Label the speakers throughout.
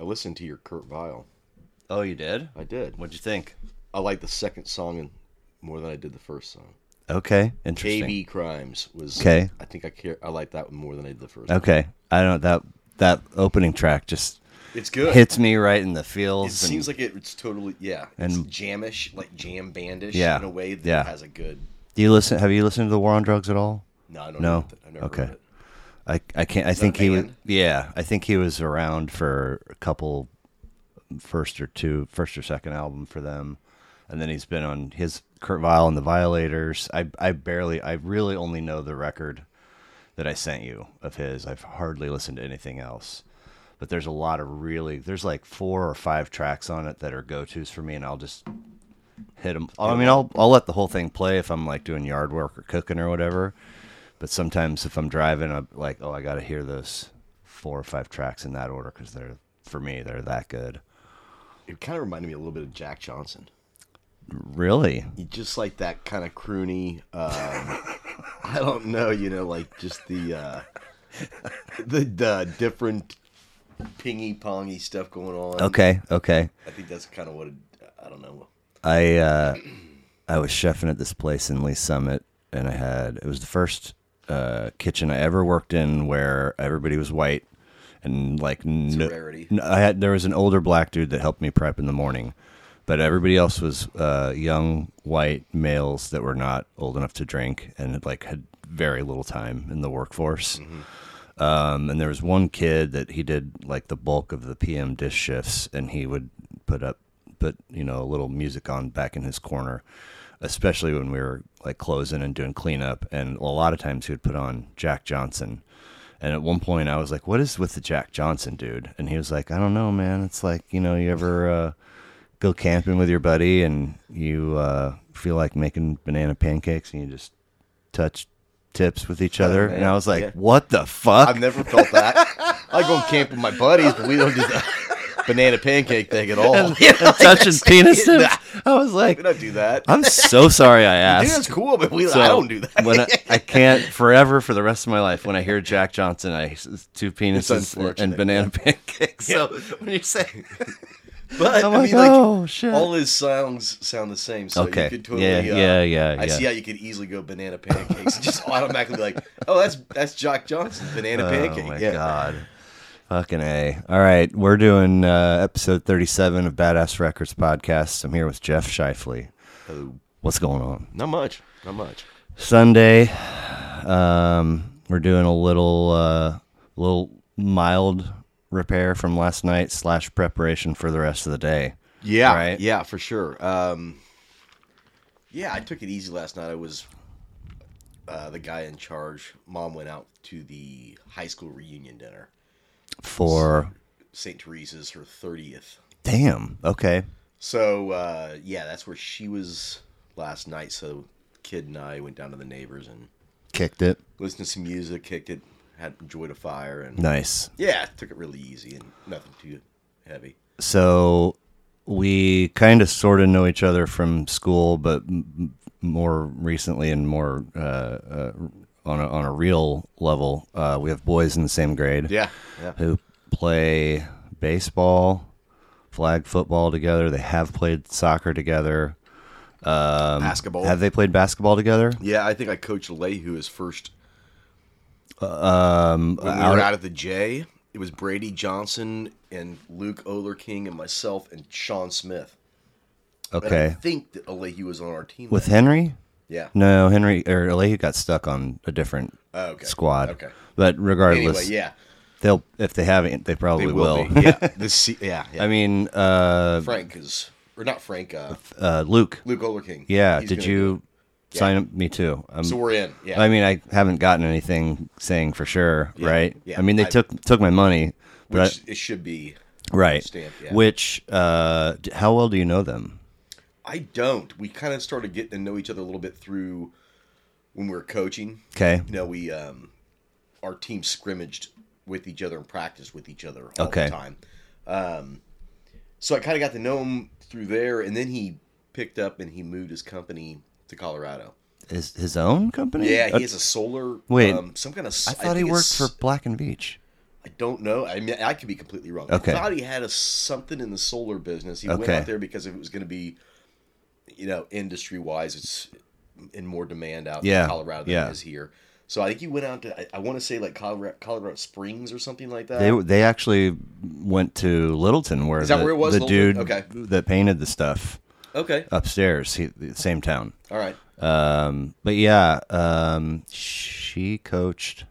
Speaker 1: listened to your Kurt Vile.
Speaker 2: Oh, you did?
Speaker 1: I did.
Speaker 2: What'd you think?
Speaker 1: I like the second song in, more than I did the first song.
Speaker 2: Okay, interesting.
Speaker 1: KB Crimes was
Speaker 2: Okay.
Speaker 1: I think I care. I like that one more than I did the first.
Speaker 2: Okay, I don't that that opening track just
Speaker 1: It's good.
Speaker 2: hits me right in the
Speaker 1: it
Speaker 2: feels. and-
Speaker 1: seems like it, it's totally yeah. It's
Speaker 2: and-
Speaker 1: jamish, like jam bandish
Speaker 2: Yeah,
Speaker 1: in a way that
Speaker 2: yeah.
Speaker 1: has a good.
Speaker 2: do you listen? Have you listened to the War on Drugs at all?
Speaker 1: No, I don't
Speaker 2: No?
Speaker 1: know. It. I never
Speaker 2: Okay.
Speaker 1: heard it.
Speaker 2: I I can't. I
Speaker 1: that
Speaker 2: think
Speaker 1: a
Speaker 2: he was.
Speaker 1: band?
Speaker 2: Yeah, I think he was around for a couple, first or two, first or second album for them, and then he's been on his Kurt Vile and the Violators. I I barely. I really only know the record that I sent you of his. I've hardly listened to anything else. But there's a lot of really. There's like four or five tracks on it that are go tos for me, and I'll just hit them. I mean, I'll I'll let the whole thing play if I'm like doing yard work or cooking or whatever. But sometimes if I'm driving, I'm like, oh, I got to hear those four or five tracks in that order because they're for me they're that good.
Speaker 1: It kind of reminded me a little bit of Jack Johnson.
Speaker 2: Really?
Speaker 1: You just like that kind of croony. Um, I don't know. You know, like just the uh, the, the different pingy pongy stuff going on.
Speaker 2: Okay, okay.
Speaker 1: I think that's kind of what it, I don't know.
Speaker 2: I uh, I was chefing at this place in Lee Summit, and I had it was the first uh, kitchen I ever worked in where everybody was white, and like no,
Speaker 1: rarity.
Speaker 2: no- I had there was an older black dude that helped me prep in the morning, but everybody else was uh, young white males that were not old enough to drink and had, like had very little time in the workforce. Um, and there was one kid that he did like the bulk of the PM dish shifts, and he would put up, put you know, a little music on back in his corner, especially when we were like closing and doing cleanup. And a lot of times he would put on Jack Johnson. And at one point I was like, "What is with the Jack Johnson dude?" And he was like, "I don't know, man. It's like you know, you ever uh, go camping with your buddy and you uh, feel like making banana pancakes and you just touch." tips with each other and i was like
Speaker 1: Oh, Yeah.
Speaker 2: what the fuck
Speaker 1: I've never felt that. I go and camp with my buddies, but we don't do the banana pancake thing at all. We
Speaker 2: and touching penises. I was like,
Speaker 1: don't do that.
Speaker 2: I'm so sorry I
Speaker 1: Dude,
Speaker 2: asked.
Speaker 1: that's cool, but we I don't do that.
Speaker 2: when I, I can't forever for the rest of my life. When I hear Jack Johnson, I s- two penises and- and
Speaker 1: unfortunate,
Speaker 2: banana pancakes. So when you say,
Speaker 1: but
Speaker 2: I'm
Speaker 1: I
Speaker 2: like,
Speaker 1: mean, like,
Speaker 2: oh shit.
Speaker 1: all his songs sound the same. So
Speaker 2: Okay.
Speaker 1: you could totally,
Speaker 2: Yeah,
Speaker 1: uh,
Speaker 2: yeah, yeah,
Speaker 1: I
Speaker 2: yeah.
Speaker 1: see how you could easily go banana pancakes and just automatically be like, oh, that's that's Jock Johnson, banana
Speaker 2: oh
Speaker 1: pancake.
Speaker 2: my
Speaker 1: yeah.
Speaker 2: god. Fucking A. All right. We're doing uh, episode 37 of Badass Records Podcast. I'm here with Jeff Shifley. What's going on?
Speaker 1: Not much. Not much.
Speaker 2: Sunday, um, we're doing a little uh, little mild repair from last night slash preparation for the rest of the day.
Speaker 1: Yeah,
Speaker 2: Right?
Speaker 1: yeah, for sure. Um, yeah, I took it easy last night. I was uh, the guy in charge. Mom went out to the high school reunion dinner.
Speaker 2: For
Speaker 1: St. Teresa's her thirtieth.
Speaker 2: damn, okay,
Speaker 1: So uh, yeah, that's where she was last night. So kid and I went down to the neighbors and
Speaker 2: kicked it.
Speaker 1: listened to some music, kicked it, had enjoyed a fire, and
Speaker 2: Nice.
Speaker 1: yeah, took it really easy and nothing too heavy.
Speaker 2: So we kind of sort of know each other from school, but m- m- more recently and more uh, uh, on a, on a real level, uh, we have boys in the same grade.
Speaker 1: Yeah, yeah.
Speaker 2: who play baseball, flag football together. They have played soccer together. Um,
Speaker 1: Basketball.
Speaker 2: Have they played basketball together?
Speaker 1: Yeah, I think I coached Lehu his first. Um, when we
Speaker 2: Uh, out-
Speaker 1: were out at the J. It was Brady Johnson and Luke Oler King and myself and Sean Smith. But I
Speaker 2: Okay.
Speaker 1: think that Lehu was on our team.
Speaker 2: With
Speaker 1: that-
Speaker 2: Henry?
Speaker 1: yeah,
Speaker 2: No, Henry or Leahy got stuck on a different
Speaker 1: Oh, okay.
Speaker 2: squad.
Speaker 1: Okay.
Speaker 2: But regardless,
Speaker 1: Anyway, yeah,
Speaker 2: they'll if they haven't, they probably
Speaker 1: they
Speaker 2: will.
Speaker 1: will. Be. Yeah, this. se- Yeah, yeah.
Speaker 2: I mean, uh,
Speaker 1: Frank is or not Frank. Uh,
Speaker 2: uh, Luke.
Speaker 1: Luke Oler King.
Speaker 2: Yeah.
Speaker 1: He's
Speaker 2: did
Speaker 1: gonna-
Speaker 2: you sign up? Me too. I'm,
Speaker 1: So we're in. Yeah.
Speaker 2: I mean, I haven't gotten anything saying for sure,
Speaker 1: Yeah,
Speaker 2: right?
Speaker 1: yeah.
Speaker 2: I mean, they
Speaker 1: I-
Speaker 2: took took my money, but I-
Speaker 1: which it should be.
Speaker 2: right
Speaker 1: stamp, yeah.
Speaker 2: which uh d- how well do you know them
Speaker 1: I don't. We kind of started getting to know each other a little bit through when we were coaching.
Speaker 2: okay
Speaker 1: you know, we um, our team scrimmaged with each other and practiced with each other all
Speaker 2: Okay.
Speaker 1: the time. Um, so I kind of got to know him through there, and then he picked up and he moved his company to Colorado.
Speaker 2: is his own company
Speaker 1: Yeah,
Speaker 2: Uh,
Speaker 1: he has a solar.
Speaker 2: wait.
Speaker 1: um, some kind of.
Speaker 2: i thought he worked for black and beach
Speaker 1: I don't know. I mean, I could be completely wrong.
Speaker 2: Okay.
Speaker 1: I thought he had a something in the solar business. He went
Speaker 2: Okay.
Speaker 1: out there because it was going to be, you know, industry wise, it's in more demand out
Speaker 2: Yeah,
Speaker 1: in Colorado than
Speaker 2: yeah.
Speaker 1: it is here. So I think he went out to I, I want to say like Colorado, Colorado Springs or something like that.
Speaker 2: They they actually went to Littleton where
Speaker 1: uh, Is that
Speaker 2: the,
Speaker 1: where it was,
Speaker 2: the
Speaker 1: Littleton?
Speaker 2: dude
Speaker 1: Okay.
Speaker 2: that painted the stuff
Speaker 1: okay,
Speaker 2: upstairs, he, same town.
Speaker 1: all right.
Speaker 2: Um, but yeah, um, she coached,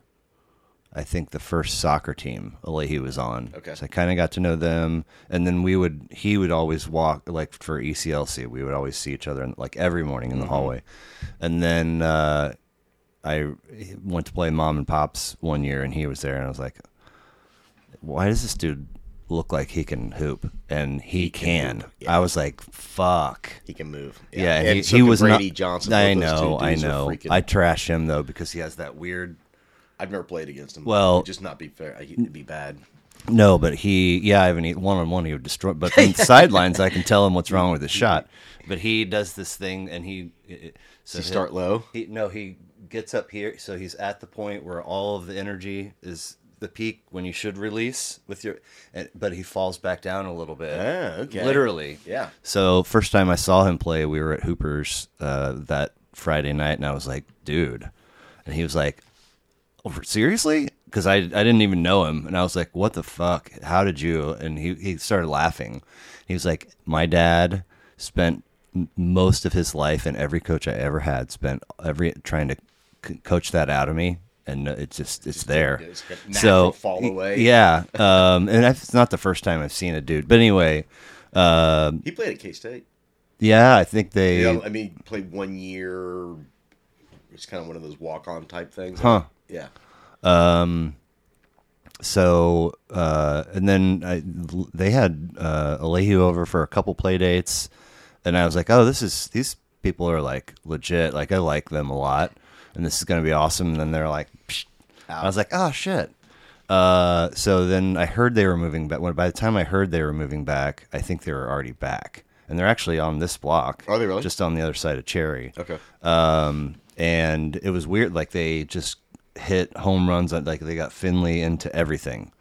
Speaker 2: I think, the first soccer team Alehi was on.
Speaker 1: Okay.
Speaker 2: So I kind of got to know them. And then we would, he would always walk, like for E ECLC, we would always see each other in, like every morning in the hallway. And then uh, I went to play Mom and Pops one year and he was there. And I was like, why does this dude look like he can hoop? And he, can. I was like, fuck.
Speaker 1: He can move.
Speaker 2: Yeah,
Speaker 1: and
Speaker 2: he,
Speaker 1: so
Speaker 2: he
Speaker 1: can
Speaker 2: was
Speaker 1: Brady
Speaker 2: not,
Speaker 1: Johnson.
Speaker 2: I
Speaker 1: Both those two
Speaker 2: know, I
Speaker 1: dudes are
Speaker 2: know.
Speaker 1: freaking-
Speaker 2: I trash him though because he has that weird.
Speaker 1: I've never played against him.
Speaker 2: Well-
Speaker 1: It'd just not be fair. I- It'd be bad.
Speaker 2: No, but he, yeah, I mean, one on one he would destroy. But from the sidelines, I can tell him what's wrong with his shot. But he does this thing, and he it- it- so
Speaker 1: You
Speaker 2: he'll-
Speaker 1: start low.
Speaker 2: He no, he gets up here, so he's at the point where all of the energy is the peak when you should release with your, and, but he falls back down a little bit.
Speaker 1: Ah, okay.
Speaker 2: Literally,
Speaker 1: Yeah.
Speaker 2: So first time I saw him play, we were at Hooper's uh, that Friday night, and I was like, "Dude," and he was like, oh, "Seriously?" Because I I didn't even know him, and I was like, "What the fuck? How did you?" And he he started laughing. He was like, "My dad spent m- most of his life, and every coach I ever had spent every trying to c- coach that out of me." And uh, it's just it's there.
Speaker 1: it's a
Speaker 2: so
Speaker 1: natural fall
Speaker 2: y-
Speaker 1: away.
Speaker 2: Yeah, um, and that's not the first time I've seen a dude. But anyway, um,
Speaker 1: He played at K State.
Speaker 2: yeah, I think they.
Speaker 1: Yeah, I mean, played one year. It's kind of one of those walk-on type things.
Speaker 2: Huh.
Speaker 1: Yeah.
Speaker 2: So uh, and then I, they had uh, Alehu over for a couple play dates, and I was like, oh, this is these people are like legit. Like I like them a lot, and this is gonna be awesome. And then they're like, Psh. I was like, oh shit. Uh, so then I heard they were moving back. When by the time I heard they were moving back, I think they were already back, and they're actually on this block.
Speaker 1: Are they really?
Speaker 2: Just on the other side of Cherry.
Speaker 1: Okay.
Speaker 2: um, and it was weird. Like they just hit home runs. on- Like they got Finley into everything.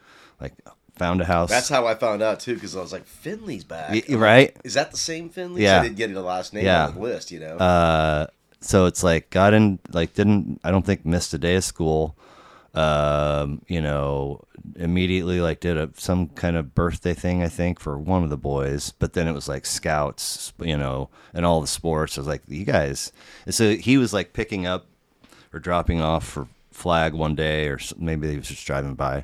Speaker 2: Like found a house.
Speaker 1: That's how I found out too, because I was like, Finley's back.
Speaker 2: Y- right.
Speaker 1: Is that the same Finley? 'Cause
Speaker 2: Yeah.
Speaker 1: I didn't get the last name
Speaker 2: Yeah. Uh,
Speaker 1: on the list. You know.
Speaker 2: So it's like got in. Like didn't. I don't think missed a day of school. Um, you know, immediately like did a some kind of birthday thing I think for one of the boys, but then it was like scouts, you know, and all the sports. I was like, you guys. And so he was like picking up or dropping off for flag one day, or s- maybe he was just driving by,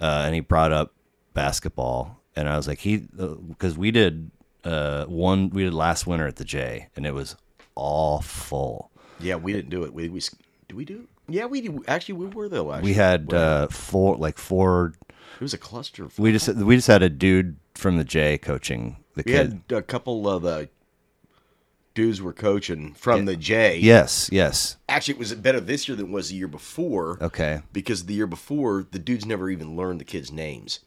Speaker 2: uh, and he brought up basketball, and I was like, he, because we did uh, one, we did last winter at the J, and it was awful.
Speaker 1: yeah, we didn't do it. We we do we do? Yeah, we do. Actually, we were though. Actually,
Speaker 2: We had uh, four, like four.
Speaker 1: it was a cluster.
Speaker 2: We
Speaker 1: We
Speaker 2: just we just had a dude from the J coaching the kid.
Speaker 1: had a couple of the dudes were coaching from the J.
Speaker 2: yes, yes,
Speaker 1: Actually, it was better this year than it was the year before.
Speaker 2: okay,
Speaker 1: because the year before the dudes never even learned the kids' names,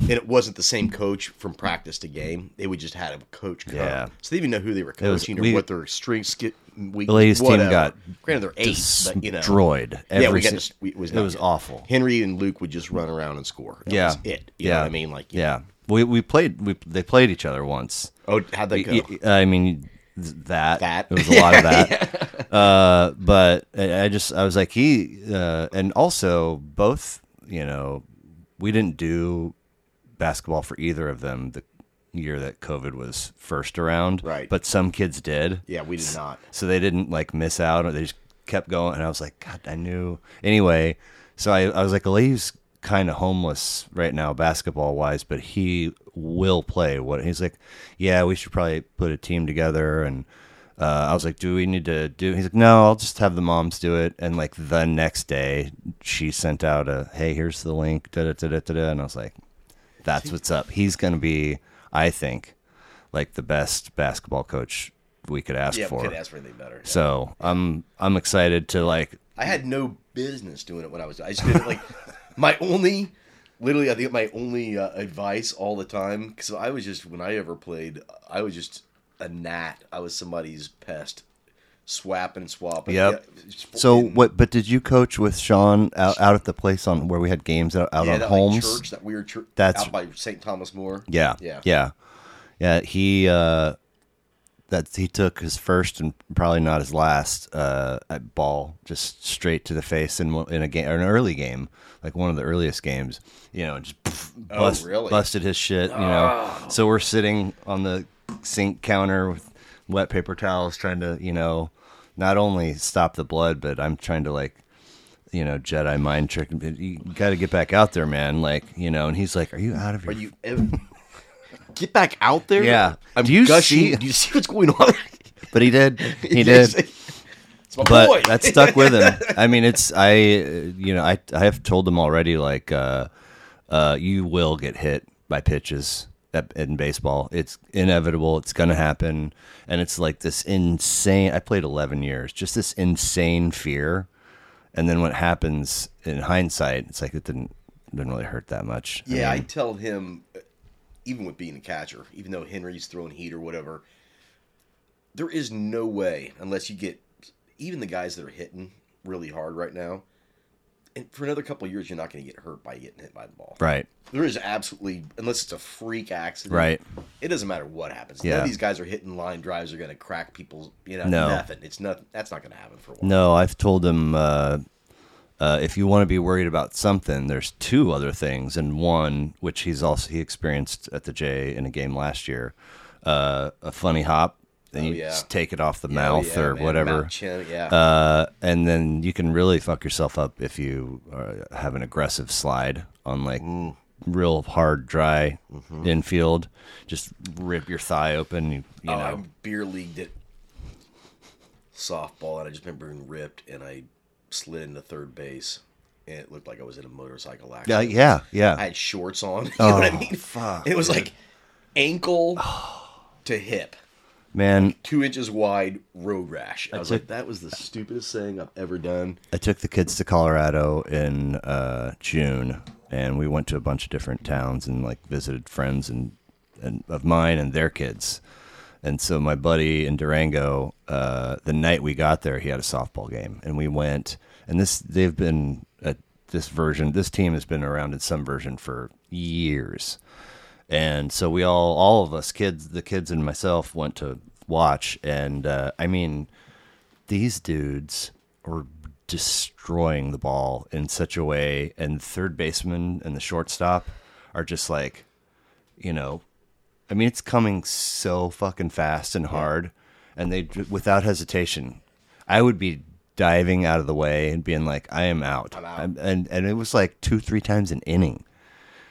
Speaker 1: and it wasn't the same coach from practice to game. They would just had a coach come,
Speaker 2: Yeah.
Speaker 1: so they didn't even know who they were
Speaker 2: was-
Speaker 1: coaching
Speaker 2: we-
Speaker 1: or what their strengths get.
Speaker 2: Blaze
Speaker 1: Blaze
Speaker 2: team got
Speaker 1: granted they're eight, but you know,
Speaker 2: destroyed. Every
Speaker 1: yeah, we got
Speaker 2: si-
Speaker 1: just, we, it was
Speaker 2: it
Speaker 1: not
Speaker 2: was
Speaker 1: good.
Speaker 2: awful.
Speaker 1: Henry and Luke would just run around and score. That
Speaker 2: Yeah.
Speaker 1: was it. You know
Speaker 2: Yeah.
Speaker 1: what I mean? Like,
Speaker 2: Yeah, we we played. We they played each other once.
Speaker 1: oh, how'd that go?
Speaker 2: Y- I mean th- that
Speaker 1: That.
Speaker 2: it was a lot of that. Uh, but I I just I was like he uh, and also both you know we didn't do basketball for either of them the year that COVID was first around.
Speaker 1: Right.
Speaker 2: But some kids did.
Speaker 1: yeah, we did not.
Speaker 2: So they didn't like miss out or they just kept going. And I was like, God, I knew. Anyway, so I, I was like, Lee's kind of homeless right now, basketball wise, but he will play. What he's like, yeah, we should probably put a team together. And uh, I was like, do we need to do? He's like, no, I'll just have the moms do it. And like the next day, she sent out a, hey, here's the link. Da da da da da. da. And I was like, that's what's up. He's going to be, I think, like the best basketball coach we could ask
Speaker 1: Yeah,
Speaker 2: for.
Speaker 1: we could ask for anything better.
Speaker 2: So I'm I'm excited to like
Speaker 1: I had no business doing it when I was. I just did it like my only, literally, I think my only uh, advice all the time because I was just when I ever played, I was just a gnat. I was somebody's pest. swapping and swapping.
Speaker 2: Yep.
Speaker 1: Yeah, sp-
Speaker 2: So
Speaker 1: and-
Speaker 2: what? But did you coach with Sean out, out at the place on where we had games out, out
Speaker 1: yeah,
Speaker 2: on
Speaker 1: that, like,
Speaker 2: Holmes?
Speaker 1: church, that weird church
Speaker 2: That's-
Speaker 1: out by St. Thomas More.
Speaker 2: Yeah.
Speaker 1: uh, Yeah.
Speaker 2: Yeah. Yeah. He uh that he took his first and probably not his last uh at ball just straight to the face in one- in a game or an early game, like one of the earliest games, you know, and just pff,
Speaker 1: Oh,
Speaker 2: bust-
Speaker 1: really? Oh.
Speaker 2: busted his shit, you know. So we're sitting on the sink counter with wet paper towels trying to, you know, not only stop the blood, but I'm trying to like you know, Jedi mind trick. You got to get back out there, man. Like, you know, and he's like, "Are you out of your
Speaker 1: Are you get back out there?
Speaker 2: Yeah.
Speaker 1: I'm
Speaker 2: Do you
Speaker 1: gushing.
Speaker 2: see-
Speaker 1: Do you see what's going on?
Speaker 2: but he did. He
Speaker 1: Yes.
Speaker 2: did.
Speaker 1: It's my
Speaker 2: But
Speaker 1: boy.
Speaker 2: that stuck with him. I mean, it's I, uh, you know, I I have told him already. Like, uh, uh, you will get hit by pitches at, in baseball. It's inevitable. It's gonna happen. And it's like this insane. I played eleven years. Just this insane fear. And then what happens in hindsight? It's like it didn't didn't really hurt that much. I
Speaker 1: Yeah, I
Speaker 2: mean,
Speaker 1: tell him, uh, even with being a catcher, even though Henry's throwing heat or whatever, there is no way unless you get even the guys that are hitting really hard right now. And for another couple of years, you're not going to get hurt by getting hit by the ball.
Speaker 2: right.
Speaker 1: There is absolutely, unless it's a freak accident,
Speaker 2: Right.
Speaker 1: It doesn't matter what happens. None
Speaker 2: Yeah.
Speaker 1: of these guys are hitting line drives. Are going to crack people's, you know,
Speaker 2: No.
Speaker 1: nothing. It's not. That's not going to happen for a while.
Speaker 2: No, I've told him uh, uh, if you want to be worried about something, there's two other things, and one which he's also he experienced at the J in a game last year, uh, a funny hop, and
Speaker 1: Oh,
Speaker 2: you
Speaker 1: yeah.
Speaker 2: just take it off the
Speaker 1: Oh,
Speaker 2: mouth
Speaker 1: yeah,
Speaker 2: or
Speaker 1: man,
Speaker 2: whatever,
Speaker 1: mouth, chin, yeah.
Speaker 2: uh, and then you can really fuck yourself up if you uh, have an aggressive slide on like.
Speaker 1: Mm.
Speaker 2: Real hard, dry
Speaker 1: Mm-hmm.
Speaker 2: infield, just rip your thigh open. You, you
Speaker 1: Oh,
Speaker 2: know,
Speaker 1: I beer leagued at softball, and I just remember being ripped, and I slid into third base, and it looked like I was in a motorcycle
Speaker 2: yeah,
Speaker 1: accident.
Speaker 2: yeah, yeah. Oh,
Speaker 1: I had shorts on. You know what I mean?
Speaker 2: fuck,
Speaker 1: it was like ankle to hip,
Speaker 2: man.
Speaker 1: two inches wide, road rash. I was
Speaker 2: took-
Speaker 1: like, that was the stupidest thing I've ever done.
Speaker 2: I took the kids to Colorado in uh, June, and we went to a bunch of different towns and like visited friends and, and of mine and their kids. And so my buddy in Durango, uh, the night we got there, he had a softball game, and we went. And this they've been at this version. This team has been around in some version for years and so we all all of us kids the kids and myself went to watch and uh, i mean these dudes were destroying the ball in such a way and third baseman and the shortstop are just like you know i mean it's coming so fucking fast and hard and they without hesitation i would be diving out of the way and being like i am out,
Speaker 1: I'm out.
Speaker 2: and and it was like two three times an inning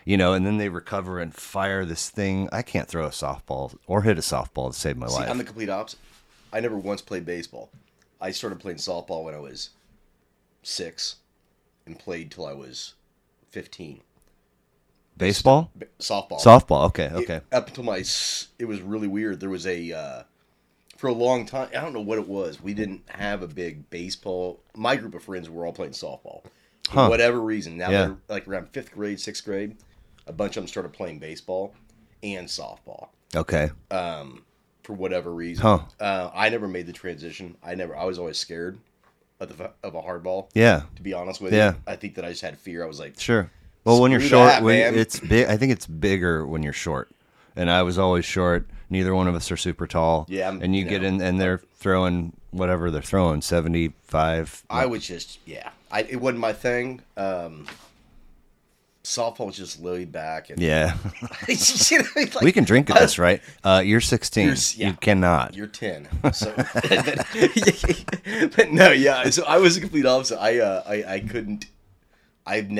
Speaker 2: you know, and then they recover and fire this thing. I can't throw a softball or hit a softball to save my
Speaker 1: See,
Speaker 2: life.
Speaker 1: I'm the complete opposite. I never once played baseball. I started playing softball when I was six, and played till I was fifteen.
Speaker 2: Baseball,
Speaker 1: B- Softball.
Speaker 2: softball. Okay, okay.
Speaker 1: up until my s- it was really weird there was a uh, for a long time i don't know what it was we didn't have a big baseball my group of friends were all playing softball for
Speaker 2: Huh.
Speaker 1: whatever reason now
Speaker 2: Yeah.
Speaker 1: they're like around fifth grade sixth grade a bunch of them started playing baseball and softball
Speaker 2: Okay.
Speaker 1: for whatever reason
Speaker 2: Huh.
Speaker 1: uh, i never made the transition i never i was always scared of, the, fa- of a hardball
Speaker 2: Yeah.
Speaker 1: to be honest with
Speaker 2: Yeah.
Speaker 1: you i think that i just had fear i was like
Speaker 2: Sure. Well, when you're
Speaker 1: Screw
Speaker 2: short,
Speaker 1: that,
Speaker 2: when-
Speaker 1: man.
Speaker 2: it's big. I think it's bigger when you're short. And I was always short. Neither one of us are super tall.
Speaker 1: Yeah, I'm-
Speaker 2: and you
Speaker 1: you
Speaker 2: get
Speaker 1: know.
Speaker 2: in, and they're throwing whatever they're throwing, seventy-five.
Speaker 1: I was just yeah. I it wasn't my thing. Um softball was just laid back and
Speaker 2: yeah,
Speaker 1: You know, it's like,
Speaker 2: we can drink at this, right? Uh, you're 16.
Speaker 1: You're- yeah.
Speaker 2: You cannot.
Speaker 1: You're ten. So but no, yeah. So I was a complete opposite. I uh I, I couldn't I've never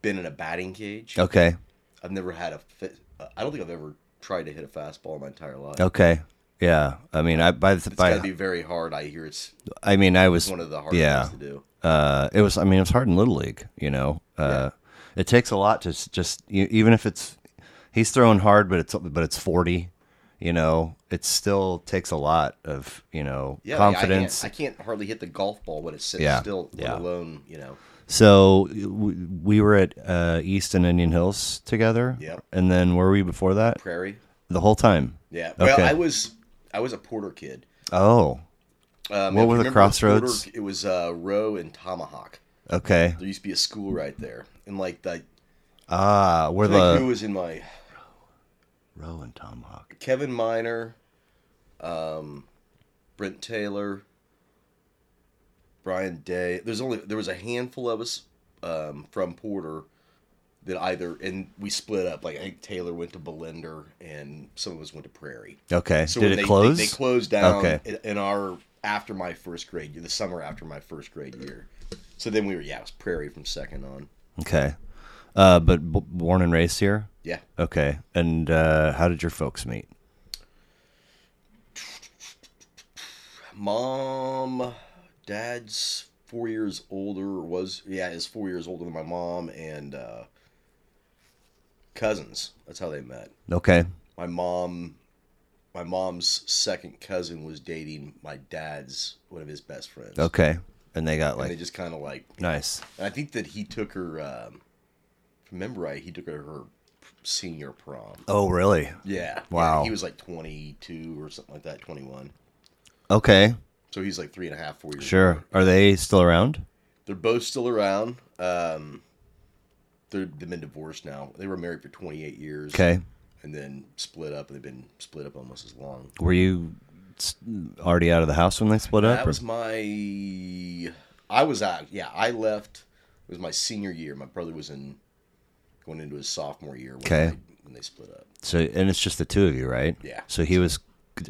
Speaker 1: been in a batting cage.
Speaker 2: okay.
Speaker 1: I've never had a fit I don't think I've ever tried to hit a fastball in my entire life.
Speaker 2: Okay. Yeah. I mean, I by the
Speaker 1: It's
Speaker 2: by,
Speaker 1: gotta be very hard. I hear it's
Speaker 2: I mean, I was
Speaker 1: one of the hardest
Speaker 2: Yeah.
Speaker 1: things to do.
Speaker 2: uh, it was. I mean, it was hard in little league. You know, uh, it takes a lot to s- just you, even if it's he's throwing hard, but it's but it's forty. You know, it still takes a lot of you know
Speaker 1: Yeah, like, I can't-
Speaker 2: confidence.
Speaker 1: I can't, hardly hit the golf ball when it sits
Speaker 2: Yeah.
Speaker 1: still,
Speaker 2: Yeah.
Speaker 1: let alone you know.
Speaker 2: So w- we were at uh, East and Indian Hills together.
Speaker 1: Yep.
Speaker 2: And then where were we before that?
Speaker 1: prairie.
Speaker 2: The whole time.
Speaker 1: Yeah. Well,
Speaker 2: Okay.
Speaker 1: I was I was a Porter kid.
Speaker 2: Oh,
Speaker 1: Um,
Speaker 2: What were
Speaker 1: if you
Speaker 2: the
Speaker 1: remember
Speaker 2: crossroads?
Speaker 1: Porter, it was uh, Roe and Tomahawk.
Speaker 2: okay.
Speaker 1: There used to be a school right there, and like the
Speaker 2: Ah, where
Speaker 1: I think who
Speaker 2: the
Speaker 1: was in my
Speaker 2: Roe and Tomahawk.
Speaker 1: Kevin Miner, um, Brent Taylor, Brian Day. There's only there was a handful of us um, from Porter that either and we split up. Like I think Taylor went to Belinder, and some of us went to Prairie.
Speaker 2: Okay.
Speaker 1: when
Speaker 2: Did it
Speaker 1: they,
Speaker 2: close?
Speaker 1: They, they closed down
Speaker 2: Okay.
Speaker 1: in, in our after my first grade year, the summer after my first grade year. So then we were yeah, it was Prairie from second on.
Speaker 2: okay. Uh, but b- born and raised here.
Speaker 1: Yeah,
Speaker 2: Okay. And uh, how did your folks meet?
Speaker 1: mom, dad's four years older or was yeah is four years older than my mom and uh, cousins. That's how they met.
Speaker 2: Okay.
Speaker 1: My mom, my mom's second cousin was dating my dad's one of his best friends.
Speaker 2: Okay. And they got
Speaker 1: and they
Speaker 2: like
Speaker 1: just kind of like
Speaker 2: nice.
Speaker 1: And I think that he took her. Um, if I remember right, he took her to her senior prom.
Speaker 2: Oh, really?
Speaker 1: Yeah.
Speaker 2: Wow.
Speaker 1: Yeah, he was like 22 or something like that, 21.
Speaker 2: Okay.
Speaker 1: So he's like three and a half, four years.
Speaker 2: Sure.
Speaker 1: older.
Speaker 2: Are they still around?
Speaker 1: They're both still around. Um, they're, they've been divorced now. They were married for 28 years.
Speaker 2: Okay.
Speaker 1: And then split up, and they've been split up almost as long.
Speaker 2: Were you s- already out of the house when they split up?
Speaker 1: That
Speaker 2: or-
Speaker 1: was my. I was out. Yeah, I left. It was my senior year. My brother was in going into his sophomore year. When
Speaker 2: Okay.
Speaker 1: I- when they split up.
Speaker 2: So and it's just the two of you, right?
Speaker 1: Yeah.
Speaker 2: So he was,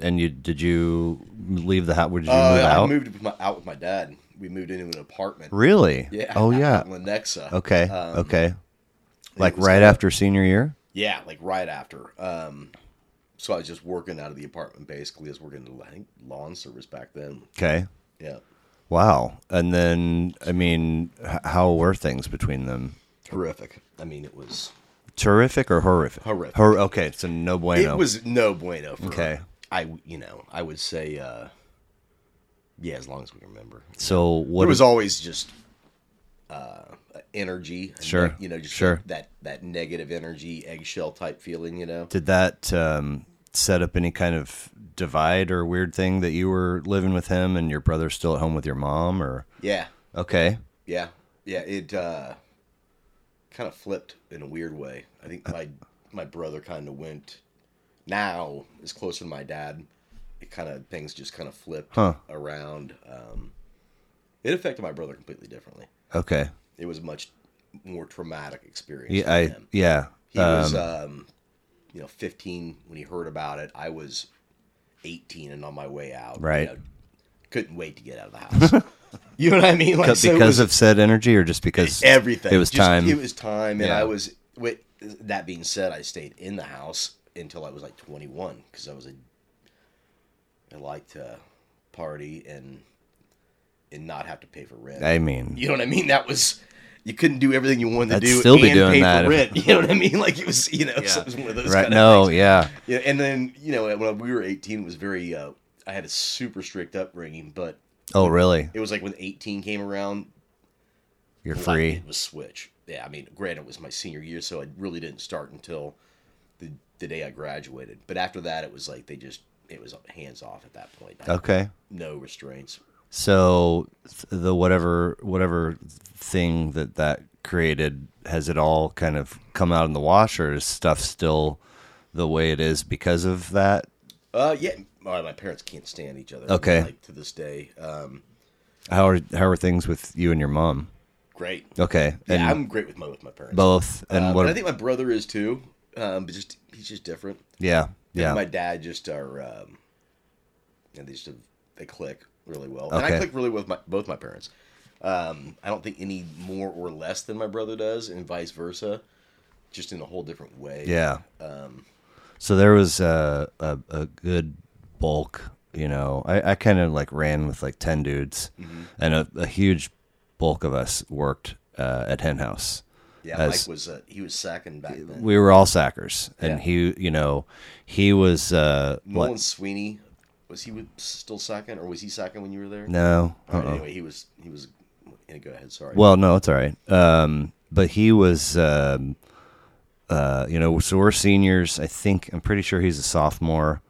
Speaker 2: and you did you leave the house? Where did you
Speaker 1: Uh,
Speaker 2: move
Speaker 1: I
Speaker 2: out?
Speaker 1: moved with my, out with my dad. We moved into an apartment.
Speaker 2: Really?
Speaker 1: Yeah.
Speaker 2: Oh
Speaker 1: out
Speaker 2: yeah.
Speaker 1: in Lenexa.
Speaker 2: Okay.
Speaker 1: Um,
Speaker 2: okay. Like
Speaker 1: was
Speaker 2: right after senior year.
Speaker 1: Yeah, like right after. Um, so I was just working out of the apartment basically. I was working in I think, lawn service back then.
Speaker 2: Okay.
Speaker 1: Yeah.
Speaker 2: Wow. And then I mean, h- how were things between them?
Speaker 1: Horrific. I mean, it was
Speaker 2: Terrific or horrific?
Speaker 1: Horrific.
Speaker 2: Hor- okay. So no bueno.
Speaker 1: it was no bueno. For
Speaker 2: Okay.
Speaker 1: I you know I would say uh, yeah as long as we remember.
Speaker 2: so what?
Speaker 1: There was
Speaker 2: did-
Speaker 1: always just uh, energy. and
Speaker 2: Sure,
Speaker 1: that- you know, just
Speaker 2: sure.
Speaker 1: that that negative energy eggshell type feeling. You know.
Speaker 2: did that um, set up any kind of divide or weird thing that you were living with him and your brother still at home with your mom? Or
Speaker 1: Yeah.
Speaker 2: okay.
Speaker 1: Yeah, yeah. It uh, kind of flipped in a weird way. I think my my brother kind of went now is closer to my dad. It kind of things just kind of flipped
Speaker 2: Huh.
Speaker 1: around. Um, it affected my brother completely differently.
Speaker 2: Okay.
Speaker 1: It was a much more traumatic experience.
Speaker 2: Yeah,
Speaker 1: for
Speaker 2: I
Speaker 1: him.
Speaker 2: yeah.
Speaker 1: He
Speaker 2: um,
Speaker 1: was um, you know 15 when he heard about it. I was 18 and on my way out. you
Speaker 2: Right.
Speaker 1: know, couldn't wait to get out of the house. you know what I mean? Like
Speaker 2: because
Speaker 1: so it was-
Speaker 2: of said energy, or just because
Speaker 1: everything.
Speaker 2: It was
Speaker 1: Just-
Speaker 2: time.
Speaker 1: It was time, and
Speaker 2: Yeah.
Speaker 1: I was. With that being said, I stayed in the house until I was like 21 because I was a. I liked to party and and not have to pay for rent.
Speaker 2: I mean,
Speaker 1: you know what I mean? That was. You couldn't do everything you wanted
Speaker 2: I'd
Speaker 1: to do
Speaker 2: still be
Speaker 1: and
Speaker 2: doing
Speaker 1: pay
Speaker 2: that
Speaker 1: for
Speaker 2: if-
Speaker 1: rent. You know what I mean? Like it was, you know, so it was one of those
Speaker 2: right?
Speaker 1: kind
Speaker 2: No,
Speaker 1: of things.
Speaker 2: yeah,
Speaker 1: Yeah, and then you know when we were 18, it was very. Uh, I had a super strict upbringing, but
Speaker 2: oh really?
Speaker 1: it was like when 18 came around,
Speaker 2: You're
Speaker 1: Well, I-
Speaker 2: free.
Speaker 1: It was Switch. Yeah, I mean, granted, it was my senior year, so I really didn't start until the the day I graduated. But after that, it was like they just it was hands off at that point. I-
Speaker 2: Okay,
Speaker 1: No restraints.
Speaker 2: so th- the whatever whatever thing that that created has it all kind of come out in the wash, or is stuff still the way it is because of that?
Speaker 1: Uh, yeah, my, my parents can't stand each other.
Speaker 2: Okay.
Speaker 1: like to this day. Um,
Speaker 2: How are how are things with you and your mom?
Speaker 1: great.
Speaker 2: Okay, and
Speaker 1: yeah, I'm great with my with my parents.
Speaker 2: both, and
Speaker 1: Um,
Speaker 2: what?
Speaker 1: and I think my brother is too. Um, but just he's just different.
Speaker 2: yeah,
Speaker 1: And
Speaker 2: yeah,
Speaker 1: my dad just are. Um, and they just have, they click really well, and
Speaker 2: Okay.
Speaker 1: I click really well with my, both my parents. Um, I don't think any more or less than my brother does, and vice versa, just in a whole different way.
Speaker 2: Yeah.
Speaker 1: Um,
Speaker 2: so there was a, a a good bulk. You know, I, I kind of like ran with like ten dudes,
Speaker 1: Mm-hmm.
Speaker 2: and a, a huge bulk of us worked uh, at Hen House.
Speaker 1: yeah.
Speaker 2: As-
Speaker 1: Mike was uh, he was sacking back then.
Speaker 2: We were all sackers, and
Speaker 1: Yeah.
Speaker 2: he, you know, he was uh,
Speaker 1: Nolan
Speaker 2: what?
Speaker 1: Sweeney was he with- still sacking, or was he sacking when you were there?
Speaker 2: No,
Speaker 1: All right,
Speaker 2: uh-uh.
Speaker 1: anyway, he was. He was. Yeah, go ahead. Sorry.
Speaker 2: Well, no, it's all right. Um, but he was, um, uh, you know, so we're seniors. I think I'm pretty sure he's a sophomore.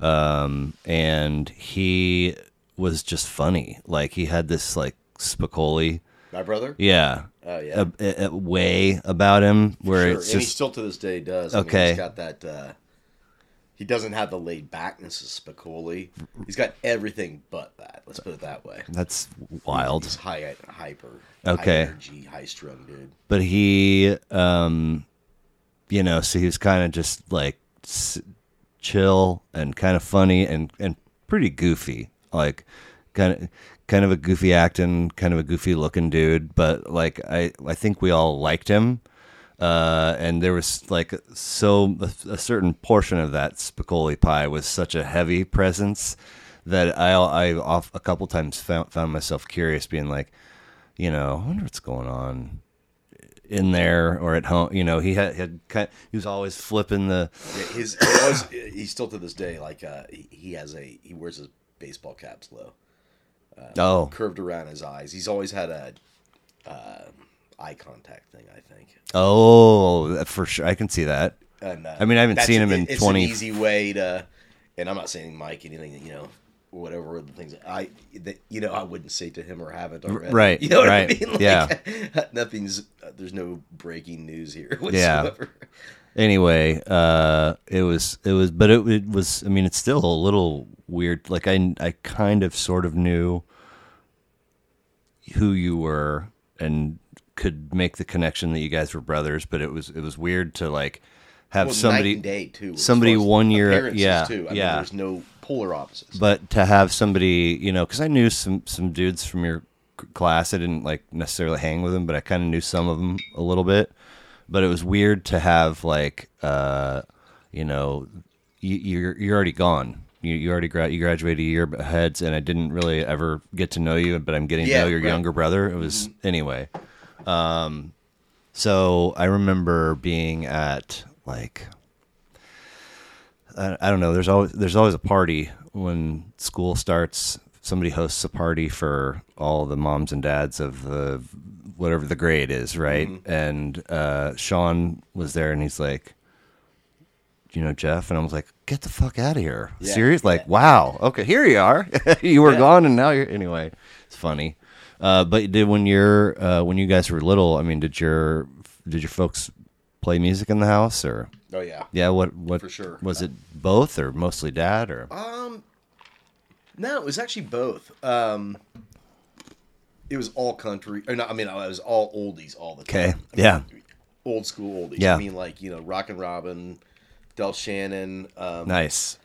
Speaker 2: um, and he was just funny. Like he had this like Spicoli,
Speaker 1: My brother?
Speaker 2: yeah, Uh,
Speaker 1: Oh, yeah.
Speaker 2: a, a- a way about him where
Speaker 1: sure.
Speaker 2: it's
Speaker 1: and he
Speaker 2: just
Speaker 1: still to this day does. I mean,
Speaker 2: Okay.
Speaker 1: he's got that. Uh, he doesn't have the laid backness of Spicoli. He's got everything but that. Let's put it that way.
Speaker 2: that's wild.
Speaker 1: He's high hyper.
Speaker 2: Okay.
Speaker 1: High energy, high strung dude.
Speaker 2: but he um you know so he was kind of just like s- chill and kind of funny and and pretty goofy like kind of kind of a goofy acting kind of a goofy looking dude but like i i think we all liked him uh, and there was like so a, a certain portion of that spicoli pie was such a heavy presence that I I off a couple times found found myself curious, being like, you know, I wonder what's going on in there or at home. You know, he had, had kind he was always flipping the
Speaker 1: Yeah, his he was, he's still to this day like uh, he, he has a he wears his baseball caps low,
Speaker 2: oh
Speaker 1: curved around his eyes. He's always had a uh, eye contact thing, I think.
Speaker 2: oh for sure I can see that.
Speaker 1: And, uh,
Speaker 2: I mean, I haven't
Speaker 1: that's-
Speaker 2: seen him in
Speaker 1: it- it's
Speaker 2: 20
Speaker 1: An easy way to, and I'm not saying Mike anything. You know, whatever the things I that you know I wouldn't say to him or haven't already.
Speaker 2: right,
Speaker 1: You know what
Speaker 2: right,
Speaker 1: I mean?
Speaker 2: yeah.
Speaker 1: Nothing's uh, there's no breaking news here
Speaker 2: Yeah.
Speaker 1: whatsoever.
Speaker 2: anyway uh it was it was but it, it was i mean it's still a little weird like i i kind of sort of knew who you were and could make the connection that you guys were brothers but it was it was weird to like have
Speaker 1: Well, night
Speaker 2: somebody
Speaker 1: and day too. as
Speaker 2: somebody
Speaker 1: far as
Speaker 2: one year-
Speaker 1: appearances,
Speaker 2: yeah,
Speaker 1: too. I
Speaker 2: yeah.
Speaker 1: Mean, there's no polar opposites.
Speaker 2: but to have somebody you know because i knew some some dudes from your c- class i didn't like necessarily hang with them but i kind of knew some of them a little bit but it was weird to have like uh you know you, you're you're already gone you, you already gra- you graduated a year ahead and i didn't really ever get to know you but i'm getting
Speaker 1: Yeah,
Speaker 2: to know your
Speaker 1: right. Mm-hmm.
Speaker 2: younger brother it was anyway um so i remember being at like I, I don't know. There's always there's always a party when school starts. Somebody hosts a party for all the moms and dads of the whatever the grade is, right?
Speaker 1: Mm-hmm.
Speaker 2: And uh, Sean was there, and he's like, "Do you know Jeff?" And I was like, "Get the fuck out of here!
Speaker 1: Yeah,
Speaker 2: Serious? Like,
Speaker 1: yeah.
Speaker 2: wow, okay, here you are. you were gone, and now you're anyway. It's funny." Uh, but did when you're uh, when you guys were little? I mean, did your did your folks play music in the house or?
Speaker 1: oh yeah.
Speaker 2: Yeah, what what
Speaker 1: For sure. Uh,
Speaker 2: was it both or mostly dad or
Speaker 1: No, it was actually both. Um, it was all country. Or not, I mean, I was all oldies all the
Speaker 2: okay?
Speaker 1: time.
Speaker 2: Yeah,
Speaker 1: old school oldies.
Speaker 2: Yeah.
Speaker 1: I mean, like you know, Rock and Robin, Del Shannon, um,
Speaker 2: nice.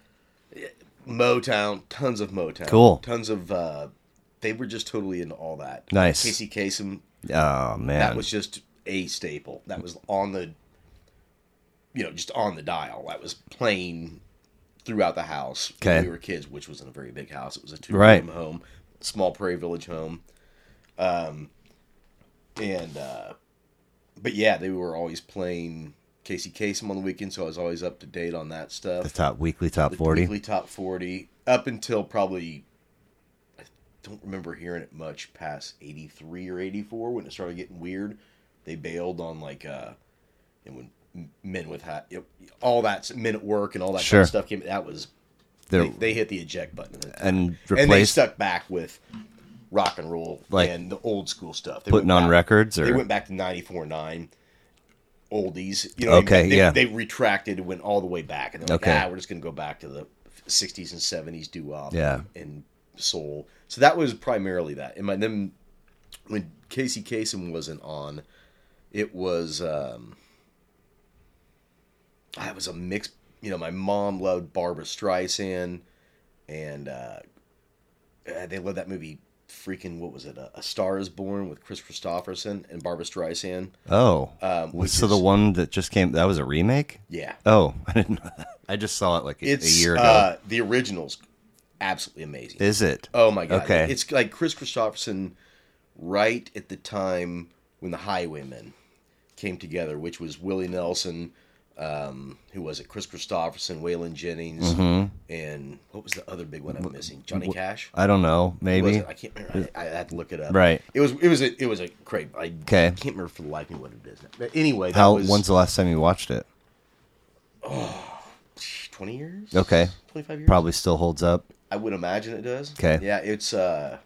Speaker 1: Motown, tons of Motown,
Speaker 2: Cool.
Speaker 1: tons of. Uh, they were just totally into all that.
Speaker 2: Nice.
Speaker 1: Casey Kasem,
Speaker 2: Oh
Speaker 1: that
Speaker 2: man,
Speaker 1: was just a staple. That was on the, you know, just on the dial. That was playing throughout the house
Speaker 2: Okay.
Speaker 1: when we were kids, which wasn't a very big house. It was a two-room
Speaker 2: Right.
Speaker 1: home, small prairie village home, um, and uh, but yeah, they were always playing Casey Kasem on the weekend, so I was always up to date on that stuff.
Speaker 2: the top weekly top forty.
Speaker 1: Weekly top 40 up until probably I don't remember hearing it much past 83 or 84 when it started getting weird. They bailed on like uh and when M- men with hat you know, all that men at work and all that kind
Speaker 2: Sure.
Speaker 1: of stuff came that was they,
Speaker 2: They're-
Speaker 1: they hit the eject button at that time.
Speaker 2: and
Speaker 1: and they
Speaker 2: replaced
Speaker 1: stuck back with rock and roll
Speaker 2: Like,
Speaker 1: and the old school stuff. They
Speaker 2: putting on
Speaker 1: went back-
Speaker 2: records
Speaker 1: they
Speaker 2: or
Speaker 1: went back to 94 9 oldies you know what I mean?
Speaker 2: Okay,
Speaker 1: they,
Speaker 2: yeah.
Speaker 1: they retracted and went all the way back and they're like
Speaker 2: Okay.
Speaker 1: ah we're just going to go back to the 60s and 70s doo wop
Speaker 2: Yeah.
Speaker 1: and soul so that was primarily that and my then when casey Kasem wasn't on it was um i was a mix you know my mom loved barbara streisand and uh uh, they loved that movie freaking what was it uh, a star is born with chris christopherson and barbara streisand
Speaker 2: oh,
Speaker 1: um,
Speaker 2: was-
Speaker 1: which
Speaker 2: so the
Speaker 1: is-
Speaker 2: one that just came that was a remake.
Speaker 1: yeah
Speaker 2: Oh, I didn't. know that. I just saw it like a, a
Speaker 1: it's
Speaker 2: year ago.
Speaker 1: uh the originals absolutely amazing
Speaker 2: Is it?
Speaker 1: oh my god
Speaker 2: Okay.
Speaker 1: it's like chris christopherson right at the time when the highwaymen came together which was willie nelson um, who was it? Chris Christopherson, Waylon Jennings,
Speaker 2: Mm-hmm.
Speaker 1: and what was the other big one I'm missing? Johnny Cash.
Speaker 2: I don't know.
Speaker 1: was
Speaker 2: Maybe
Speaker 1: it? I can't remember. I, I had to look it up.
Speaker 2: Right.
Speaker 1: It was. It was a. It was a crap. I
Speaker 2: Okay.
Speaker 1: can't remember for the life of me what it is. But anyway, that
Speaker 2: how?
Speaker 1: was
Speaker 2: When's the last time you watched it?
Speaker 1: twenty years.
Speaker 2: Okay.
Speaker 1: twenty five years.
Speaker 2: Probably still holds up.
Speaker 1: I would imagine it does.
Speaker 2: 'Kay.
Speaker 1: Yeah, it's uh,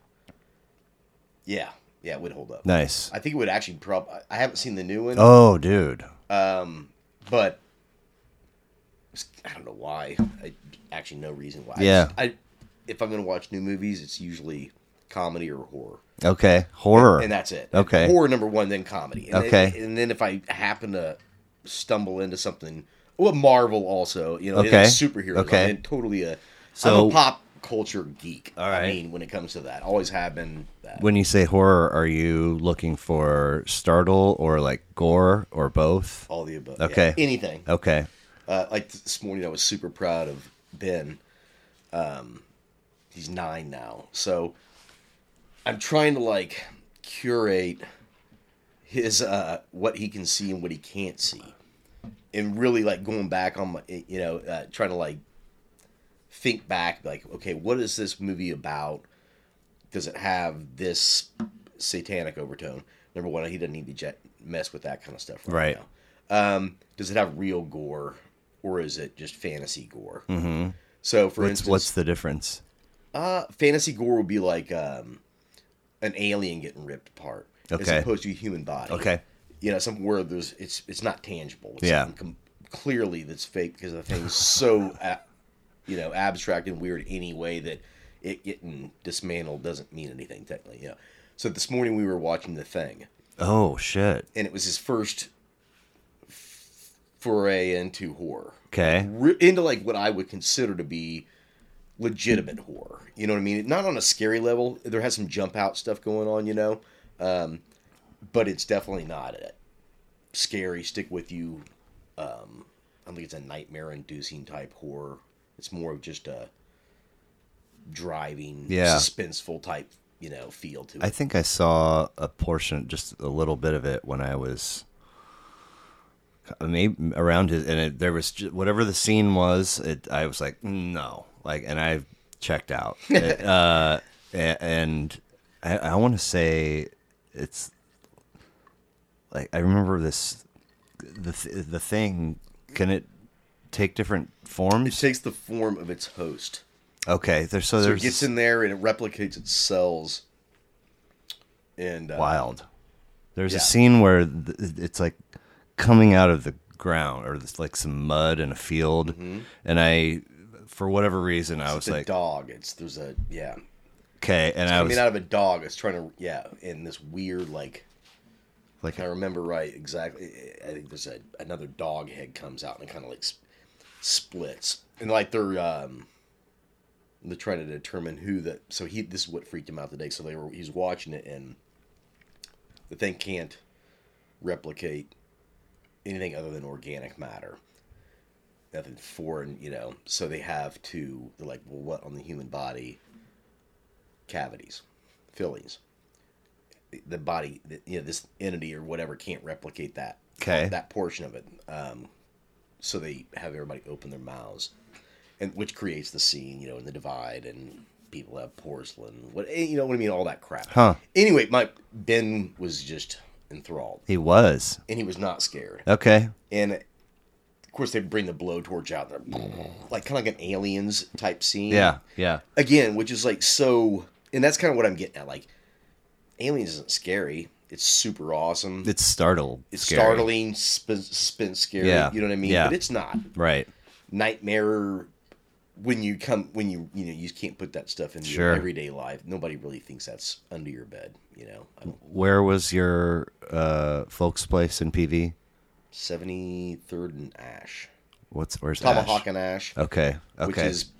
Speaker 1: yeah, yeah, it would hold up.
Speaker 2: Nice.
Speaker 1: I think it would actually probably. I haven't seen the new one,
Speaker 2: Oh, dude.
Speaker 1: um, but I don't know why. I actually no reason why. I
Speaker 2: Yeah.
Speaker 1: just- I if I'm gonna watch new movies, it's usually comedy or horror,
Speaker 2: Okay. Horror.
Speaker 1: and that's it.
Speaker 2: Okay.
Speaker 1: horror number one, then comedy. And then-
Speaker 2: Okay.
Speaker 1: and then if I happen to stumble into something, well, Marvel also, you know, and
Speaker 2: Okay.
Speaker 1: it's superheroes.
Speaker 2: Okay.
Speaker 1: I'm totally a I'm
Speaker 2: So-
Speaker 1: a pop culture geek.
Speaker 2: All
Speaker 1: I
Speaker 2: right.
Speaker 1: mean, when it comes to that, always have been that.
Speaker 2: when you say horror, are you looking for startle or like gore or both?
Speaker 1: all the above.
Speaker 2: Okay.
Speaker 1: Yeah, anything.
Speaker 2: Okay.
Speaker 1: Uh, like this morning, I was super proud of Ben. Um, he's nine now, so I'm trying to like curate his uh, what he can see and what he can't see, and really like going back on my, you know, uh, trying to like think back, like, okay, what is this movie about? Does it have this satanic overtone? Number one, he doesn't need to jet, mess with that kind of stuff right,
Speaker 2: Right.
Speaker 1: now. Um, does it have real gore or is it just fantasy gore? Mm-hmm. So, for
Speaker 2: What's
Speaker 1: instance,
Speaker 2: what's the difference?
Speaker 1: uh, fantasy gore would be like um, an alien getting ripped apart, as
Speaker 2: Okay.
Speaker 1: opposed to a human body.
Speaker 2: Okay.
Speaker 1: you know, somewhere there's it's it's not tangible. It's
Speaker 2: Yeah.
Speaker 1: something com- clearly that's fake because the thing's so a- you know abstract and weird anyway that it getting dismantled doesn't mean anything technically. You know. So this morning we were watching the thing,
Speaker 2: Oh shit.
Speaker 1: and it was his first f- foray into horror
Speaker 2: Okay.
Speaker 1: re- into like what I would consider to be legitimate horror. You know what I mean? Not on a scary level. There has some jump out stuff going on, you know, um, but it's definitely not a scary, stick with you. Um, I don't think it's a nightmare inducing type horror. It's more of just a driving,
Speaker 2: Yeah.
Speaker 1: suspenseful type, you know, feel to it.
Speaker 2: I think I saw a portion, just a little bit of it, when I was maybe around his, and it, there was ju- whatever the scene was. It, I was like, no, like, and I checked out. It, uh, a- and I, I want to say it's like I remember this the th- the thing. Can it take different
Speaker 1: it
Speaker 2: forms?
Speaker 1: takes the form of its host.
Speaker 2: Okay, there's so
Speaker 1: So it
Speaker 2: there's
Speaker 1: gets in there and it replicates its cells. And uh,
Speaker 2: wild. There's
Speaker 1: Yeah.
Speaker 2: a scene where th- it's like coming out of the ground, or it's like some mud in a field, and I, for whatever reason, I was
Speaker 1: Mm-hmm. it's a
Speaker 2: like,
Speaker 1: dog. It's there's a yeah.
Speaker 2: okay, and I
Speaker 1: I
Speaker 2: was
Speaker 1: mean, out of a dog, it's trying to yeah. In this weird like,
Speaker 2: like,
Speaker 1: if I remember right exactly, I think there's a another dog head comes out and kind of like sp- splits and like they're um they're trying to determine who the so he this is what freaked him out today. So they were he's watching it and the thing can't replicate anything other than organic matter. Nothing foreign, you know. So they have to. They're like, well, what on the human body? Cavities, fillings. The body, the, you know, this entity or whatever can't replicate that.
Speaker 2: 'Kay.
Speaker 1: That portion of it. Um, so they have everybody open their mouths, and which creates the scene, you know, and the divide, and people have porcelain. What eh, you know what I mean? All that crap.
Speaker 2: Huh.
Speaker 1: Anyway, my Ben was just enthralled
Speaker 2: he was
Speaker 1: and he was not scared.
Speaker 2: okay,
Speaker 1: And of course, they bring the blowtorch out there, like kind of like an aliens type scene.
Speaker 2: yeah, yeah,
Speaker 1: Again, which is like so, and that's kind of what I'm getting at. Like, aliens isn't scary. It's super awesome.
Speaker 2: it's startled,
Speaker 1: It's
Speaker 2: scary.
Speaker 1: startling, suspense, suspense scary.
Speaker 2: Yeah,
Speaker 1: You know what I mean?
Speaker 2: yeah.
Speaker 1: But it's not
Speaker 2: right?
Speaker 1: nightmare. When you come, when you you know you can't put that stuff in
Speaker 2: Sure.
Speaker 1: your everyday life. Nobody really thinks that's under your bed. You know, I don't,
Speaker 2: Where was your uh, folks' place in PV?
Speaker 1: 73rd and Ash,
Speaker 2: What's where's
Speaker 1: Tomahawk
Speaker 2: Ash?
Speaker 1: and Ash.
Speaker 2: Okay, okay,
Speaker 1: which is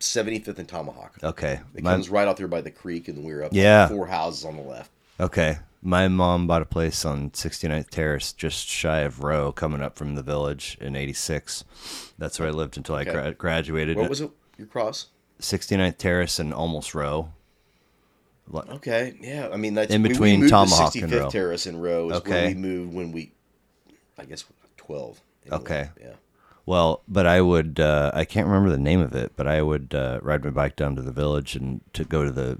Speaker 1: 75th and Tomahawk.
Speaker 2: okay.
Speaker 1: It
Speaker 2: My-
Speaker 1: comes right out there by the creek, and we were up
Speaker 2: Yeah.
Speaker 1: four houses on the left.
Speaker 2: Okay. My mom bought a place on 69th Terrace, just shy of Row, coming up from the village in 86. That's where I lived until I
Speaker 1: Okay.
Speaker 2: gra- graduated.
Speaker 1: What was it? Your cross?
Speaker 2: 69th Terrace and almost Row. Li-
Speaker 1: Okay, yeah. I mean, that's
Speaker 2: In
Speaker 1: we- we
Speaker 2: between
Speaker 1: moved to
Speaker 2: Tomahawk and Row.
Speaker 1: Terrace and Row is where
Speaker 2: Okay.
Speaker 1: we moved when we, I guess, twelve. anyway.
Speaker 2: Okay.
Speaker 1: yeah.
Speaker 2: Well, but I would, uh, I can't remember the name of it, but I would uh, ride my bike down to the village and to go to the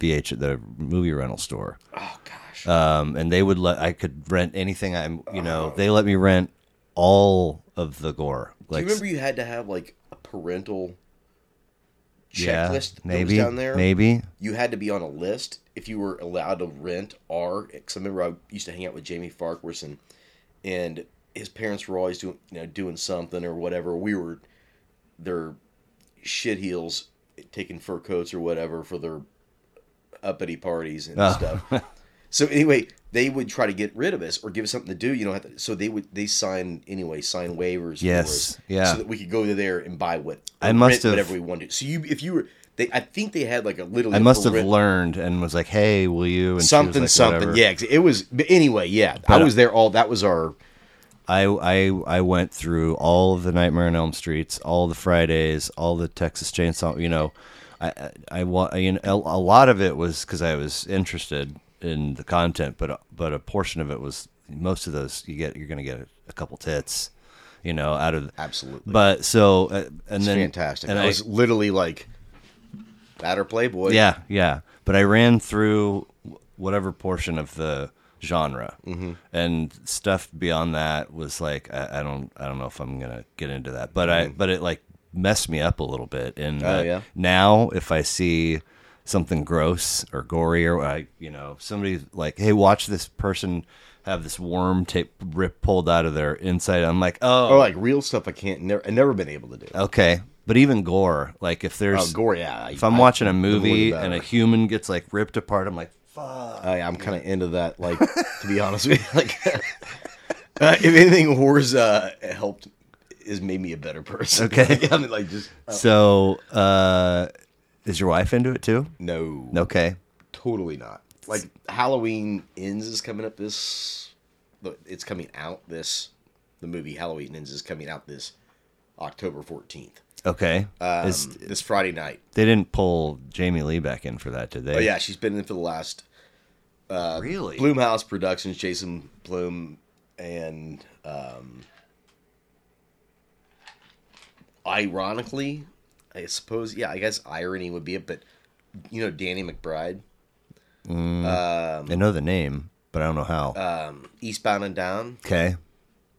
Speaker 2: VH, the movie rental store.
Speaker 1: Oh gosh,
Speaker 2: Uh, um, and they would let I could rent anything I'm you know they let me rent all of the gore. Like
Speaker 1: Do you remember you had to have like a parental
Speaker 2: yeah,
Speaker 1: checklist that was
Speaker 2: maybe
Speaker 1: down there?
Speaker 2: maybe
Speaker 1: You had to be on a list if you were allowed to rent R. Because I remember I used to hang out with Jamie Farquharson, and his parents were always doing you know doing something or whatever. We were their shit heels taking fur coats or whatever for their uppity parties and
Speaker 2: Oh.
Speaker 1: stuff. So anyway, they would try to get rid of us or give us something to do. You know, so they would they sign anyway, sign waivers. for
Speaker 2: Yes,
Speaker 1: us
Speaker 2: yeah.
Speaker 1: So that we could go there and buy what
Speaker 2: I
Speaker 1: or
Speaker 2: must
Speaker 1: rent
Speaker 2: have-
Speaker 1: whatever we wanted. So you, if you were, they, I think they had like a little.
Speaker 2: I must have learned and was like, "Hey, will you?" And she was
Speaker 1: something,
Speaker 2: like,
Speaker 1: something.
Speaker 2: "Whatever."
Speaker 1: Yeah, 'cause it was. But anyway, yeah,
Speaker 2: But,
Speaker 1: I
Speaker 2: uh,
Speaker 1: was there. All that was our.
Speaker 2: I I I went through all of the Nightmare on Elm Streets, all the Fridays, all the Texas Chainsaw. You know, I I, I, wa- I you know, a, a lot of it was because I was interested in the content, but a- but a portion of it was most of those you get you're gonna get a couple tits, you know, out of
Speaker 1: Absolutely.
Speaker 2: But so uh, and then
Speaker 1: fantastic.
Speaker 2: and
Speaker 1: I, was literally like, batter playboy.
Speaker 2: yeah, yeah. But I ran through whatever portion of the genre, mm-hmm. and stuff beyond that was like I, I don't I don't know if I'm gonna get into that. But I but it like messed me up a little bit. And
Speaker 1: Mm-hmm. Oh, yeah?
Speaker 2: now if I see something gross or gory or I you know somebody like hey watch this person have this worm tape rip pulled out of their inside i'm like
Speaker 1: Or
Speaker 2: oh
Speaker 1: like real stuff. I can't. Never. I've never been able to do.
Speaker 2: okay but even gore like if
Speaker 1: Oh,
Speaker 2: there's
Speaker 1: gore. Yeah.
Speaker 2: if i'm watching a movie and a
Speaker 1: better.
Speaker 2: human gets like ripped apart i'm like
Speaker 1: I, I'm kind of into that. Like, to be honest with you, like, uh, if anything, horror's uh, helped is made me a better person.
Speaker 2: Okay.
Speaker 1: Like, I mean, like, just
Speaker 2: So, uh, is your wife into it too?
Speaker 1: no,
Speaker 2: Okay.
Speaker 1: totally not. Like, Halloween Ends is coming up this. the- It's coming out this. The movie Halloween Ends is coming out this October fourteenth.
Speaker 2: Okay.
Speaker 1: Um,
Speaker 2: Is-
Speaker 1: this Friday night.
Speaker 2: they didn't pull Jamie Lee back in for that, did they?
Speaker 1: Oh yeah, she's been in for the last
Speaker 2: Really?
Speaker 1: Bloomhouse Productions, Jason Bloom, and um, ironically, I suppose, yeah, I guess irony would be it, but you know, Danny McBride,
Speaker 2: I know the name, but I don't know how.
Speaker 1: um, Eastbound and Down,
Speaker 2: okay.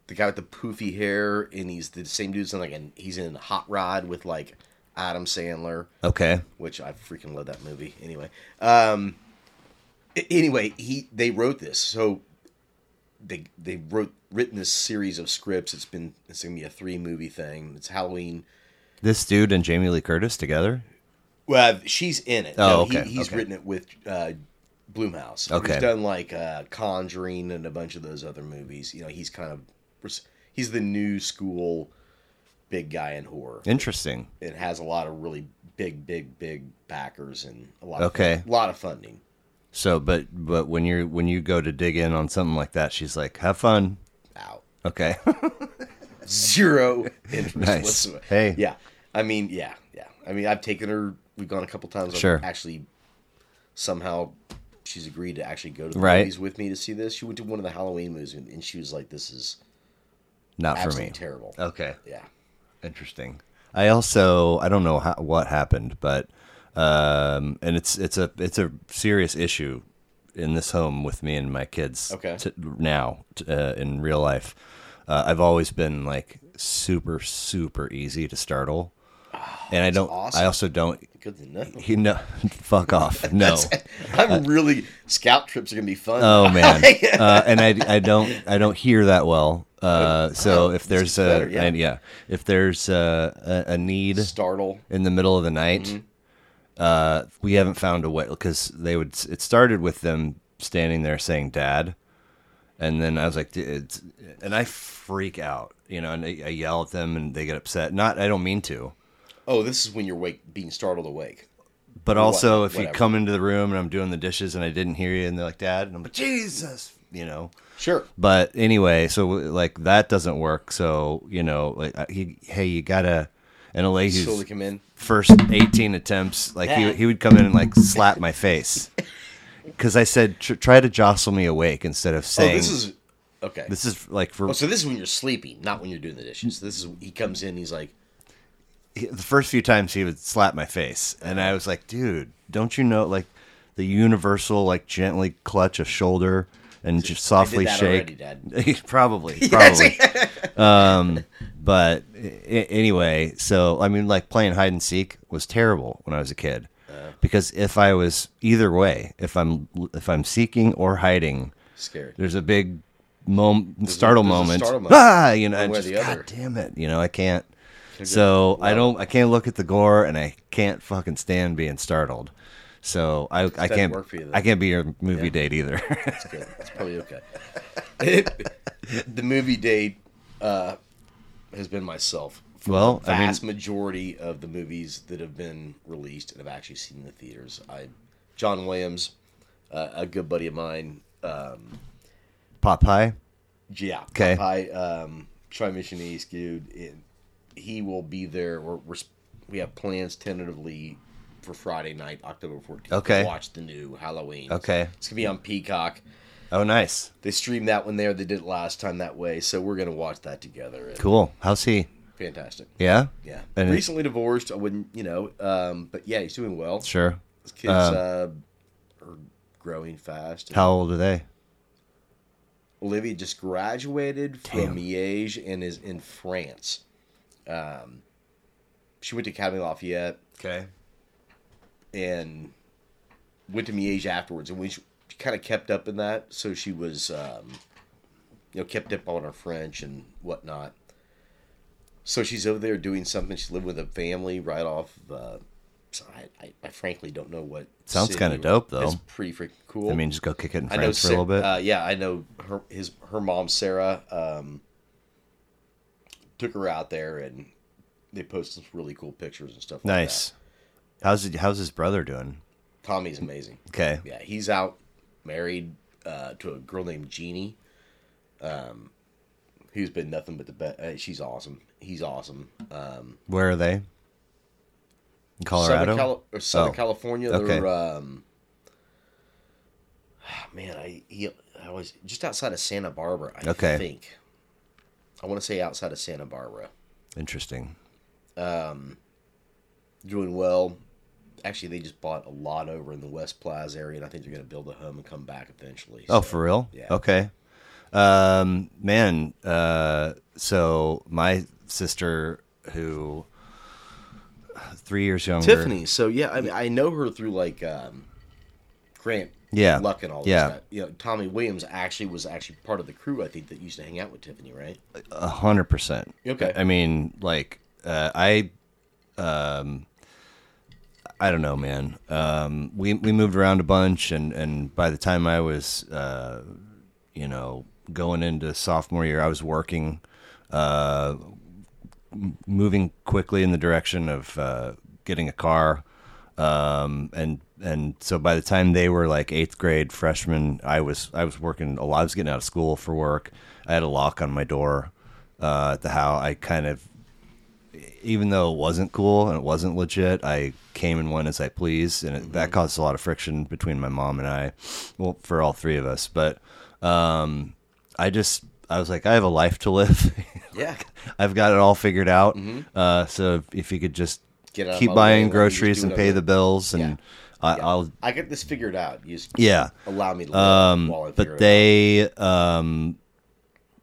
Speaker 1: the guy with the poofy hair, and he's the same dude's in like an he's in Hot Rod with like Adam Sandler.
Speaker 2: Okay.
Speaker 1: which I freaking love that movie. Anyway, um, a- anyway, he they wrote this, so they they wrote written this series of scripts. It's been it's gonna be a three movie thing. It's Halloween.
Speaker 2: This dude and Jamie Lee Curtis together?
Speaker 1: Well, she's in it.
Speaker 2: Oh,
Speaker 1: he-
Speaker 2: okay,
Speaker 1: he's
Speaker 2: okay.
Speaker 1: written it with uh, Bloomhouse.
Speaker 2: Okay.
Speaker 1: he's done like uh, Conjuring and a bunch of those other movies. You know, he's kind of he's the new school big guy in horror.
Speaker 2: Interesting.
Speaker 1: it has a lot of really big, big, big backers and a lot
Speaker 2: Okay.
Speaker 1: of, a lot of funding.
Speaker 2: So, but but when you're when you go to dig in on something like that, she's like, "Have fun."
Speaker 1: out.
Speaker 2: Okay.
Speaker 1: Zero interest
Speaker 2: Nice.
Speaker 1: whatsoever.
Speaker 2: Hey.
Speaker 1: Yeah. I mean, yeah, yeah. I mean, I've taken her. We've gone a couple times. I've
Speaker 2: Sure.
Speaker 1: Actually, somehow she's agreed to actually go to the
Speaker 2: Right.
Speaker 1: movies with me to see this. She went to one of the Halloween movies, and and she was like, "This is
Speaker 2: Not for me.
Speaker 1: absolutely terrible."
Speaker 2: Okay.
Speaker 1: Yeah.
Speaker 2: Interesting. I also I don't know how, what happened, but um, and it's it's a it's a serious issue in this home with me and my kids.
Speaker 1: Okay.
Speaker 2: t- now t- uh, in real life, uh, I've always been like super super easy to startle, and I don't. I
Speaker 1: Ah, awesome.
Speaker 2: also don't.
Speaker 1: Good to know.
Speaker 2: You know, fuck off. No.
Speaker 1: I'm really scout trips are gonna be fun.
Speaker 2: Uh, Oh man, uh, and I, I don't I don't hear that well. Uh, so if there's a
Speaker 1: oh, better, yeah.
Speaker 2: and yeah, if there's a, a, a need
Speaker 1: Startle.
Speaker 2: in the middle of the night. Uh, we haven't found a way because they would. It started with them standing there saying "dad," and then I was like, "D- it's, and I freak out, you know, and I, I yell at them, and they get upset. Not, I don't mean to,
Speaker 1: Oh, this is when you're wake, being startled awake.
Speaker 2: but also if you
Speaker 1: whatever.
Speaker 2: come into the room and I'm doing the dishes and I didn't hear you, and they're like, "Dad," and I'm like, "Jesus," you know.
Speaker 1: Sure.
Speaker 2: But anyway, so like that doesn't work. So you know, like I- he, hey, you gotta, and a lady who's-
Speaker 1: Until they come in.
Speaker 2: first 18 attempts like he, he would come in and like slap my face because i said Tr- try to jostle me awake instead of
Speaker 1: Oh,
Speaker 2: saying
Speaker 1: this is okay.
Speaker 2: this is, like for
Speaker 1: Oh, so this is when you're sleeping, not when you're doing the dishes. This is he comes in, he's like,
Speaker 2: he- the first few times he would slap my face and i was like dude don't you know like the universal like gently clutch a shoulder and just softly
Speaker 1: that
Speaker 2: shake.
Speaker 1: already,
Speaker 2: probably, probably. um, but a- a- anyway, so I mean, like playing hide and seek was terrible when I was a kid
Speaker 1: Uh.
Speaker 2: because if I was either way, if I'm if I'm seeking or hiding,
Speaker 1: Scared.
Speaker 2: there's a big mom- startle,
Speaker 1: there's a
Speaker 2: moment.
Speaker 1: startle moment.
Speaker 2: Ah, you know,
Speaker 1: One
Speaker 2: and
Speaker 1: way or
Speaker 2: just,
Speaker 1: the other.
Speaker 2: God damn it, you know, I can't. So I don't, I can't look at the gore, and I can't fucking stand being startled. So I, I
Speaker 1: doesn't
Speaker 2: can't,
Speaker 1: work for you, then.
Speaker 2: I can't be your movie date either.
Speaker 1: That's good. That's probably okay. the movie date uh, has been myself. For
Speaker 2: Well,
Speaker 1: the
Speaker 2: I mean-
Speaker 1: vast majority of the movies that have been released and have actually seen in the theaters. I, John Williams, uh, a good buddy of mine. Um,
Speaker 2: Popeye.
Speaker 1: yeah,
Speaker 2: Okay.
Speaker 1: I um, try Mission East, dude. It, he will be there. We're, we're s- we have plans tentatively for Friday night, October fourteenth.
Speaker 2: Okay.
Speaker 1: watch the new Halloween.
Speaker 2: Okay.
Speaker 1: it's gonna be on Peacock.
Speaker 2: Oh, nice,
Speaker 1: They streamed that one there. They did it last time that way, so we're gonna watch that together. It's
Speaker 2: cool. How's he?
Speaker 1: Fantastic.
Speaker 2: Yeah.
Speaker 1: Yeah.
Speaker 2: And-
Speaker 1: Recently divorced. I wouldn't, you know, um, but yeah, he's doing well.
Speaker 2: Sure. Um,
Speaker 1: His kids uh, are growing fast.
Speaker 2: How old are they?
Speaker 1: Olivia just graduated
Speaker 2: Damn.
Speaker 1: from E Liège and is in France. Um, she went to Academy Lafayette
Speaker 2: Okay.
Speaker 1: and went to Miege afterwards, and we she kind of kept up in that. So she was, um, you know, kept up on her French and whatnot. So she's over there doing something. She's living with a family right off. Uh, so I, I, I frankly don't know what.
Speaker 2: Sounds
Speaker 1: city
Speaker 2: kinda
Speaker 1: or-
Speaker 2: dope, though.
Speaker 1: It's pretty freaking cool.
Speaker 2: I mean, just go kick it in
Speaker 1: I know
Speaker 2: France for a little
Speaker 1: Sa-
Speaker 2: bit.
Speaker 1: Uh, yeah, I know her. His her mom Sarah um, took her out there, and they posted some really cool pictures and stuff. like
Speaker 2: nice. How's it, how's his brother doing?
Speaker 1: that. Tommy's amazing.
Speaker 2: Okay.
Speaker 1: Yeah, he's out married uh, to a girl named Jeannie. Um, who's been nothing but the best. Uh, she's awesome. He's awesome. Um,
Speaker 2: Where are they? In Colorado.
Speaker 1: Southern, Cali- or Southern
Speaker 2: Oh.
Speaker 1: California.
Speaker 2: Okay.
Speaker 1: They're, um, ah, man, I he, I was just outside of Santa Barbara. I
Speaker 2: Okay.
Speaker 1: think. I want to say outside of Santa Barbara,
Speaker 2: Interesting.
Speaker 1: doing well. Actually, they just bought a lot over in the West Plaza area, and I think they're going to build a home and come back eventually.
Speaker 2: Oh,
Speaker 1: so.
Speaker 2: for real?
Speaker 1: yeah.
Speaker 2: Okay. Um, man, uh, so my sister, who uh, three years younger,
Speaker 1: Tiffany. So yeah, I mean, I know her through like um, Grant,
Speaker 2: Yeah.
Speaker 1: Luck and all this
Speaker 2: Yeah.
Speaker 1: stuff. You know, Tommy Williams actually was actually part of the crew. I think that used to hang out with Tiffany, right?
Speaker 2: a hundred percent.
Speaker 1: Okay.
Speaker 2: I mean, like, uh, I, um, I don't know, man. Um, we we moved around a bunch, and and by the time I was, uh, you know, going into sophomore year, I was working, uh, m- moving quickly in the direction of uh, getting a car. Um and and so by the time they were like eighth grade freshmen, I was I was working a lot. I was getting out of school for work. I had a lock on my door uh, at the how I kind of, even though it wasn't cool and it wasn't legit, I came and went as I pleased, and it, that caused a lot of friction between my mom and I, well, for all three of us. But um, I just, I was like, I have a life to live.
Speaker 1: Yeah.
Speaker 2: I've got it all figured out. Uh, so if, if you could just
Speaker 1: Mm-hmm. Get out of
Speaker 2: keep
Speaker 1: my way
Speaker 2: buying
Speaker 1: and let me just
Speaker 2: groceries
Speaker 1: do
Speaker 2: and
Speaker 1: what I
Speaker 2: pay
Speaker 1: do.
Speaker 2: the bills, and I, I'll,
Speaker 1: I get this figured out. You just
Speaker 2: yeah
Speaker 1: allow me to live while I figure
Speaker 2: Um, but they um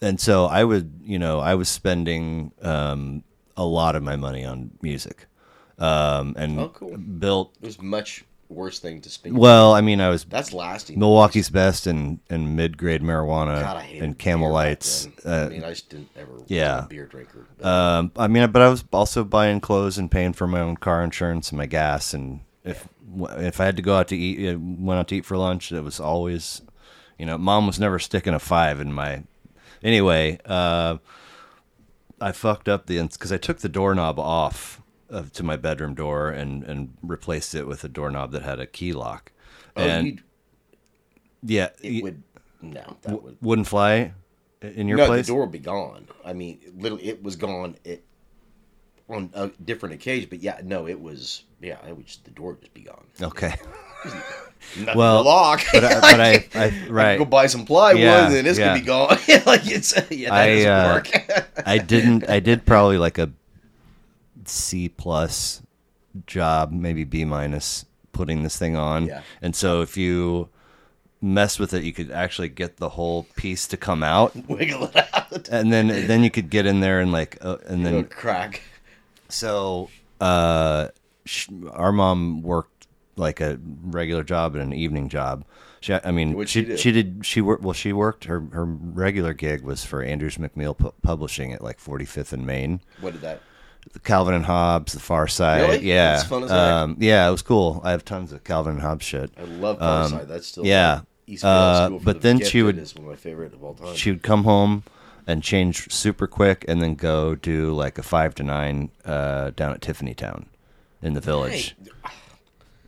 Speaker 2: and so i would you know i was spending um a lot of my money on music um and
Speaker 1: Oh, cool.
Speaker 2: built
Speaker 1: it out. There's much worse thing to speak.
Speaker 2: well i mean i was
Speaker 1: That's lasting.
Speaker 2: milwaukee's best and and mid-grade marijuana
Speaker 1: God, I hated
Speaker 2: and
Speaker 1: beer
Speaker 2: camel
Speaker 1: back
Speaker 2: lights
Speaker 1: then.
Speaker 2: uh,
Speaker 1: I mean, I just didn't ever. was
Speaker 2: yeah.
Speaker 1: a beer drinker.
Speaker 2: um, I mean, but I was also buying clothes and paying for my own car insurance and my gas. And if if I had to go out to eat, uh, went out to eat for lunch, it was always, you know, mom was never sticking a five in my. Anyway, uh, I fucked up the because I took the doorknob off of to my bedroom door and and replaced it with a doorknob that had a key lock.
Speaker 1: oh,
Speaker 2: and
Speaker 1: you'd,
Speaker 2: yeah,
Speaker 1: it
Speaker 2: y-
Speaker 1: would no, that would
Speaker 2: wouldn't fly in your
Speaker 1: no.
Speaker 2: place.
Speaker 1: The door would be gone. I mean, literally, it was gone. It on a different occasion, but yeah, no, it was yeah. It was the door would just be gone.
Speaker 2: okay,
Speaker 1: Nothing
Speaker 2: Well,
Speaker 1: to lock.
Speaker 2: but I, but I, I right.
Speaker 1: Go buy some plywood,
Speaker 2: Yeah,
Speaker 1: and then it's
Speaker 2: yeah.
Speaker 1: gonna be gone. like it's yeah, that
Speaker 2: I,
Speaker 1: doesn't
Speaker 2: uh,
Speaker 1: work.
Speaker 2: I didn't. I did probably like a C plus job, maybe B minus, putting this thing on.
Speaker 1: Yeah.
Speaker 2: And so if you mess with it, you could actually get the whole piece to come out,
Speaker 1: Wiggle it out.
Speaker 2: and then then you could get in there and like, uh, and
Speaker 1: Little
Speaker 2: then
Speaker 1: crack.
Speaker 2: so uh, sh our mom worked like a regular job and an evening job. She, I mean,
Speaker 1: What'd
Speaker 2: she
Speaker 1: she do?
Speaker 2: she did she worked well. She worked her her regular gig was for Andrews McNeil Pu- Publishing at like 45th and Maine.
Speaker 1: What did that?
Speaker 2: Calvin and Hobbes, The Far Side.
Speaker 1: Really?
Speaker 2: Yeah,
Speaker 1: That's fun as heck.
Speaker 2: um, yeah, it was cool. I have tons of Calvin and Hobbes shit.
Speaker 1: I love Farside. That's still
Speaker 2: Um, yeah.
Speaker 1: Eastfield
Speaker 2: Uh,
Speaker 1: School for
Speaker 2: but
Speaker 1: the
Speaker 2: then she
Speaker 1: Gifted
Speaker 2: would-
Speaker 1: is one of my favorite of all time.
Speaker 2: She would come home and change super quick, and then go do like a five to nine uh, down at Tiffany Town in the village.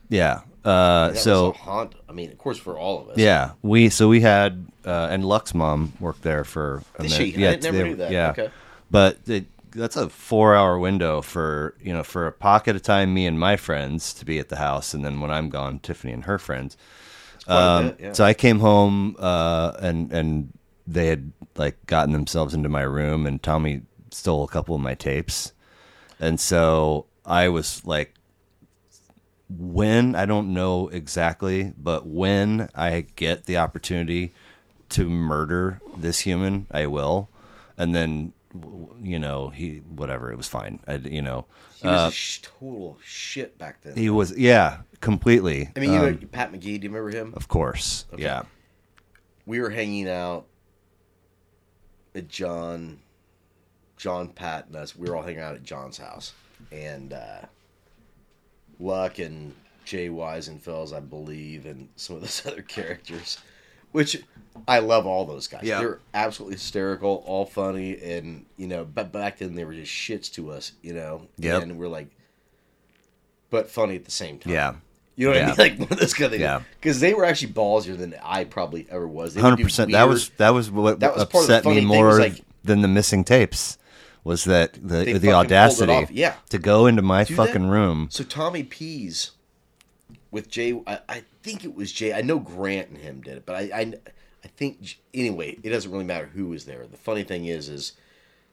Speaker 2: Yeah. Uh,
Speaker 1: That
Speaker 2: so
Speaker 1: was a haunt. I mean, of course, for all of us.
Speaker 2: yeah, we so we had uh, and Luck's mom worked there for. A
Speaker 1: Did
Speaker 2: minute.
Speaker 1: she? I
Speaker 2: Yeah,
Speaker 1: didn't- never
Speaker 2: they-
Speaker 1: knew that.
Speaker 2: Yeah,
Speaker 1: Okay.
Speaker 2: but it, that's a four-hour window for you know for a pocket of time, me and my friends to be at the house, and then when I'm gone, Tiffany and her friends.
Speaker 1: Quite a
Speaker 2: Um,
Speaker 1: bit, yeah.
Speaker 2: So I came home uh, and and they had like gotten themselves into my room, and Tommy stole a couple of my tapes, and so I was like, when I don't know exactly, but when I get the opportunity to murder this human, I will, and then w- w- you know he whatever it was fine, I, you know
Speaker 1: he was a sh- total shit back then.
Speaker 2: uh, he was yeah completely.
Speaker 1: I mean, you
Speaker 2: um,
Speaker 1: know Pat McGee. Do you remember him?
Speaker 2: of course, yeah.
Speaker 1: We were hanging out at John, John Pat and us. We were all hanging out at John's house, and uh, Luck and Jay Weisenfels, I believe, and some of those other characters, which I love all those guys.
Speaker 2: Yeah.
Speaker 1: They're absolutely hysterical, all funny, and you know, but back then they were just shits to us, you know.
Speaker 2: Yep.
Speaker 1: And we're like, but funny at the same time.
Speaker 2: Yeah.
Speaker 1: You know what I
Speaker 2: Yeah.
Speaker 1: mean? Like one of those kind of things.
Speaker 2: Yeah.
Speaker 1: Because they were actually ballsier than I probably ever was. They would
Speaker 2: Hundred
Speaker 1: do
Speaker 2: percent. That
Speaker 1: weird-
Speaker 2: was that was what
Speaker 1: That was part of the
Speaker 2: upset
Speaker 1: funny
Speaker 2: me
Speaker 1: thing
Speaker 2: more
Speaker 1: was, like-
Speaker 2: than the missing tapes was that
Speaker 1: They
Speaker 2: the
Speaker 1: fucking
Speaker 2: the
Speaker 1: pulled it
Speaker 2: audacity
Speaker 1: off, yeah.
Speaker 2: to go into my
Speaker 1: that?
Speaker 2: fucking room.
Speaker 1: so Tommy Pease with Jay. I, I think it was Jay. I know Grant and him did it, but I, I I think J- anyway. It doesn't really matter who was there. The funny thing is, is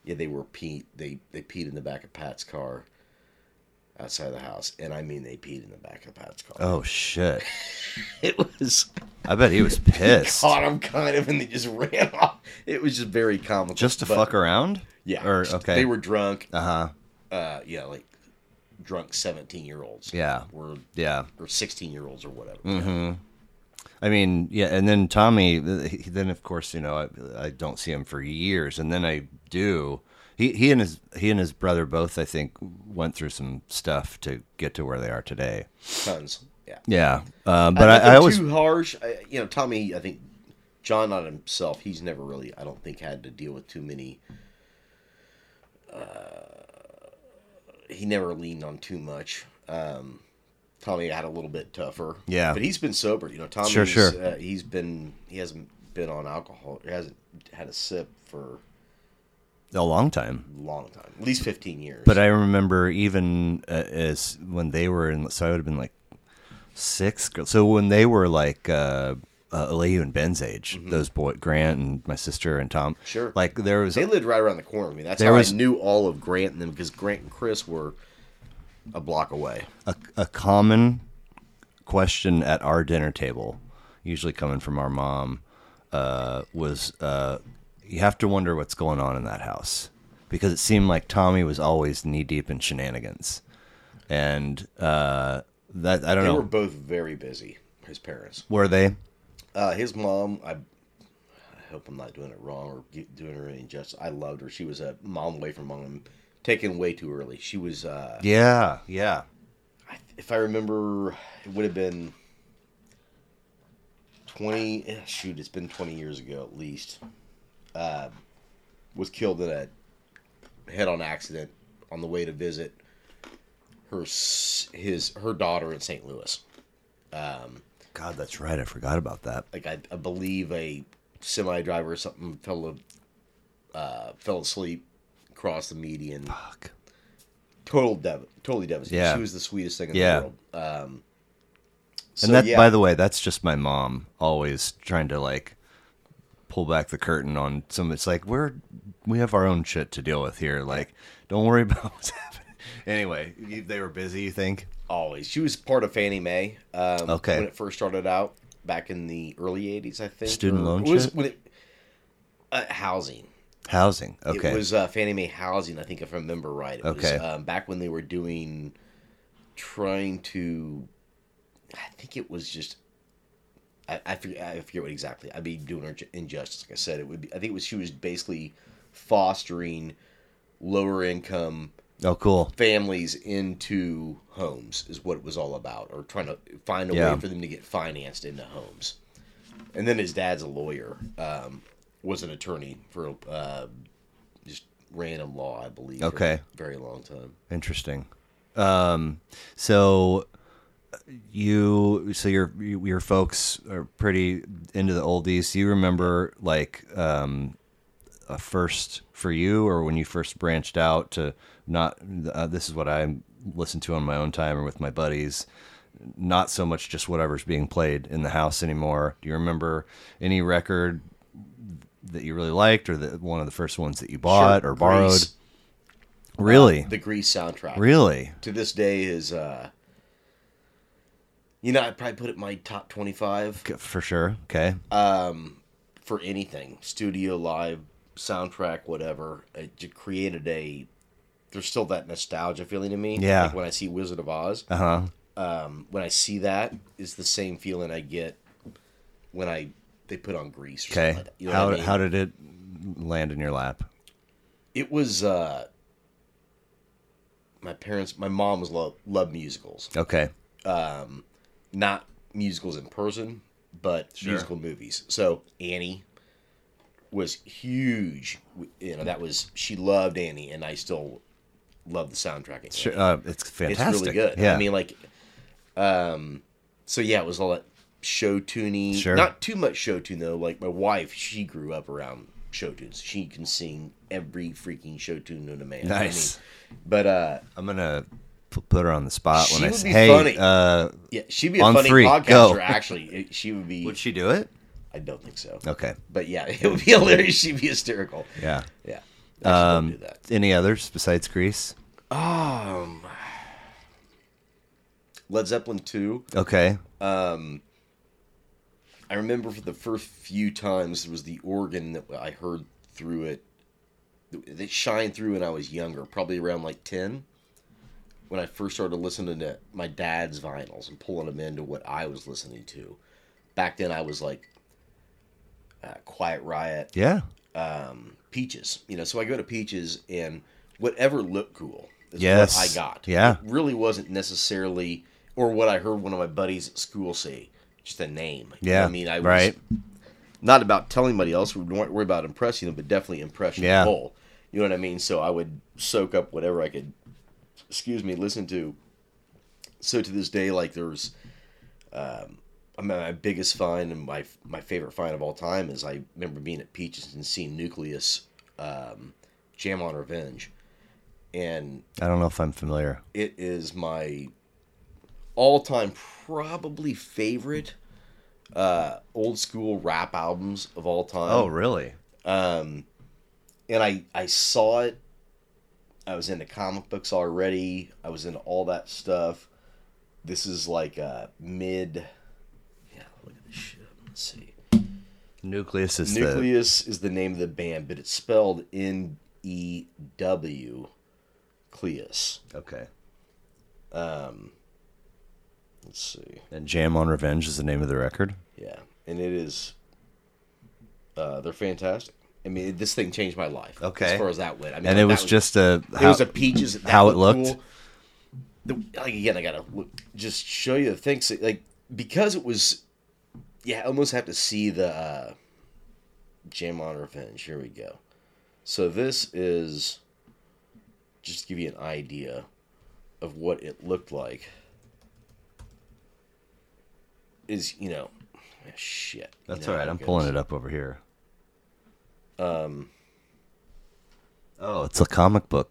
Speaker 1: yeah, they were peed. They they peed in the back of Pat's car outside the house, and I mean they peed in the back of Pat's car.
Speaker 2: Oh shit!
Speaker 1: It was
Speaker 2: I bet he was pissed
Speaker 1: caught him kind of, and they just ran off. It was just very comical.
Speaker 2: just to
Speaker 1: but-
Speaker 2: fuck around.
Speaker 1: Yeah.
Speaker 2: Or
Speaker 1: just-
Speaker 2: okay.
Speaker 1: They were drunk.
Speaker 2: Uh huh.
Speaker 1: uh, yeah, like drunk seventeen year olds.
Speaker 2: Yeah. Mm.
Speaker 1: Or
Speaker 2: Yeah.
Speaker 1: or sixteen year olds or whatever.
Speaker 2: I mean, yeah, and then Tommy. he- Then of course, you know, I, I don't see him for years, and then I do. He he and his he and his brother both, I think, went through some stuff to get to where they are today.
Speaker 1: Tons. Yeah.
Speaker 2: Yeah, uh, but I,
Speaker 1: nothing
Speaker 2: I always
Speaker 1: too harsh. I, you know, Tommy. I think John on himself. He's never really. I don't think had to deal with too many. Uh, he never leaned on too much. Um, Tommy had a little bit tougher.
Speaker 2: Yeah.
Speaker 1: but he's been sober. You know, Tommy.
Speaker 2: Sure, sure.
Speaker 1: Uh, he's been. He hasn't been on alcohol. He hasn't had a sip for
Speaker 2: a long time.
Speaker 1: a long time. At least fifteen years.
Speaker 2: But I remember even uh, as when they were in, so I would have been like six. So when they were like uh, uh, Elihu and Ben's age, those boy Grant and my sister and Tom.
Speaker 1: Mm-hmm. Sure.
Speaker 2: Like there was
Speaker 1: They lived right around the corner. I mean, that's
Speaker 2: There
Speaker 1: how
Speaker 2: was-
Speaker 1: I knew all of Grant and them because Grant and Chris were a block away.
Speaker 2: a, a common question at our dinner table, usually coming from our mom, uh, was uh, you have to wonder what's going on in that house because it seemed like Tommy was always knee deep in shenanigans, and uh, that I don't
Speaker 1: They
Speaker 2: know
Speaker 1: were both very busy. His parents.
Speaker 2: were they.
Speaker 1: Uh, his mom. I, I hope I'm not doing it wrong or ge- doing her any injustice. I loved her. She was a mom away from home, taken way too early. She was. Uh,
Speaker 2: Yeah, yeah.
Speaker 1: I- if I remember, it would have been. 20 eh, shoot it's been 20 years ago at least uh, was killed in a head-on accident on the way to visit her s- his her daughter in St. Louis
Speaker 2: God, that's right. I forgot about that.
Speaker 1: like I, I believe a semi driver or something fell a- uh, fell asleep across the median
Speaker 2: Fuck.
Speaker 1: total dev- totally devastated
Speaker 2: Yeah.
Speaker 1: she was the sweetest thing in
Speaker 2: Yeah.
Speaker 1: the world um so,
Speaker 2: and that,
Speaker 1: yeah,
Speaker 2: by the way, that's just my mom always trying to like pull back the curtain on some. It's like we're we have our own shit to deal with here. Like, don't worry about what's happening. Anyway, you- they were busy. You think?
Speaker 1: always she was part of Fannie Mae um,
Speaker 2: Okay.
Speaker 1: when it first started out back in the early '80s, I think.
Speaker 2: Student
Speaker 1: or-
Speaker 2: loan
Speaker 1: it was
Speaker 2: shit?
Speaker 1: when it, uh, housing.
Speaker 2: Housing. Okay.
Speaker 1: It was uh, Fannie Mae housing, I think, if I remember right. It
Speaker 2: Okay.
Speaker 1: Was, um, back when they were doing, trying to, I think it was just, I, I, forget, I forget what exactly. I'd be doing her injustice. Like I said, it would be. I think it was she was basically fostering lower income
Speaker 2: oh, cool.
Speaker 1: families into homes is what it was all about, or trying to find a
Speaker 2: Yeah.
Speaker 1: way for them to get financed into homes. And then his dad's a lawyer, um, was an attorney for uh, just random law, I believe. for
Speaker 2: Okay.
Speaker 1: a very long time.
Speaker 2: Interesting. Um, so uh, you, so your you- your folks are pretty into the oldies. Do you remember like um, a first for you, or when you first branched out to not? Uh, this is what I listen to on my own time or with my buddies. Not so much just whatever's being played in the house anymore. Do you remember any record that you really liked, or that one of the first ones that you bought
Speaker 1: Sure,
Speaker 2: or borrowed?
Speaker 1: Grease.
Speaker 2: Really,
Speaker 1: The Grease soundtrack.
Speaker 2: really.
Speaker 1: To this day is, uh, you know, I'd probably put it in my top 25
Speaker 2: G- for sure. Okay.
Speaker 1: Uh, for anything studio, live, soundtrack, whatever. It just created a. There's still that nostalgia feeling to me.
Speaker 2: Yeah.
Speaker 1: Like when I see Wizard of Oz.
Speaker 2: Uh huh.
Speaker 1: um, when I see that is the same feeling I get when I they put on Grease. Or
Speaker 2: Okay.
Speaker 1: something like that. You know
Speaker 2: how
Speaker 1: what I mean?
Speaker 2: how did it land in your lap?
Speaker 1: it was? Uh, my parents, my mom was love loved musicals,
Speaker 2: Okay.
Speaker 1: not musicals in person, but musical movies. So Annie was huge. W- You know that was she loved Annie, and I still love the soundtrack. of
Speaker 2: Sure,
Speaker 1: Annie.
Speaker 2: uh, it's
Speaker 1: it's
Speaker 2: fantastic.
Speaker 1: really good.
Speaker 2: Yeah.
Speaker 1: I mean, like, um, so yeah, it was all that show tuny.
Speaker 2: Sure.
Speaker 1: Not too much show tune though. Like my wife, she grew up around show tunes. She can sing every freaking show tune known to man. I mean,
Speaker 2: Nice.
Speaker 1: but uh,
Speaker 2: I'm gonna p- put her on the spot
Speaker 1: She
Speaker 2: when I
Speaker 1: would
Speaker 2: say,
Speaker 1: be
Speaker 2: "Hey,
Speaker 1: funny.
Speaker 2: uh,
Speaker 1: yeah, she'd be a
Speaker 2: On
Speaker 1: funny
Speaker 2: three,
Speaker 1: podcaster.
Speaker 2: go.
Speaker 1: Actually, It- she would be.
Speaker 2: would she do it?"
Speaker 1: I don't think so.
Speaker 2: Okay.
Speaker 1: But yeah, it would be hilarious. She'd be hysterical.
Speaker 2: Yeah.
Speaker 1: Yeah. I
Speaker 2: Um,
Speaker 1: do that.
Speaker 2: Any others besides Grease?
Speaker 1: Um, Led Zeppelin two.
Speaker 2: Okay.
Speaker 1: I remember for the first few times it was the organ that I heard through it that shined through when I was younger, probably around like 10 when I first started listening to my dad's vinyls and pulling them into what I was listening to. Back then I was like uh, Quiet Riot,
Speaker 2: yeah.
Speaker 1: um, Peaches, you know, so I go to Peaches and whatever looked cool is
Speaker 2: Yes.
Speaker 1: what I got.
Speaker 2: Yeah.
Speaker 1: It really wasn't necessarily or what I heard one of my buddies at school say, just a name. You know
Speaker 2: Yeah.
Speaker 1: what I mean, I was
Speaker 2: right.
Speaker 1: not about telling anybody else. We don't worry about impressing them, but definitely impressing
Speaker 2: Yeah.
Speaker 1: the whole. You know what I mean? So I would soak up whatever I could, excuse me, listen to. So to this day, like there's, um, I mean, my biggest find and my my favorite find of all time is I remember being at Peaches and seeing Nucleus, um, Jam on Revenge, and
Speaker 2: I don't know if I'm familiar.
Speaker 1: it is my all-time probably favorite uh old school rap albums of all time
Speaker 2: Oh, really?
Speaker 1: and I I saw it. I was into comic books already. I was into all that stuff. This is like uh mid. Yeah, look at this shit. Let's see.
Speaker 2: Nucleus is the
Speaker 1: Nucleus is the name of the band, but it's spelled N E W, Cleus.
Speaker 2: okay.
Speaker 1: Let's see.
Speaker 2: And Jam on Revenge is the name of the record.
Speaker 1: Yeah, and it is. Uh, they're fantastic. I mean, this thing changed my life.
Speaker 2: Okay.
Speaker 1: as far as that went. I mean,
Speaker 2: And it
Speaker 1: that
Speaker 2: was just a
Speaker 1: it
Speaker 2: how-
Speaker 1: was a peaches. that
Speaker 2: how it looked?
Speaker 1: cool. The- like again, I gotta look, just show you the things like because it was. Yeah, I almost have to see the uh, Jam on Revenge. Here we go. So this is just to give you an idea of what it looked like. Is you know, ah, shit.
Speaker 2: That's all right. I'm pulling it up over here. Um. Oh, it's a comic book.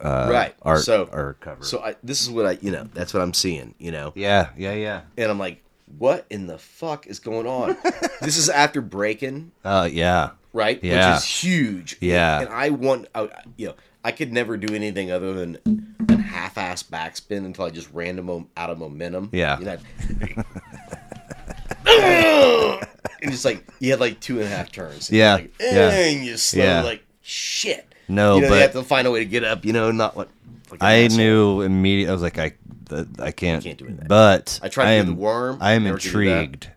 Speaker 2: Uh,
Speaker 1: Right.
Speaker 2: Art.
Speaker 1: So-
Speaker 2: art cover.
Speaker 1: So I, this is what I you know that's what I'm seeing. You know.
Speaker 2: yeah. Yeah. Yeah.
Speaker 1: and I'm like, what in the fuck is going on? this is after breaking,
Speaker 2: Oh yeah.
Speaker 1: right?
Speaker 2: Yeah.
Speaker 1: Which is huge.
Speaker 2: Yeah.
Speaker 1: And I want, I, you know, I could never do anything other than a half-ass backspin until I just random out of momentum.
Speaker 2: Yeah.
Speaker 1: You know, and just like you had like two and a half turns.
Speaker 2: Yeah,
Speaker 1: like,
Speaker 2: yeah.
Speaker 1: and you slow
Speaker 2: Yeah.
Speaker 1: like shit.
Speaker 2: No,
Speaker 1: you know,
Speaker 2: but-
Speaker 1: they have to find a way to get up. You know, not what like an
Speaker 2: I
Speaker 1: asshole.
Speaker 2: knew immediately. I was like, I, th- I can't.
Speaker 1: can't do that.
Speaker 2: But
Speaker 1: I tried to
Speaker 2: I
Speaker 1: do
Speaker 2: am,
Speaker 1: the worm,
Speaker 2: I am
Speaker 1: never could do that.
Speaker 2: intrigued.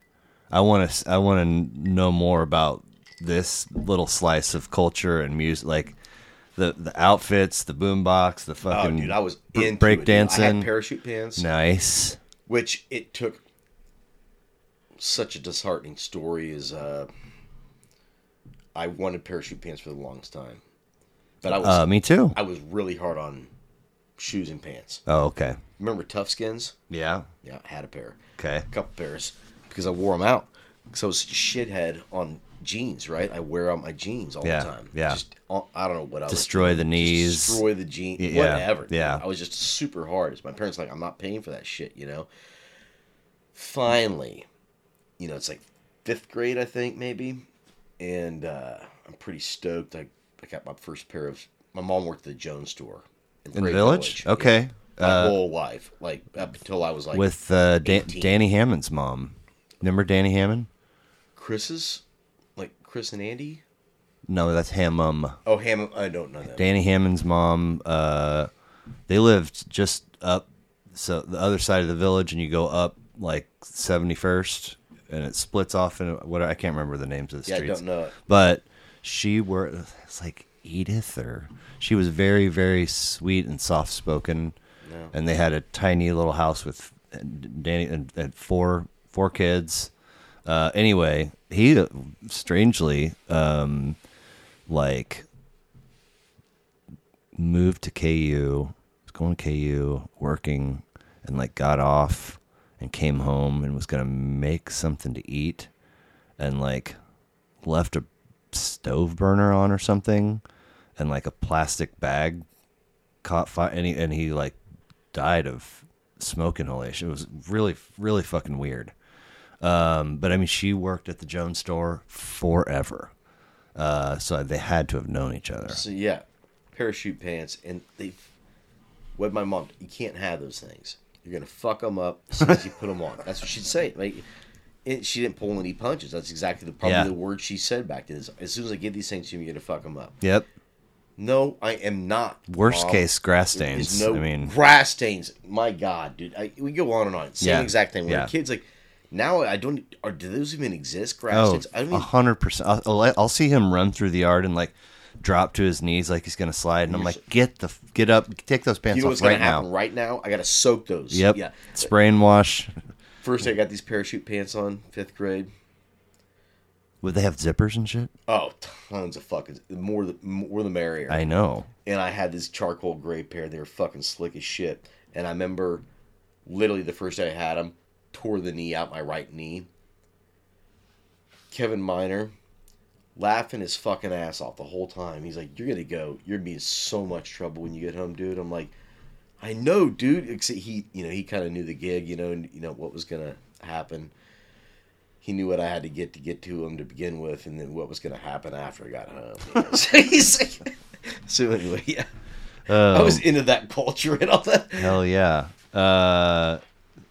Speaker 2: I want to. I want to know more about this little slice of culture and music, like the the outfits, the boombox, the
Speaker 1: Oh,
Speaker 2: fucking.
Speaker 1: dude, I was
Speaker 2: br-
Speaker 1: into
Speaker 2: break
Speaker 1: it, dude. I
Speaker 2: dancing.
Speaker 1: had parachute pants,
Speaker 2: nice.
Speaker 1: which it took. Such a disheartening story is. Uh, I wanted parachute pants for the longest time, but I was
Speaker 2: Uh, me too.
Speaker 1: I was really hard on shoes and pants.
Speaker 2: Oh, okay.
Speaker 1: Remember Tough Skins?
Speaker 2: Yeah.
Speaker 1: Yeah, I had a pair.
Speaker 2: Okay.
Speaker 1: A couple pairs because I wore them out. So I was shithead on jeans, right? I wear out my jeans all
Speaker 2: Yeah,
Speaker 1: the time.
Speaker 2: yeah.
Speaker 1: Just, uh, I don't know what I was.
Speaker 2: Destroy the knees.
Speaker 1: Destroy the jeans.
Speaker 2: Yeah,
Speaker 1: Whatever.
Speaker 2: yeah.
Speaker 1: I was just super hard. It's My parents like, I'm not paying for that shit, you know? Finally, you know, it's like fifth grade, I think, maybe. And uh, I'm pretty stoked. I, I got my first pair of. My mom worked at the Jones store
Speaker 2: In the
Speaker 1: Prairie
Speaker 2: village.
Speaker 1: Yeah.
Speaker 2: Okay.
Speaker 1: My
Speaker 2: Uh,
Speaker 1: whole life, like up until I was like
Speaker 2: with uh, Dan-
Speaker 1: 18.
Speaker 2: Danny Hammond's mom. Remember Danny Hammond?
Speaker 1: Chris's, like Chris and Andy.
Speaker 2: No, that's Hammum.
Speaker 1: Oh, Ham. I don't know that.
Speaker 2: Danny Hammond's mom, uh, they lived just up so the other side of the village, and you go up like seventy first, and it splits off into what I can't remember the names of the
Speaker 1: yeah, I
Speaker 2: streets.
Speaker 1: don't know. it.
Speaker 2: But she were it's like Edith, or she was very very sweet and soft spoken,
Speaker 1: No.
Speaker 2: and they had a tiny little house with Danny and, and four four kids. Uh, anyway, he uh, strangely um, like moved to KU, was going to KU, working, and like got off and came home and was gonna make something to eat, and like left a stove burner on or something, and like a plastic bag caught fire, and he, and he like died of smoke inhalation. It was really really fucking weird. Um, but I mean, she worked at the Jones store forever. Uh, so they had to have known each other.
Speaker 1: So yeah, parachute pants, and they. What my mom? You can't have those things. You're gonna fuck them up as soon as you put them on. That's what she'd say. Like, it, she didn't pull any punches. That's exactly the probably
Speaker 2: Yeah.
Speaker 1: the word she said back then. Is as soon as I give these things to you, you're gonna fuck them up.
Speaker 2: Yep.
Speaker 1: No, I am not.
Speaker 2: Worst
Speaker 1: Mom.
Speaker 2: case grass
Speaker 1: There is
Speaker 2: stains.
Speaker 1: no
Speaker 2: I mean,
Speaker 1: grass stains. My God, dude, I, we go on and on. Same
Speaker 2: Yeah.
Speaker 1: exact thing. When
Speaker 2: Yeah.
Speaker 1: the kids like now, I don't. Or do those even exist? Grass
Speaker 2: oh,
Speaker 1: stains. I don't.
Speaker 2: a
Speaker 1: Even,
Speaker 2: hundred percent. I'll- I'll, I'll see him run through the yard and like drop to his knees like he's gonna slide, and I'm like, get the f- get up, take those pants
Speaker 1: you know
Speaker 2: off
Speaker 1: what's
Speaker 2: right
Speaker 1: gonna happen
Speaker 2: now.
Speaker 1: right now? I gotta soak those.
Speaker 2: Yep.
Speaker 1: Yeah.
Speaker 2: Spray and wash.
Speaker 1: First, I got these parachute pants on, fifth grade.
Speaker 2: Would they have zippers and shit?
Speaker 1: Oh, tons of fucking the more the more the merrier.
Speaker 2: I know.
Speaker 1: and I had this charcoal gray pair. They were fucking slick as shit. And I remember, literally the first day I had them, tore the knee out my right knee. Kevin Miner, laughing his fucking ass off the whole time. He's like, "You're gonna go. You're gonna be in so much trouble when you get home, dude." I'm like, "I know, dude." Except he, you know, he kind of knew the gig, you know, and you know what was gonna happen. He knew what I had to get to get to him to begin with, and then what was gonna happen after I got home. you know. so he's like, so anyway, yeah. I
Speaker 2: Oh,
Speaker 1: was into that culture and all that.
Speaker 2: hell yeah. Uh,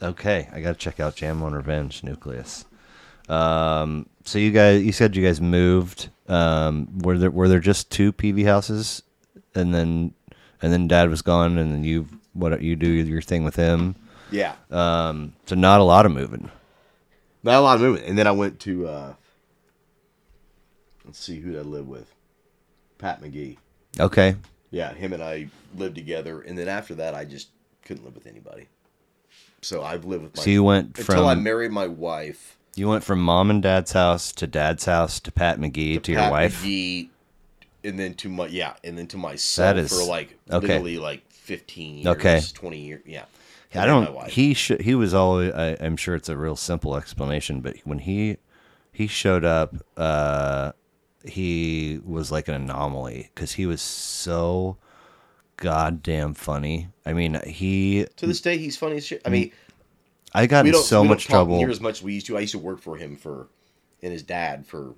Speaker 2: okay, I gotta check out Jam on Revenge Nucleus. Um, so you guys, you said you guys moved. Um, were there were there just two PV houses, and then and then Dad was gone, and then you what you do your thing with him.
Speaker 1: Yeah.
Speaker 2: Um, so not a lot of moving.
Speaker 1: Not a lot of movement. And then uh, I went to, uh, let's see who did I live with. Pat McGee.
Speaker 2: Okay,
Speaker 1: Yeah, him and I lived together. And then after that, I just couldn't live with anybody. So I've lived with my.
Speaker 2: so you went
Speaker 1: until I
Speaker 2: from
Speaker 1: married my wife
Speaker 2: you went from mom and dad's house to dad's house to Pat McGee to, your
Speaker 1: Pat
Speaker 2: wife.
Speaker 1: McGee, and then to my yeah, and then to myself
Speaker 2: That is-
Speaker 1: for like
Speaker 2: okay.
Speaker 1: literally like fifteen years,
Speaker 2: Okay.
Speaker 1: twenty years, yeah.
Speaker 2: I
Speaker 1: And then my
Speaker 2: don't.
Speaker 1: wife.
Speaker 2: He should. He was always. I, I'm sure it's a real simple explanation, but when he he showed up, uh, he was like an anomaly because he was so goddamn funny. I mean, he.
Speaker 1: to this day he's funny as shit. I
Speaker 2: Mm.
Speaker 1: mean,
Speaker 2: I got
Speaker 1: we
Speaker 2: in
Speaker 1: don't
Speaker 2: so
Speaker 1: we
Speaker 2: much
Speaker 1: don't talk
Speaker 2: trouble.
Speaker 1: near as much as we used to. I used to work for him for and his dad for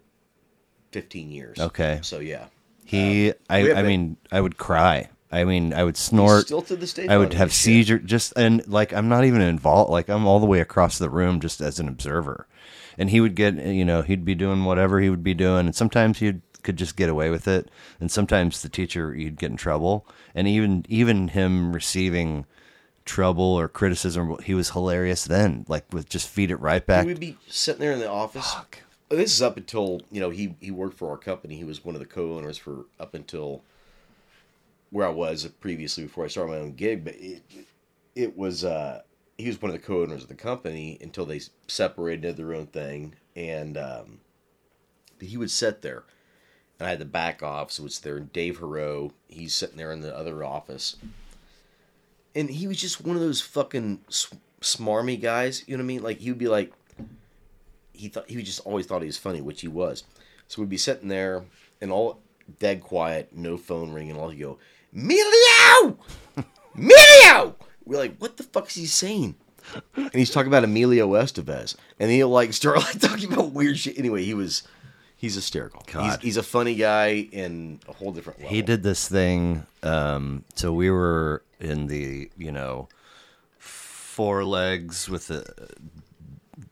Speaker 1: fifteen years.
Speaker 2: Okay.
Speaker 1: so yeah,
Speaker 2: He.
Speaker 1: we
Speaker 2: I.
Speaker 1: have
Speaker 2: I
Speaker 1: a-
Speaker 2: mean, I would cry. I mean, I would snort.
Speaker 1: Still to this day,
Speaker 2: I would
Speaker 1: fond of
Speaker 2: have
Speaker 1: this shit.
Speaker 2: seizure just and like I'm not even involved like I'm all the way across the room just as an observer. And he would get you know, he'd be doing whatever he would be doing and sometimes he could just get away with it and sometimes the teacher you'd get in trouble and even even him receiving trouble or criticism he was hilarious then like with just feed it right back.
Speaker 1: We would be sitting there in the office. Uh, This is up until you know he he worked for our company. He was one of the co-owners for up until where I was previously before I started my own gig. But it it was uh, he was one of the co-owners of the company until they separated, did their own thing, and um, but he would sit there. And I had the back office, which there. And Dave Hero, he's sitting there in the other office, and he was just one of those fucking s- smarmy guys. You know what I mean? Like he would be like, he thought he just always thought he was funny, which he was. So we'd be sitting there and all dead quiet, no phone ringing. All he go, Emilio, Emilio. We're like, what the fuck is he saying? And he's talking about Emilio Estevez, and he'll like start like talking about weird shit. Anyway, he was. He's hysterical. He's,
Speaker 2: God.
Speaker 1: he's a funny guy in a whole different level.
Speaker 2: he did this thing um so we were in the you know four legs with a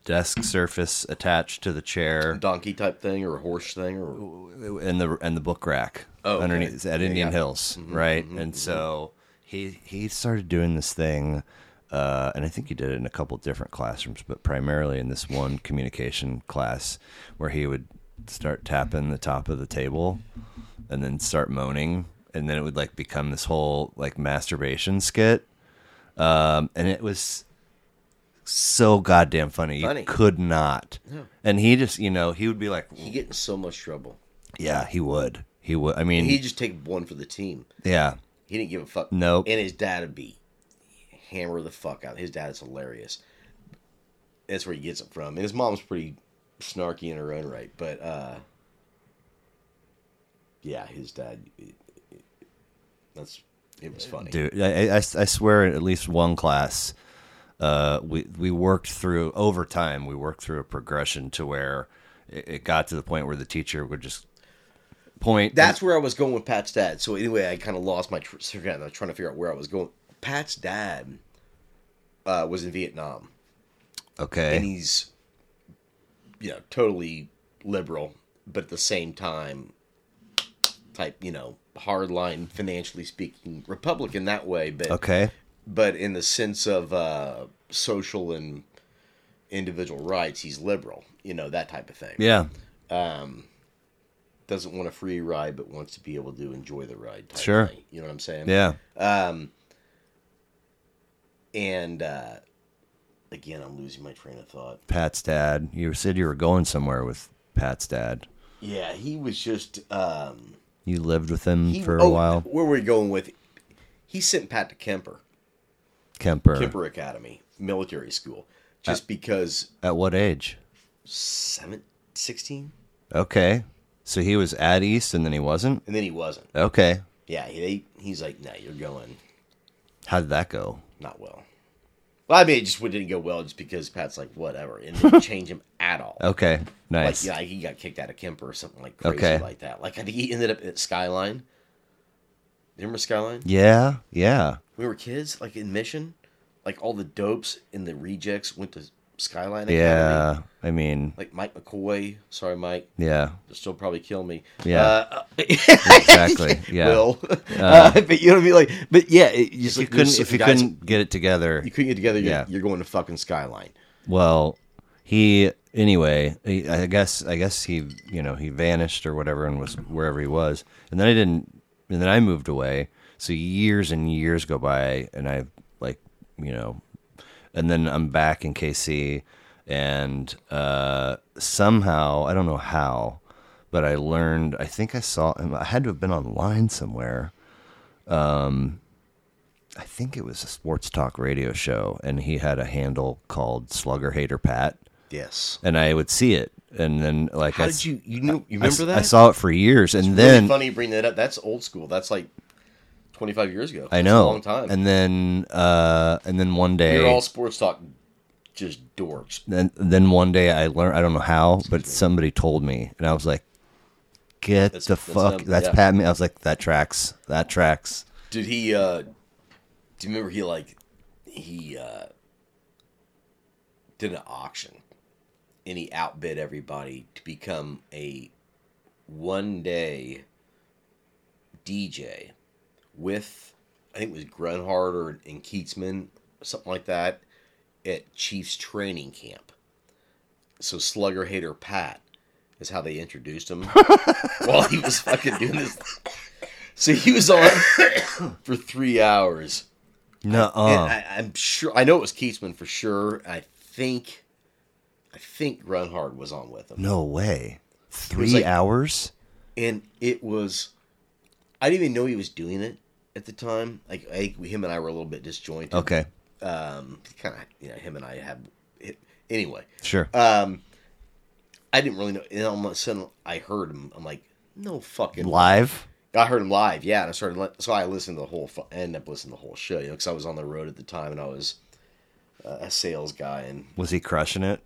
Speaker 2: desk surface attached to the chair
Speaker 1: donkey type thing or a horse thing or
Speaker 2: and the and the book rack
Speaker 1: Oh, okay.
Speaker 2: underneath at
Speaker 1: Yeah,
Speaker 2: Indian
Speaker 1: yeah. Mm-hmm,
Speaker 2: Hills, right? and so he he started doing this thing, uh, and I think he did it in a couple different classrooms, but primarily in this one communication class where he would start tapping the top of the table and then start moaning, and then it would like become this whole like masturbation skit, um, and it was so goddamn funny.
Speaker 1: Funny.
Speaker 2: You could not. And he just, you know, he would be like,
Speaker 1: he get in so much trouble.
Speaker 2: yeah, he would. He would. I mean,
Speaker 1: He'd just take one for the team.
Speaker 2: yeah,
Speaker 1: He didn't give a fuck.
Speaker 2: Nope.
Speaker 1: And his dad would be hammer the fuck out. His dad is hilarious. That's where he gets it from. And his mom's pretty snarky in her own right, but uh yeah, his dad. it- it- that's it was funny.
Speaker 2: dude. I, I, I swear, in at least one class, uh, we we worked through over time. We worked through a progression to where it, it got to the point where the teacher would just point.
Speaker 1: That's where I was going with Pat's dad. So anyway, I kind of lost my tr- train of thought. I was trying to figure out where I was going. Pat's dad uh, was in Vietnam. and
Speaker 2: okay.
Speaker 1: he's you know totally liberal but at the same time type you know hardline financially speaking republican that way but
Speaker 2: Okay.
Speaker 1: but in the sense of uh social and individual rights he's liberal you know that type of thing
Speaker 2: Yeah.
Speaker 1: doesn't want a free ride but wants to be able to enjoy the ride type
Speaker 2: Sure.
Speaker 1: thing. you know what i'm saying
Speaker 2: Yeah.
Speaker 1: and uh again i'm losing my train of thought
Speaker 2: Pat's dad. You said you were going somewhere with Pat's dad.
Speaker 1: yeah he was just um
Speaker 2: You lived with him
Speaker 1: He-
Speaker 2: for a
Speaker 1: oh,
Speaker 2: while.
Speaker 1: Where were we going with? He sent Pat to Kemper,
Speaker 2: Kemper.
Speaker 1: Kemper Academy, military school,
Speaker 2: Uh,
Speaker 1: just because
Speaker 2: At what age?
Speaker 1: seven, 16?
Speaker 2: Okay. So he was at East, and then he wasn't.
Speaker 1: and then he wasn't.
Speaker 2: Okay.
Speaker 1: Yeah, he, he's like, no, you're going
Speaker 2: How did that go?
Speaker 1: not well. Well, I mean, it just didn't go well, just because Pat's like, whatever, and didn't change him at all.
Speaker 2: Okay.
Speaker 1: Like,
Speaker 2: Nice.
Speaker 1: yeah, he got kicked out of Kemper or something like crazy
Speaker 2: Okay.
Speaker 1: like that. Like, I think he ended up at Skyline. Remember Skyline?
Speaker 2: Yeah, yeah.
Speaker 1: we were kids, like in Mission, like all the dopes and the rejects went to Skyline. Academy.
Speaker 2: Yeah. I mean,
Speaker 1: Like Mike McCoy. Sorry, Mike.
Speaker 2: yeah.
Speaker 1: They'll still probably kill me.
Speaker 2: Yeah.
Speaker 1: Uh,
Speaker 2: Exactly. Yeah.
Speaker 1: Will. Uh, but you know what I mean? Like, but yeah, it, you just
Speaker 2: if you
Speaker 1: like, there's
Speaker 2: couldn't if
Speaker 1: certain
Speaker 2: you
Speaker 1: guys-
Speaker 2: couldn't get it together.
Speaker 1: you couldn't get together, you're,
Speaker 2: Yeah.
Speaker 1: you're going to fucking Skyline.
Speaker 2: Well, he anyway, he, I guess I guess he, you know, he vanished or whatever and was wherever he was. And then I didn't and then I moved away. So years and years go by and I like, you know, and then I'm back in KC and uh somehow, I don't know how, but I learned, I think I saw him. I had to have been online somewhere. I think it was a sports talk radio show, and he had a handle called Slugger Hater Pat,
Speaker 1: Yes.
Speaker 2: and I would see it, and then like
Speaker 1: How
Speaker 2: I
Speaker 1: did
Speaker 2: s-
Speaker 1: you you knew you
Speaker 2: I s-
Speaker 1: remember that?
Speaker 2: I saw it for years, and
Speaker 1: Really
Speaker 2: then
Speaker 1: funny you bring that up. That's old school. That's like 25 years ago.
Speaker 2: I
Speaker 1: That's
Speaker 2: know,
Speaker 1: a long time.
Speaker 2: and then uh, and then one
Speaker 1: you're
Speaker 2: day,
Speaker 1: all sports talk, just dorks.
Speaker 2: then then one day I learned I don't know how, but somebody told me, and I was like, "Get
Speaker 1: That's-
Speaker 2: the
Speaker 1: that's
Speaker 2: fuck,
Speaker 1: him,
Speaker 2: that's
Speaker 1: yeah.
Speaker 2: Pat." Me, I was like, "That tracks, that tracks."
Speaker 1: Did he? uh Do you remember he like he uh did an auction and he outbid everybody to become a one day DJ with I think it was Grunhardt or and Keatsman something like that at Chiefs training camp. So Slugger Hater Pat is how they introduced him while he was fucking doing this. So he was on for three hours.
Speaker 2: No,
Speaker 1: And I, I'm sure I know it was Keatsman for sure. I think I think Grunhard was on with him.
Speaker 2: no way. Three
Speaker 1: like-
Speaker 2: hours?
Speaker 1: And it was I didn't even know he was doing it at the time. Like I think him and I were a little bit disjointed.
Speaker 2: Okay,
Speaker 1: Um kind of you know, him and I had anyway.
Speaker 2: sure.
Speaker 1: Um I didn't really know and all of a sudden I heard him. I'm like, no fucking
Speaker 2: Live?
Speaker 1: I heard him live, yeah, and I started. Li- so I listened to the whole. Fu- I ended up listening to the whole show, you know, because I was on the road at the time and I was uh, a sales guy, and
Speaker 2: Was he crushing it?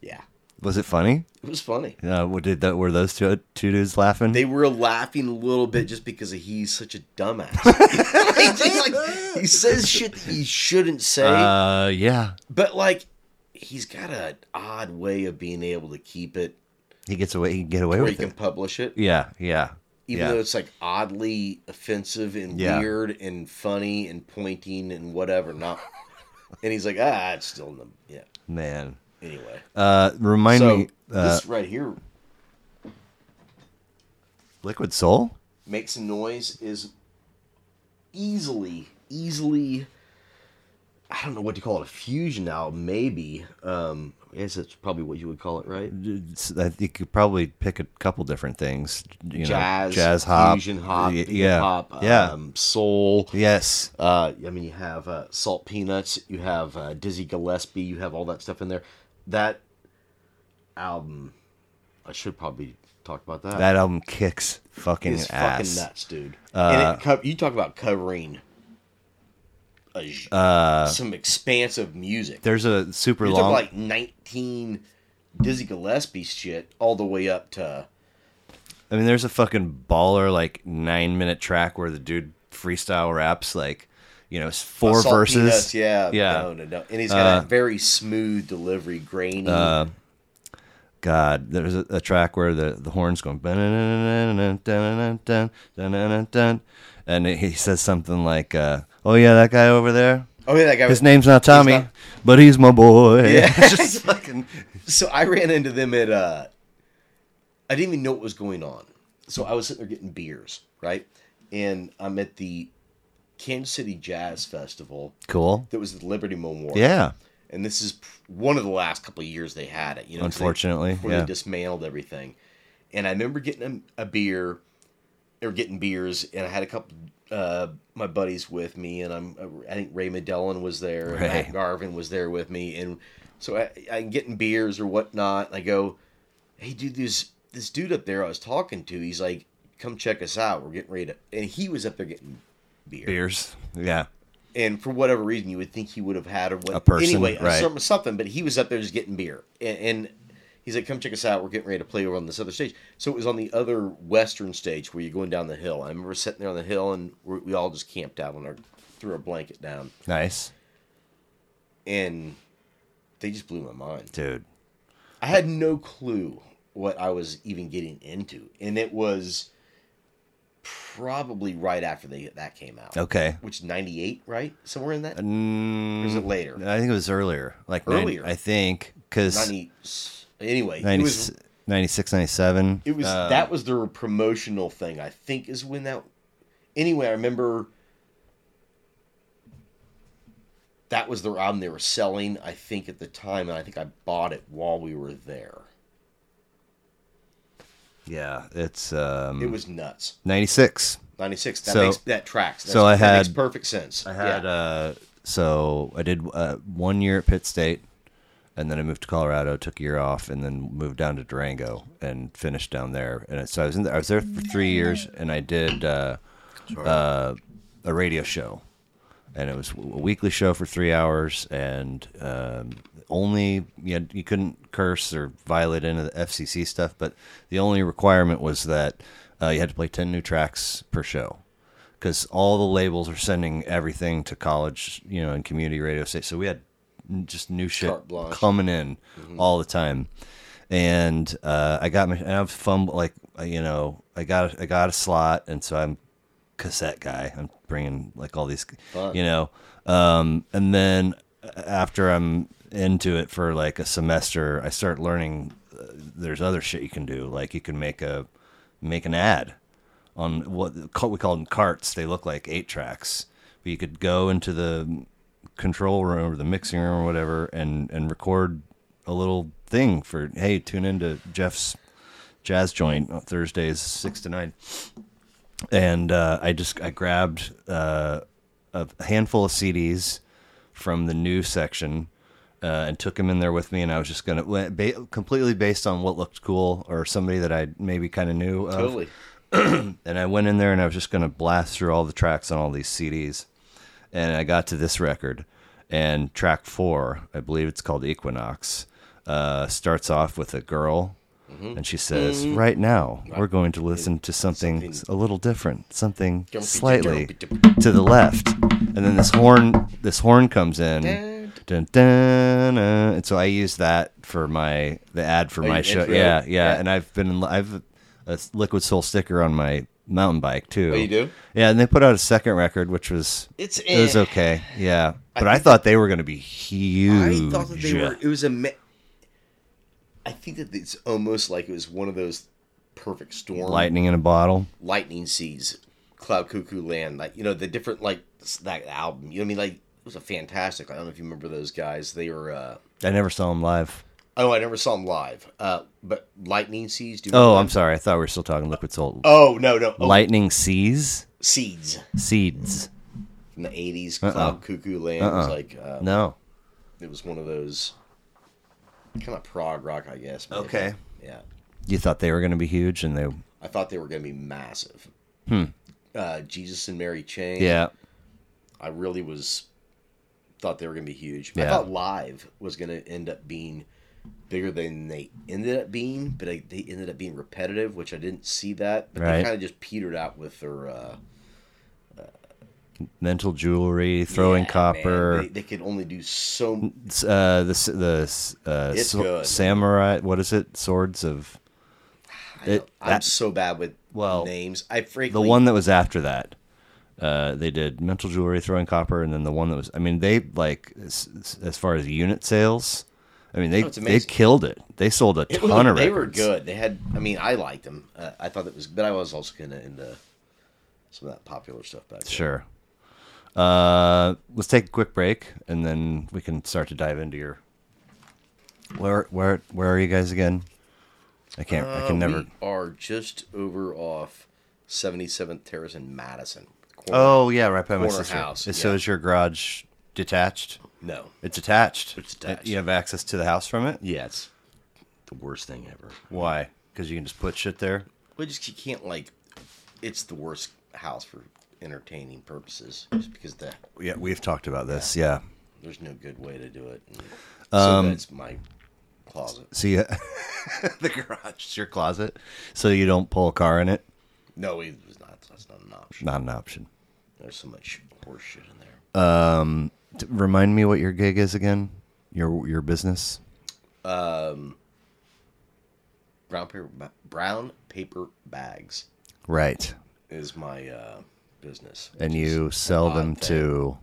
Speaker 1: yeah,
Speaker 2: Was it funny?
Speaker 1: it was funny.
Speaker 2: Uh, what did that? Were those two two dudes laughing?
Speaker 1: They were laughing a little bit just because of he's such a dumbass. Like, just like, he says shit that he shouldn't say,
Speaker 2: uh, yeah.
Speaker 1: but like he's got an odd way of being able to keep it
Speaker 2: He gets away. He can get away
Speaker 1: where he
Speaker 2: with
Speaker 1: can
Speaker 2: it.
Speaker 1: publish it,
Speaker 2: Yeah, yeah,
Speaker 1: even
Speaker 2: yeah.
Speaker 1: though it's like oddly offensive and
Speaker 2: Yeah.
Speaker 1: weird and funny and pointing and whatever. Not, and he's like, ah, it's still in the yeah.
Speaker 2: Man,
Speaker 1: Anyway,
Speaker 2: uh, remind
Speaker 1: so
Speaker 2: me, uh,
Speaker 1: this right here,
Speaker 2: Liquid Soul.
Speaker 1: make some noise is easily, easily. I don't know what to call it—a fusion album, maybe. Um, I guess that's probably what you would call it, right?
Speaker 2: It's- I think you could probably pick a couple different things. You know,
Speaker 1: jazz,
Speaker 2: jazz hop,
Speaker 1: fusion hop,
Speaker 2: y-
Speaker 1: yeah,
Speaker 2: yeah,
Speaker 1: hop,
Speaker 2: yeah,
Speaker 1: um, soul.
Speaker 2: yes.
Speaker 1: Uh, I mean, you have uh, Salt Peanuts, you have uh, Dizzy Gillespie, you have all that stuff in there. That album, I should probably talk about that.
Speaker 2: That album kicks fucking ass.
Speaker 1: is
Speaker 2: Uh,
Speaker 1: fucking nuts, dude. and it co- you talk about covering a, j- some expansive music.
Speaker 2: There's a super
Speaker 1: You talk
Speaker 2: uh, long.
Speaker 1: like 19 Dizzy Gillespie shit all the way up to
Speaker 2: I mean, there's a fucking baller like nine minute track where the dude freestyle raps like, you know, s- four
Speaker 1: Salt
Speaker 2: verses.
Speaker 1: Peanuts, yeah,
Speaker 2: yeah.
Speaker 1: no, no, no. And he's got
Speaker 2: Uh,
Speaker 1: that very smooth delivery, grainy.
Speaker 2: God, there's a, a track where the, the horn's going, and he says something like, uh, "Oh yeah, that guy over there.
Speaker 1: oh yeah, that guy.
Speaker 2: His
Speaker 1: was-
Speaker 2: name's not Tommy,
Speaker 1: not-
Speaker 2: but he's my boy."
Speaker 1: Yeah.
Speaker 2: It's just fucking.
Speaker 1: So I ran into them at. uh I didn't even know what was going on. So I was sitting there getting beers, right? And I'm at the Kansas City Jazz Festival.
Speaker 2: Cool.
Speaker 1: that was the Liberty Memorial.
Speaker 2: Yeah.
Speaker 1: And this is p- one of the last couple of years they had it. You know, 'cause they-
Speaker 2: Unfortunately,
Speaker 1: before
Speaker 2: yeah.
Speaker 1: they dismantled everything. And I remember getting a, a beer, or getting beers, and I had a couple. Uh, my buddies with me, and I'm. uh, I think Ray Medellin was there. and Matt
Speaker 2: Right.
Speaker 1: Garvin was there with me, and so I, I'm getting beers or whatnot. And I go, "Hey, dude, this this dude up there I was talking to. He's like, come check us out. We're getting ready to." And he was up there getting beer
Speaker 2: Beers. Yeah.
Speaker 1: and for whatever reason, you would think he would have had or what,
Speaker 2: A person,
Speaker 1: anyway,
Speaker 2: right.
Speaker 1: some- something. But he was up there just getting beer, and, and he's like, "Come check us out. We're getting ready to play over on this other stage." So it was on the other western stage where you're going down the hill. I remember sitting there on the hill, and we we all just camped out on our threw a blanket down,
Speaker 2: Nice,
Speaker 1: and they just blew my mind.
Speaker 2: dude.
Speaker 1: I had no clue what I was even getting into, and it was probably right after they that came out.
Speaker 2: Okay.
Speaker 1: Which ninety eight, right? Somewhere in that, or
Speaker 2: Mm,
Speaker 1: is it later?
Speaker 2: I think it was earlier. Like nine-
Speaker 1: Earlier.
Speaker 2: I think because
Speaker 1: 90 anyway it was
Speaker 2: 96, 97.
Speaker 1: it was that was their promotional thing i think is when that anyway i remember that was their album they were selling i think at the time and i think i bought it while we were there
Speaker 2: Yeah, it's um,
Speaker 1: it was nuts
Speaker 2: 96.
Speaker 1: 96 that
Speaker 2: So-
Speaker 1: makes that tracks
Speaker 2: so I
Speaker 1: that makes
Speaker 2: had-
Speaker 1: perfect sense
Speaker 2: I had uh, so I did uh, one year at Pitt State, and then I moved to Colorado, took a year off, and then moved down to Durango and finished down there. And so I was in I was there for three years, and I did uh, uh, a radio show, and it was a weekly show for three hours, and um, only you, had, you couldn't curse or violate any of the FCC stuff, but the only requirement was that uh, you had to play ten new tracks per show because all the labels are sending everything to college, you know, and community radio station. So we had n- just new shit
Speaker 1: Carte blanche. Mm-hmm.
Speaker 2: coming in all the time. And uh, I got my, and I've fumbled, like, uh, you know, I got, I got a slot. And so I'm cassette guy. I'm bringing like all these,
Speaker 1: Fun.
Speaker 2: you know, um, and then after I'm into it for like a semester, I start learning uh, there's other shit you can do. Like you can make a, make an ad on what we call them carts. They look like eight tracks, but you could go into the control room or the mixing room or whatever and and record a little thing for hey, tune into Jeff's jazz joint on Thursdays six to nine. And uh, I just I grabbed uh, a handful of CDs from the new section. Uh, and took him in there with me, and I was just gonna went ba- completely based on what looked cool or somebody that I maybe kind of knew. Of
Speaker 1: Totally.
Speaker 2: and I went in there and I was just going to blast through all the tracks on all these CDs. And I got to this record, and track four, I believe it's called Equinox, uh, starts off with a girl. And she says, Mm-hmm. "Right now, we're going to listen to something, a little different, something slightly to the left." And then this horn, this horn comes in. Dun, dun, uh, And so I use that for my the ad for
Speaker 1: you
Speaker 2: my
Speaker 1: did
Speaker 2: show.
Speaker 1: for-
Speaker 2: Yeah, Oh, yeah,
Speaker 1: yeah.
Speaker 2: and I've been in, I've a liquid soul sticker on my mountain bike too.
Speaker 1: Oh, you do?
Speaker 2: Yeah, and they put out a second record, which was
Speaker 1: It's
Speaker 2: it was
Speaker 1: eh.
Speaker 2: okay. Yeah, but I,
Speaker 1: think
Speaker 2: thought they were going to be huge.
Speaker 1: I thought that they were. It was a. Me- I think that it's almost like it was one of those perfect storm
Speaker 2: lightning in a bottle.
Speaker 1: lightning seeds, cloud cuckoo land, like you know the different like s- that album. You know what I mean? Like it was a fantastic. I don't know if you remember those guys. They were. uh
Speaker 2: I never saw them live.
Speaker 1: Oh, I never saw them live. Uh But lightning seeds. Do you
Speaker 2: Oh,
Speaker 1: remember
Speaker 2: I'm
Speaker 1: them?
Speaker 2: sorry. I thought we were still talking liquid soul.
Speaker 1: Oh no no oh,
Speaker 2: Lightning seas
Speaker 1: seeds
Speaker 2: seeds.
Speaker 1: from the eighties.
Speaker 2: Uh-uh.
Speaker 1: Cloud cuckoo land was like uh,
Speaker 2: No.
Speaker 1: it was one of those kind of prog rock, I guess. maybe.
Speaker 2: Okay.
Speaker 1: Yeah.
Speaker 2: You thought they were going to be huge, and they
Speaker 1: I thought they were going to be massive. Uh, Jesus and Mary Chain.
Speaker 2: Hmm. yeah.
Speaker 1: I really was thought they were going to be huge. I
Speaker 2: Yeah.
Speaker 1: thought Live was going to end up being bigger than they ended up being, but I, they ended up being repetitive, which I didn't see that. But they
Speaker 2: Right.
Speaker 1: kind of just petered out with their uh,
Speaker 2: Mental jewelry, throwing
Speaker 1: yeah, man,
Speaker 2: copper.
Speaker 1: They, they could only do so.
Speaker 2: s- uh, the s- the s- uh,
Speaker 1: It's
Speaker 2: sw-
Speaker 1: good.
Speaker 2: samurai. What is it? Swords of
Speaker 1: I
Speaker 2: It-
Speaker 1: don't- I'm
Speaker 2: that-
Speaker 1: so bad with
Speaker 2: well,
Speaker 1: names. I
Speaker 2: the
Speaker 1: frankly
Speaker 2: one that was after that. Uh, they did mental jewelry, throwing copper, and then the one that was. I mean, they like as, as far as unit sales. I mean, they
Speaker 1: Oh, it's
Speaker 2: they
Speaker 1: amazing.
Speaker 2: killed it. They sold a
Speaker 1: It
Speaker 2: ton
Speaker 1: was-
Speaker 2: of
Speaker 1: they
Speaker 2: records.
Speaker 1: were good. They had. I mean, I liked them. Uh, I thought that was, but I was also kind of into some of that popular stuff back then.
Speaker 2: Sure. Uh, let's take a quick break, and then we can start to dive into your. Where where where are you guys again? I can't. I can
Speaker 1: Uh,
Speaker 2: never.
Speaker 1: We are just over off 77th Terrace in Madison. Corner-
Speaker 2: Oh yeah, right by my
Speaker 1: corner
Speaker 2: sister.
Speaker 1: house,
Speaker 2: Is- So
Speaker 1: yeah.
Speaker 2: is your garage detached?
Speaker 1: no.
Speaker 2: It's attached. Uh,
Speaker 1: It's attached.
Speaker 2: You have access to the house from it.
Speaker 1: Yeah, it's the worst thing ever.
Speaker 2: Why? Because you can just put shit there.
Speaker 1: We just you can't like. It's the worst house for entertaining purposes, just because the
Speaker 2: Yeah, we've talked about this. Yeah.
Speaker 1: there's no good way to do it. And so that's my closet.
Speaker 2: So you, the garage is your closet, so you don't pull a car in it.
Speaker 1: No, it was not. That's not an option.
Speaker 2: Not an option.
Speaker 1: There's so much horse shit in there.
Speaker 2: T- Remind me what your gig is again. Your your business.
Speaker 1: brown paper ba- brown paper bags
Speaker 2: Right.
Speaker 1: is my uh, business.
Speaker 2: And
Speaker 1: which is
Speaker 2: you sell
Speaker 1: odd
Speaker 2: them
Speaker 1: thing.
Speaker 2: to.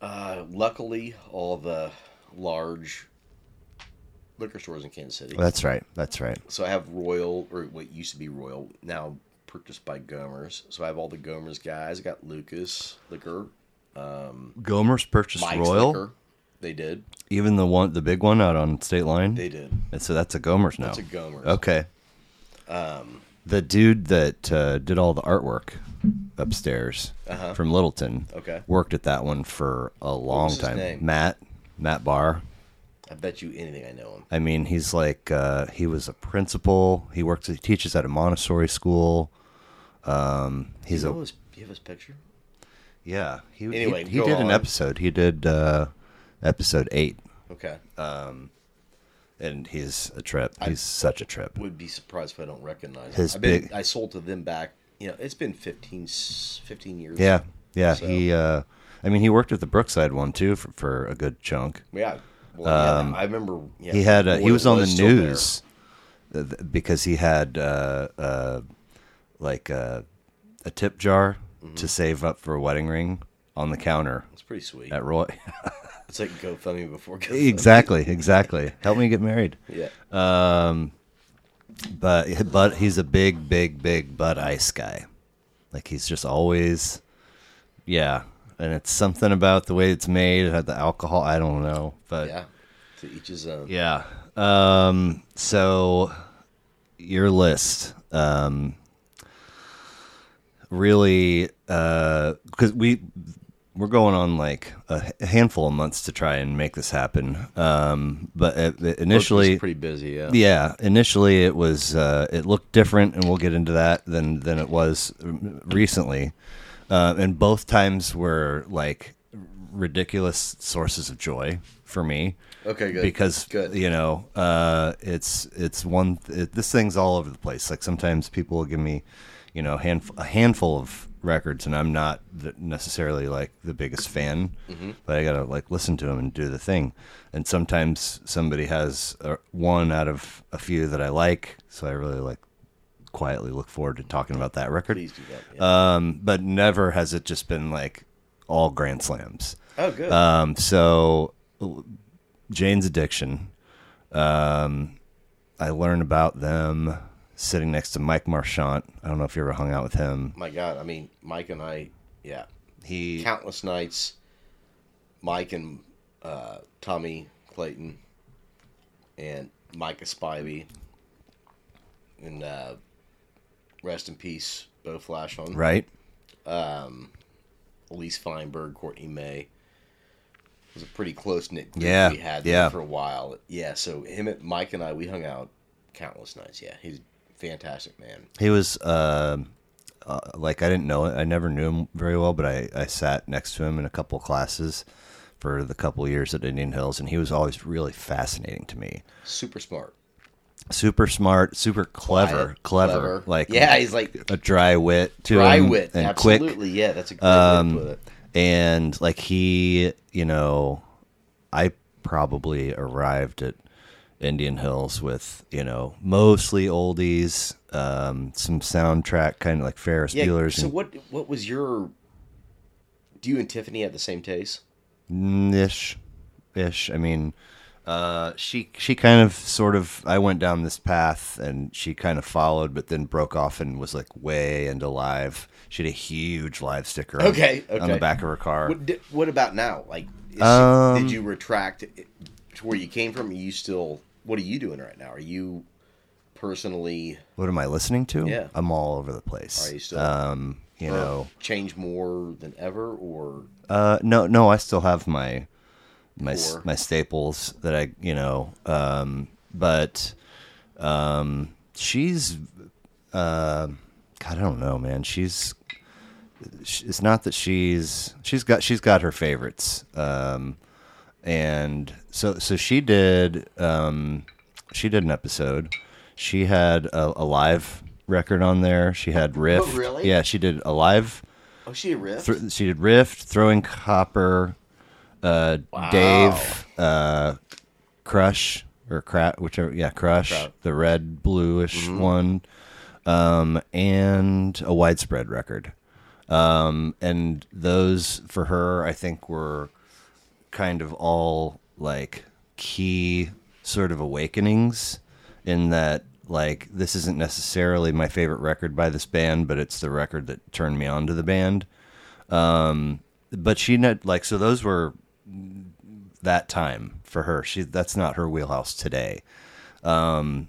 Speaker 1: uh, luckily all the large liquor stores in Kansas City.
Speaker 2: That's right. That's right.
Speaker 1: So I have Royal or what used to be Royal now purchased by Gomers. So I have all the Gomers guys. I got Lucas Liquor,
Speaker 2: Gomer's purchased
Speaker 1: Mike's
Speaker 2: Royal,
Speaker 1: Liquor. They did.
Speaker 2: even the one, the big one out on state line.
Speaker 1: They did.
Speaker 2: And so that's a Gomer's now.
Speaker 1: It's a Gomers.
Speaker 2: Okay. Um,
Speaker 1: Um,
Speaker 2: the dude that uh, did all the artwork upstairs from Littleton
Speaker 1: Uh-huh. Okay.
Speaker 2: worked at that one for a long
Speaker 1: was his
Speaker 2: time.
Speaker 1: name?
Speaker 2: Matt Matt Barr.
Speaker 1: I bet you anything I know him.
Speaker 2: I mean, he's like uh, he was a principal. He works. He teaches at a Montessori school. Um, he's
Speaker 1: You
Speaker 2: a
Speaker 1: know his, you have his picture?
Speaker 2: yeah. He he-
Speaker 1: Anyway,
Speaker 2: he,
Speaker 1: go
Speaker 2: did an
Speaker 1: on.
Speaker 2: episode. He did uh, episode eight,
Speaker 1: Okay.
Speaker 2: Uh, and he's a trip. He's such a trip.
Speaker 1: would be surprised if I don't recognize
Speaker 2: His
Speaker 1: him. I've been,
Speaker 2: big-
Speaker 1: I sold to them back you know, it's been 15, 15 years.
Speaker 2: Yeah, yeah.
Speaker 1: So-
Speaker 2: He, uh, I mean, he worked at the Brookside one too for, for a good chunk.
Speaker 1: Yeah. Well, yeah, I remember. Yeah,
Speaker 2: Um, He had uh, he
Speaker 1: Boyd
Speaker 2: was on the
Speaker 1: still there.
Speaker 2: news uh, th- because he had uh, uh, like uh, a tip jar
Speaker 1: Mm-hmm.
Speaker 2: to save up for a wedding ring on the counter
Speaker 1: It's pretty sweet.
Speaker 2: at Roy.
Speaker 1: It's like GoFundMe before GoFundMe.
Speaker 2: exactly, exactly. Help me get married.
Speaker 1: Yeah.
Speaker 2: But but he's a big, big, big butt ice guy. Like he's just always, yeah. And it's something about the way it's made. It had the alcohol. I don't know, but
Speaker 1: yeah. To each his own.
Speaker 2: Yeah. Um, so your list, um, really, uh, cause we, we're going on like a h- handful of months to try and make this happen. Um, but uh, initially,
Speaker 1: It's pretty busy. Yeah.
Speaker 2: yeah, initially it was uh, it looked different, and we'll get into that than than it was um, recently. Uh, and both times were like ridiculous sources of joy for me
Speaker 1: Okay. Good.
Speaker 2: because
Speaker 1: good.
Speaker 2: you know uh, it's it's one it, this thing's all over the place. Like sometimes people will give me you know handf- a handful of records, and I'm not the, necessarily like the biggest fan,
Speaker 1: Mm-hmm.
Speaker 2: but I gotta like listen to them and do the thing. And sometimes somebody has uh one out of a few that I like, so I really like quietly look forward to talking about that record.
Speaker 1: Please do that. yeah.
Speaker 2: Um, but never has it just been like all grand slams.
Speaker 1: oh, good.
Speaker 2: Um, so Jane's addiction. Um, I learned about them sitting next to Mike Marchant. I don't know if you ever hung out with him.
Speaker 1: My God. I mean, Mike and I. Yeah.
Speaker 2: He
Speaker 1: Countless nights. Mike and uh, Tommy Clayton and Micah Spivey and uh, rest in peace, Bo Flash on
Speaker 2: right?
Speaker 1: Elise Feinberg, Courtney May. It was a pretty close knit group
Speaker 2: Yeah,
Speaker 1: we had
Speaker 2: yeah.
Speaker 1: for a while. Yeah, so him and Mike and I we hung out countless nights. Yeah, he's a fantastic man.
Speaker 2: He was uh, uh, like I didn't know it. I never knew him very well, but I I sat next to him in a couple classes for the couple years at Indian Hills, and he was always really fascinating to me.
Speaker 1: Super smart.
Speaker 2: Super smart, super clever,
Speaker 1: Quiet,
Speaker 2: clever, like
Speaker 1: Yeah, he's like
Speaker 2: a dry wit to
Speaker 1: dry
Speaker 2: him
Speaker 1: wit.
Speaker 2: and
Speaker 1: Absolutely.
Speaker 2: quick. Um,
Speaker 1: Yeah, that's a great way to put it.
Speaker 2: and like he you know i probably arrived at indian hills with you know mostly oldies um some soundtrack kind of like ferris
Speaker 1: Yeah.
Speaker 2: bueller's
Speaker 1: so
Speaker 2: and-
Speaker 1: what what was your do you and Tiffany have the same taste?
Speaker 2: Mm, ish ish i mean uh she she kind of sort of i went down this path and she kind of followed but then broke off and was like way into live she had a huge live sticker on,
Speaker 1: Okay,
Speaker 2: on
Speaker 1: okay.
Speaker 2: the back of her car
Speaker 1: What di- what about now? Like is,
Speaker 2: Um,
Speaker 1: did you retract it to where you came from? Are you still what are you doing right now? Are you personally
Speaker 2: What am I listening to?
Speaker 1: Yeah.
Speaker 2: I'm all over the place.
Speaker 1: Are you still-
Speaker 2: Um, you
Speaker 1: or
Speaker 2: know,
Speaker 1: change more than ever or
Speaker 2: uh, no, no, I still have my my s-
Speaker 1: Core.
Speaker 2: my staples that I, you know, um, but um, she's, uh, God, I don't know, man. She's, sh- it's not that she's she's got she's got her favorites, um, and so so she did um, she did an episode. She had a, a live record on there. She had riff.
Speaker 1: really?
Speaker 2: Yeah, she did a live
Speaker 1: oh she a riff
Speaker 2: Thr she did Rift, Throwing Copper, uh, Dave, uh, Crush or Crat, whichever, yeah, Crush,
Speaker 1: Kraut.
Speaker 2: the red bluish one, um, and a widespread record. Um, and those for her, I think, were kind of all like key sort of awakenings in that like this isn't necessarily my favorite record by this band but it's the record that turned me on to the band um but she not like so those were that time for her she that's not her wheelhouse today um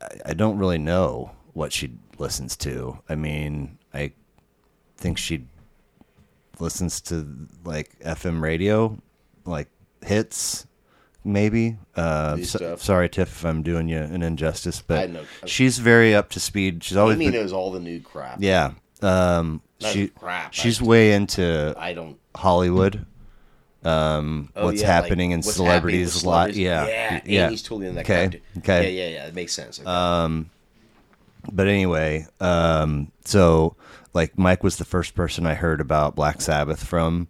Speaker 2: i, I don't really know what she listens to i mean i think she listens to like FM radio, like hits, maybe. Uh,
Speaker 1: New
Speaker 2: so-
Speaker 1: stuff.
Speaker 2: sorry, Tiff, if I'm doing you an injustice,
Speaker 1: I
Speaker 2: but
Speaker 1: know.
Speaker 2: she's very up to speed. She's always
Speaker 1: Amy
Speaker 2: been,
Speaker 1: knows all the new crap
Speaker 2: yeah. Um,
Speaker 1: Not
Speaker 2: she
Speaker 1: crap,
Speaker 2: she's
Speaker 1: I-
Speaker 2: way into
Speaker 1: I don't
Speaker 2: Hollywood. Um,
Speaker 1: oh,
Speaker 2: what's
Speaker 1: yeah, like,
Speaker 2: happening in
Speaker 1: what's happening with
Speaker 2: celebrities a lot?
Speaker 1: celebrities.
Speaker 2: Yeah,
Speaker 1: yeah
Speaker 2: yeah.
Speaker 1: Amy's totally in that
Speaker 2: Okay,
Speaker 1: crap, dude.
Speaker 2: okay.
Speaker 1: yeah yeah yeah it makes sense okay.
Speaker 2: but anyway, um, so like Mike was the first person I heard about Black Sabbath from,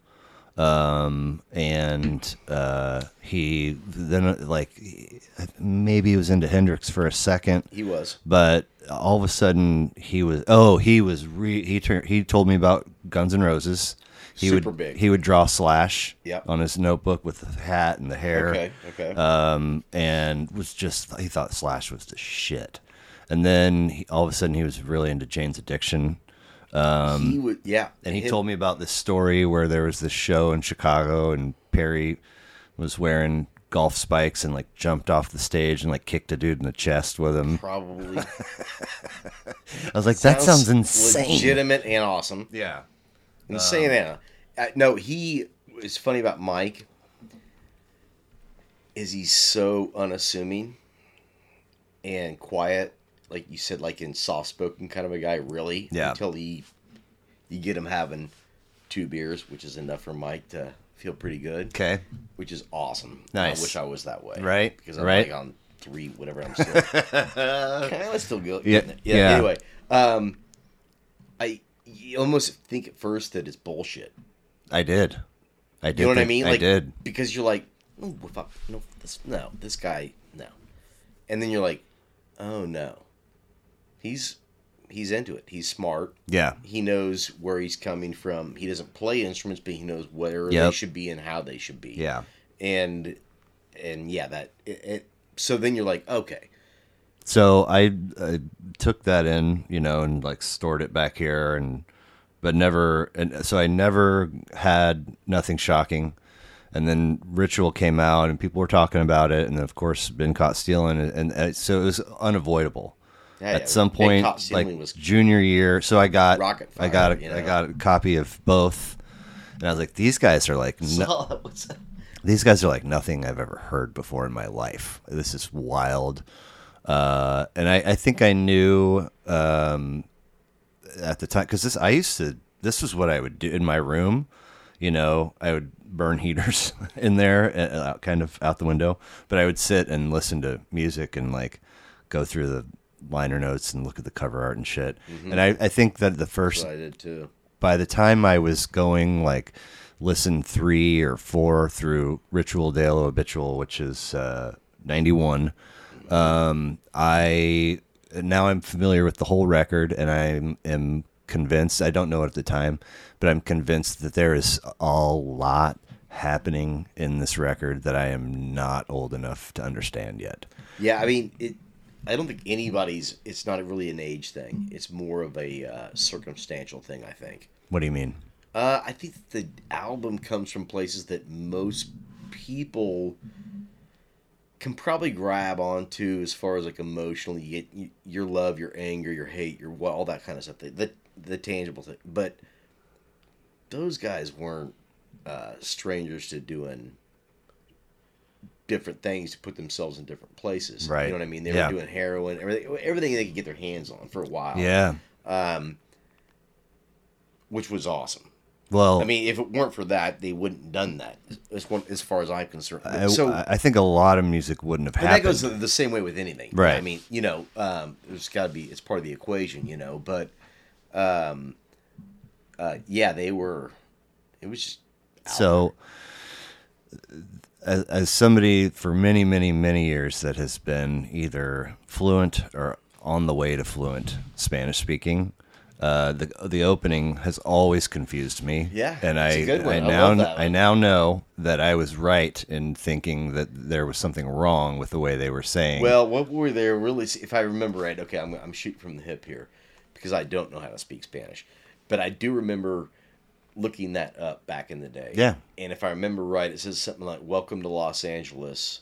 Speaker 2: um, and uh, he then uh, like he- maybe he was into Hendrix for a second,
Speaker 1: He was.
Speaker 2: but all of a sudden he was oh he was re, he turned he told me about Guns N' Roses. He
Speaker 1: Super
Speaker 2: would
Speaker 1: big.
Speaker 2: he would draw Slash
Speaker 1: Yep.
Speaker 2: on his notebook with the hat and the hair
Speaker 1: Okay. Okay.
Speaker 2: um, and was just he thought Slash was the shit, and then he, all of a sudden he was really into Jane's Addiction,
Speaker 1: he would. Yeah.
Speaker 2: Um, and he
Speaker 1: Him-
Speaker 2: told me about this story where there was this show in Chicago and Perry was wearing golf spikes and like jumped off the stage and like kicked a dude in the chest with him.
Speaker 1: probably.
Speaker 2: I was like, that sounds insane.
Speaker 1: Legitimate and awesome.
Speaker 2: Yeah,
Speaker 1: Insane Anna. Uh, no, he is funny about Mike. Is he's so unassuming and quiet, like you said, like in soft spoken kind of a guy, really.
Speaker 2: Yeah.
Speaker 1: Until he, you get him having two beers, which is enough for Mike to feel pretty good.
Speaker 2: okay,
Speaker 1: Which is awesome.
Speaker 2: Nice.
Speaker 1: I wish I was that way.
Speaker 2: Right,
Speaker 1: Because I'm
Speaker 2: right.
Speaker 1: like on three, whatever I'm still. kind of still good.
Speaker 2: Yeah,
Speaker 1: Yeah, yeah.
Speaker 2: yeah.
Speaker 1: Anyway, um, I you almost think at first that it's bullshit.
Speaker 2: I did. I did.
Speaker 1: You know what I
Speaker 2: think-
Speaker 1: mean?
Speaker 2: I did.
Speaker 1: because you're like, no, we're fuck, no, this, no, this guy, no, and then you're like, oh no, he's he's into it. He's smart.
Speaker 2: Yeah.
Speaker 1: He knows where he's coming from. He doesn't play instruments, but he knows where
Speaker 2: Yep.
Speaker 1: they should be and how they should be
Speaker 2: Yeah.
Speaker 1: and and yeah that it, it so then you're like okay
Speaker 2: so I, I took that in you know and like stored it back here and but never and so i never had nothing shocking and then ritual came out and people were talking about it and of course been caught stealing and, and, uh, so it was unavoidable
Speaker 1: Yeah, yeah,
Speaker 2: at some
Speaker 1: Nick
Speaker 2: point
Speaker 1: Cop Sealing
Speaker 2: like
Speaker 1: was
Speaker 2: junior year so i got
Speaker 1: Rocket
Speaker 2: i got
Speaker 1: fire,
Speaker 2: a,
Speaker 1: you
Speaker 2: I
Speaker 1: know?
Speaker 2: got a copy of both and i was like these guys are like no, these guys are like nothing I've ever heard before in my life. This is wild. Uh, and I, I think I knew um, at the time because this I used to this was what I would do in my room. You know, I would burn heaters in there, uh, out, kind of out the window. But I would sit and listen to music and like go through the liner notes and look at the cover art and shit. And I, I think that the first
Speaker 1: I did too
Speaker 2: by the time I was going like listen three or four through Ritual Dale Habitual, which is uh, ninety one, um, I now I'm familiar with the whole record, and I am convinced. I don't know it at the time, but I'm convinced that there is a lot happening in this record that I am not old enough to understand yet.
Speaker 1: yeah i mean it i don't think anybody's it's not really an age thing it's more of a uh, circumstantial thing i think
Speaker 2: What do you mean?
Speaker 1: uh, i think the album comes from places that most people can probably grab onto as far as like emotionally you get y- your love your anger your hate your what all that kind of stuff the the, the tangible thing but those guys weren't uh, strangers to doing different things to put themselves in different places
Speaker 2: Right.
Speaker 1: you know what i mean they
Speaker 2: Yeah.
Speaker 1: were doing heroin everything, everything they could get their hands on for a while
Speaker 2: Yeah.
Speaker 1: which was awesome
Speaker 2: Well,
Speaker 1: I mean, if it weren't for that, they wouldn't have done that. As, one, as far as I'm concerned,
Speaker 2: I,
Speaker 1: so
Speaker 2: I think a lot of music wouldn't have
Speaker 1: And
Speaker 2: happened.
Speaker 1: that goes the- the same way with anything,
Speaker 2: Right.
Speaker 1: I mean, you know, um, there's got to be it's part of the equation, you know. But, um, uh, yeah, they were. It was just
Speaker 2: So, as, as somebody for many, many, many years that has been either fluent or on the way to fluent Spanish speaking, uh, the the opening has always confused me.
Speaker 1: Yeah,
Speaker 2: and I
Speaker 1: it's a good one.
Speaker 2: I
Speaker 1: I
Speaker 2: now
Speaker 1: love that
Speaker 2: I
Speaker 1: one.
Speaker 2: now know that I was right in thinking that there was something wrong with the way they were saying.
Speaker 1: well. What were they really? If I remember right, okay, I'm I'm shooting from the hip here because I don't know how to speak Spanish, but I do remember looking that up back in the day.
Speaker 2: Yeah.
Speaker 1: and if I remember right, it says something like "Welcome to Los Angeles,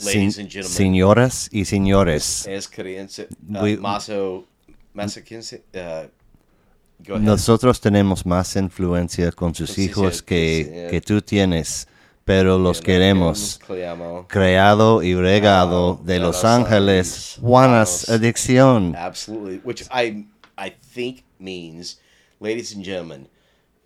Speaker 1: ladies
Speaker 2: Sen-
Speaker 1: and gentlemen."
Speaker 2: señoras y señores.
Speaker 1: Es creencia,
Speaker 2: We-
Speaker 1: uh, maso, masoquense, uh, go ahead.
Speaker 2: Nosotros tenemos más influencia con sus
Speaker 1: sí,
Speaker 2: hijos
Speaker 1: sí,
Speaker 2: que,
Speaker 1: sí.
Speaker 2: que tú tienes, pero los queremos.
Speaker 1: Cleamo.
Speaker 2: creado y regado de
Speaker 1: de
Speaker 2: Los
Speaker 1: Los
Speaker 2: Ángeles,
Speaker 1: Ángeles,
Speaker 2: Juanas
Speaker 1: Juanas.
Speaker 2: Adicción.
Speaker 1: Ah, Absolutely, which I I think means, ladies and gentlemen,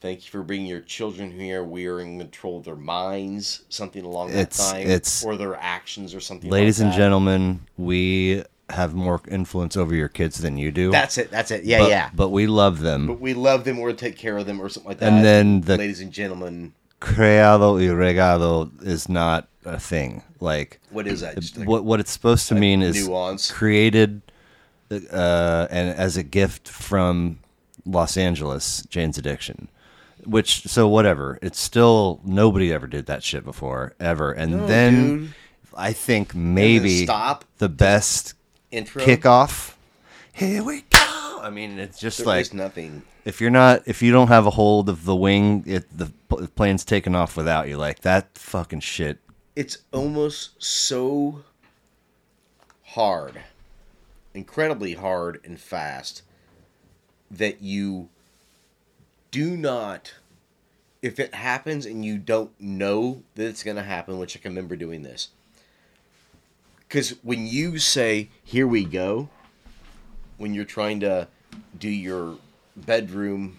Speaker 1: thank you for bringing your children here. We are in control of their minds, something along
Speaker 2: It's-
Speaker 1: that time,
Speaker 2: it's-
Speaker 1: or their actions, or something.
Speaker 2: Ladies
Speaker 1: like
Speaker 2: and
Speaker 1: that.
Speaker 2: gentlemen, we have more influence over your kids than you do.
Speaker 1: That's it. That's it. Yeah,
Speaker 2: but,
Speaker 1: yeah.
Speaker 2: But we love them.
Speaker 1: But we love them. We're take care of them or something like that.
Speaker 2: and then the
Speaker 1: ladies and gentlemen,
Speaker 2: creado y regado is not a thing. Like
Speaker 1: what is that? Just like
Speaker 2: what what it's supposed to mean is
Speaker 1: nuance.
Speaker 2: created uh, and as a gift from Los Angeles, Jane's Addiction. Which so whatever, it's still nobody ever did that shit before ever, and then
Speaker 1: dude.
Speaker 2: I think maybe
Speaker 1: stop.
Speaker 2: the best
Speaker 1: intro.
Speaker 2: kickoff. Here we go. I mean, it's just
Speaker 1: There
Speaker 2: like
Speaker 1: is nothing.
Speaker 2: if you're not if you don't have a hold of the wing, it, the pl- plane's taking off without you. Like that fucking shit.
Speaker 1: It's almost so hard, incredibly hard and fast that you do not. If it happens and you don't know that it's going to happen, which I can remember doing this, because when you say "here we go," when you're trying to do your bedroom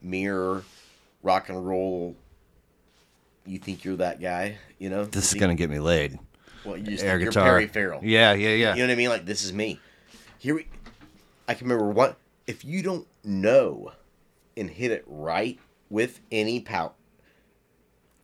Speaker 1: mirror rock and roll, you think you're that guy, you know.
Speaker 2: This is
Speaker 1: You think-
Speaker 2: gonna get me laid.
Speaker 1: well, you just
Speaker 2: Air
Speaker 1: think
Speaker 2: guitar.
Speaker 1: You're Perry Farrell.
Speaker 2: Yeah, yeah, yeah.
Speaker 1: You know what I mean? Like this is me. Here, we, I can remember what if you don't know and hit it right with any power.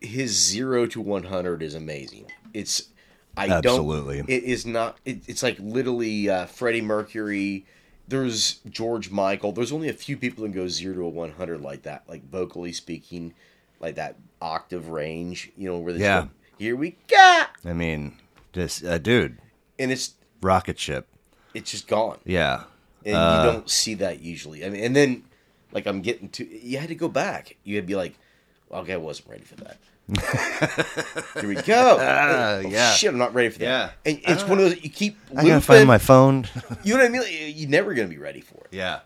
Speaker 1: His zero to one hundred is amazing. It's I
Speaker 2: Absolutely.
Speaker 1: don't. It is not. It, it's like literally uh, Freddie Mercury. There's George Michael. There's only a few people that go zero to one hundred like that, like vocally speaking, like that octave range. You know where they
Speaker 2: Yeah.
Speaker 1: go, Here we go,
Speaker 2: I mean, just uh, dude,
Speaker 1: and it's
Speaker 2: rocket ship.
Speaker 1: it's just gone.
Speaker 2: Yeah,
Speaker 1: and
Speaker 2: Uh,
Speaker 1: you don't see that usually. I mean, and then like I'm getting to, you had to go back. You had to be like, well, okay, I wasn't ready for that. Here we go.
Speaker 2: Ah,
Speaker 1: Oh,
Speaker 2: yeah.
Speaker 1: Shit, I'm not ready for that.
Speaker 2: Yeah.
Speaker 1: And it's one of those you keep
Speaker 2: I gotta
Speaker 1: looping.
Speaker 2: find my phone.
Speaker 1: you know what I mean? Like, You're never gonna be ready for it
Speaker 2: yeah,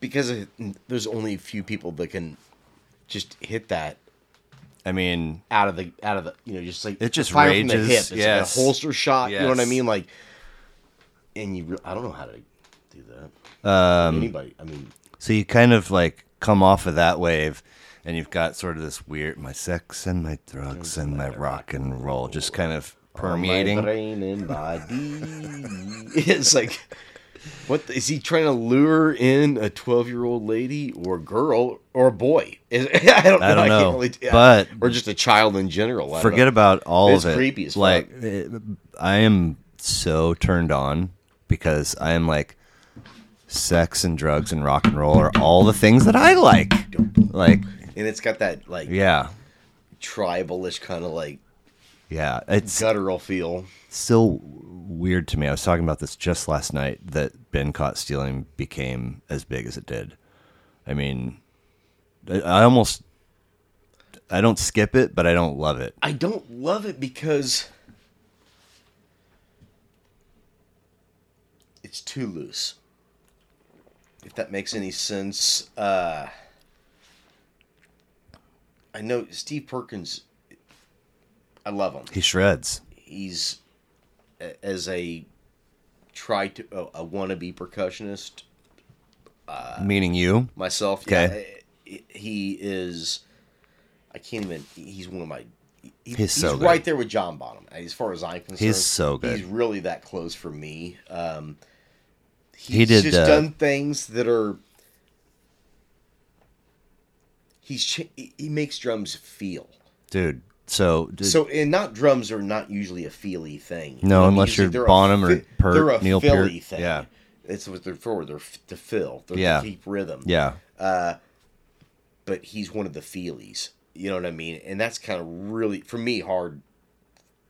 Speaker 1: because it- there's only a few people that can just hit that
Speaker 2: I mean,
Speaker 1: out of the out of the you know just like
Speaker 2: It just
Speaker 1: fire from the
Speaker 2: rages,
Speaker 1: hip. It's
Speaker 2: yes.
Speaker 1: like a holster shot. You know what I
Speaker 2: Yes.
Speaker 1: mean? Like, and you, re- I don't know how to do that.
Speaker 2: Um,
Speaker 1: Anybody? I mean,
Speaker 2: so you kind of like come off of that wave, and you've got sort of this weird my sex and my drugs and my rock and roll just kind of
Speaker 1: My
Speaker 2: permeating.
Speaker 1: brain and body. it's like, what the, is he trying to lure in a twelve-year-old lady or girl or a boy? Is, I don't know.
Speaker 2: I don't
Speaker 1: can't
Speaker 2: know,
Speaker 1: really, yeah.
Speaker 2: but-
Speaker 1: or just a child in general. I don't
Speaker 2: Forget
Speaker 1: know.
Speaker 2: about all
Speaker 1: uh, It's
Speaker 2: of it.
Speaker 1: creepy as fuck.
Speaker 2: like it- I am so turned on because I am like sex and drugs and rock and roll are all the things that I like. Like
Speaker 1: and it's got that like
Speaker 2: yeah.
Speaker 1: tribalish kind of like
Speaker 2: Yeah, it's
Speaker 1: guttural feel.
Speaker 2: still weird to me. I was talking about this just last night that Ben caught stealing became as big as it did. I mean, I- I almost I don't skip it, but I don't love it.
Speaker 1: I don't love it because it's too loose. If that makes any sense. Uh, I know Steve Perkins. I love him.
Speaker 2: He shreds.
Speaker 1: He's a- as a try to a, a wannabe percussionist Uh,
Speaker 2: Meaning you?
Speaker 1: myself.
Speaker 2: Okay.
Speaker 1: Yeah, I- he is. I can't even. He's one of my. he-
Speaker 2: He's so good.
Speaker 1: right there with John Bonham as far as I'm concerned.
Speaker 2: so good.
Speaker 1: He's really that close for me. Um, he's
Speaker 2: He did,
Speaker 1: just
Speaker 2: uh,
Speaker 1: done things that are. He's cha- he he makes drums feel
Speaker 2: Dude. So, d-
Speaker 1: so and not drums are not usually a feely thing. You
Speaker 2: No,
Speaker 1: what I mean?
Speaker 2: unless
Speaker 1: It's
Speaker 2: you're
Speaker 1: like they're a
Speaker 2: Bonham or
Speaker 1: fi-
Speaker 2: Peart,
Speaker 1: they're a
Speaker 2: Neil
Speaker 1: Philly
Speaker 2: Peart.
Speaker 1: thing.
Speaker 2: Yeah.
Speaker 1: that's what they're for. They're f- to fill. They're
Speaker 2: Yeah.
Speaker 1: to keep rhythm
Speaker 2: yeah.
Speaker 1: but he's one of the feelies. You know what I mean? And that's kind of really for me hard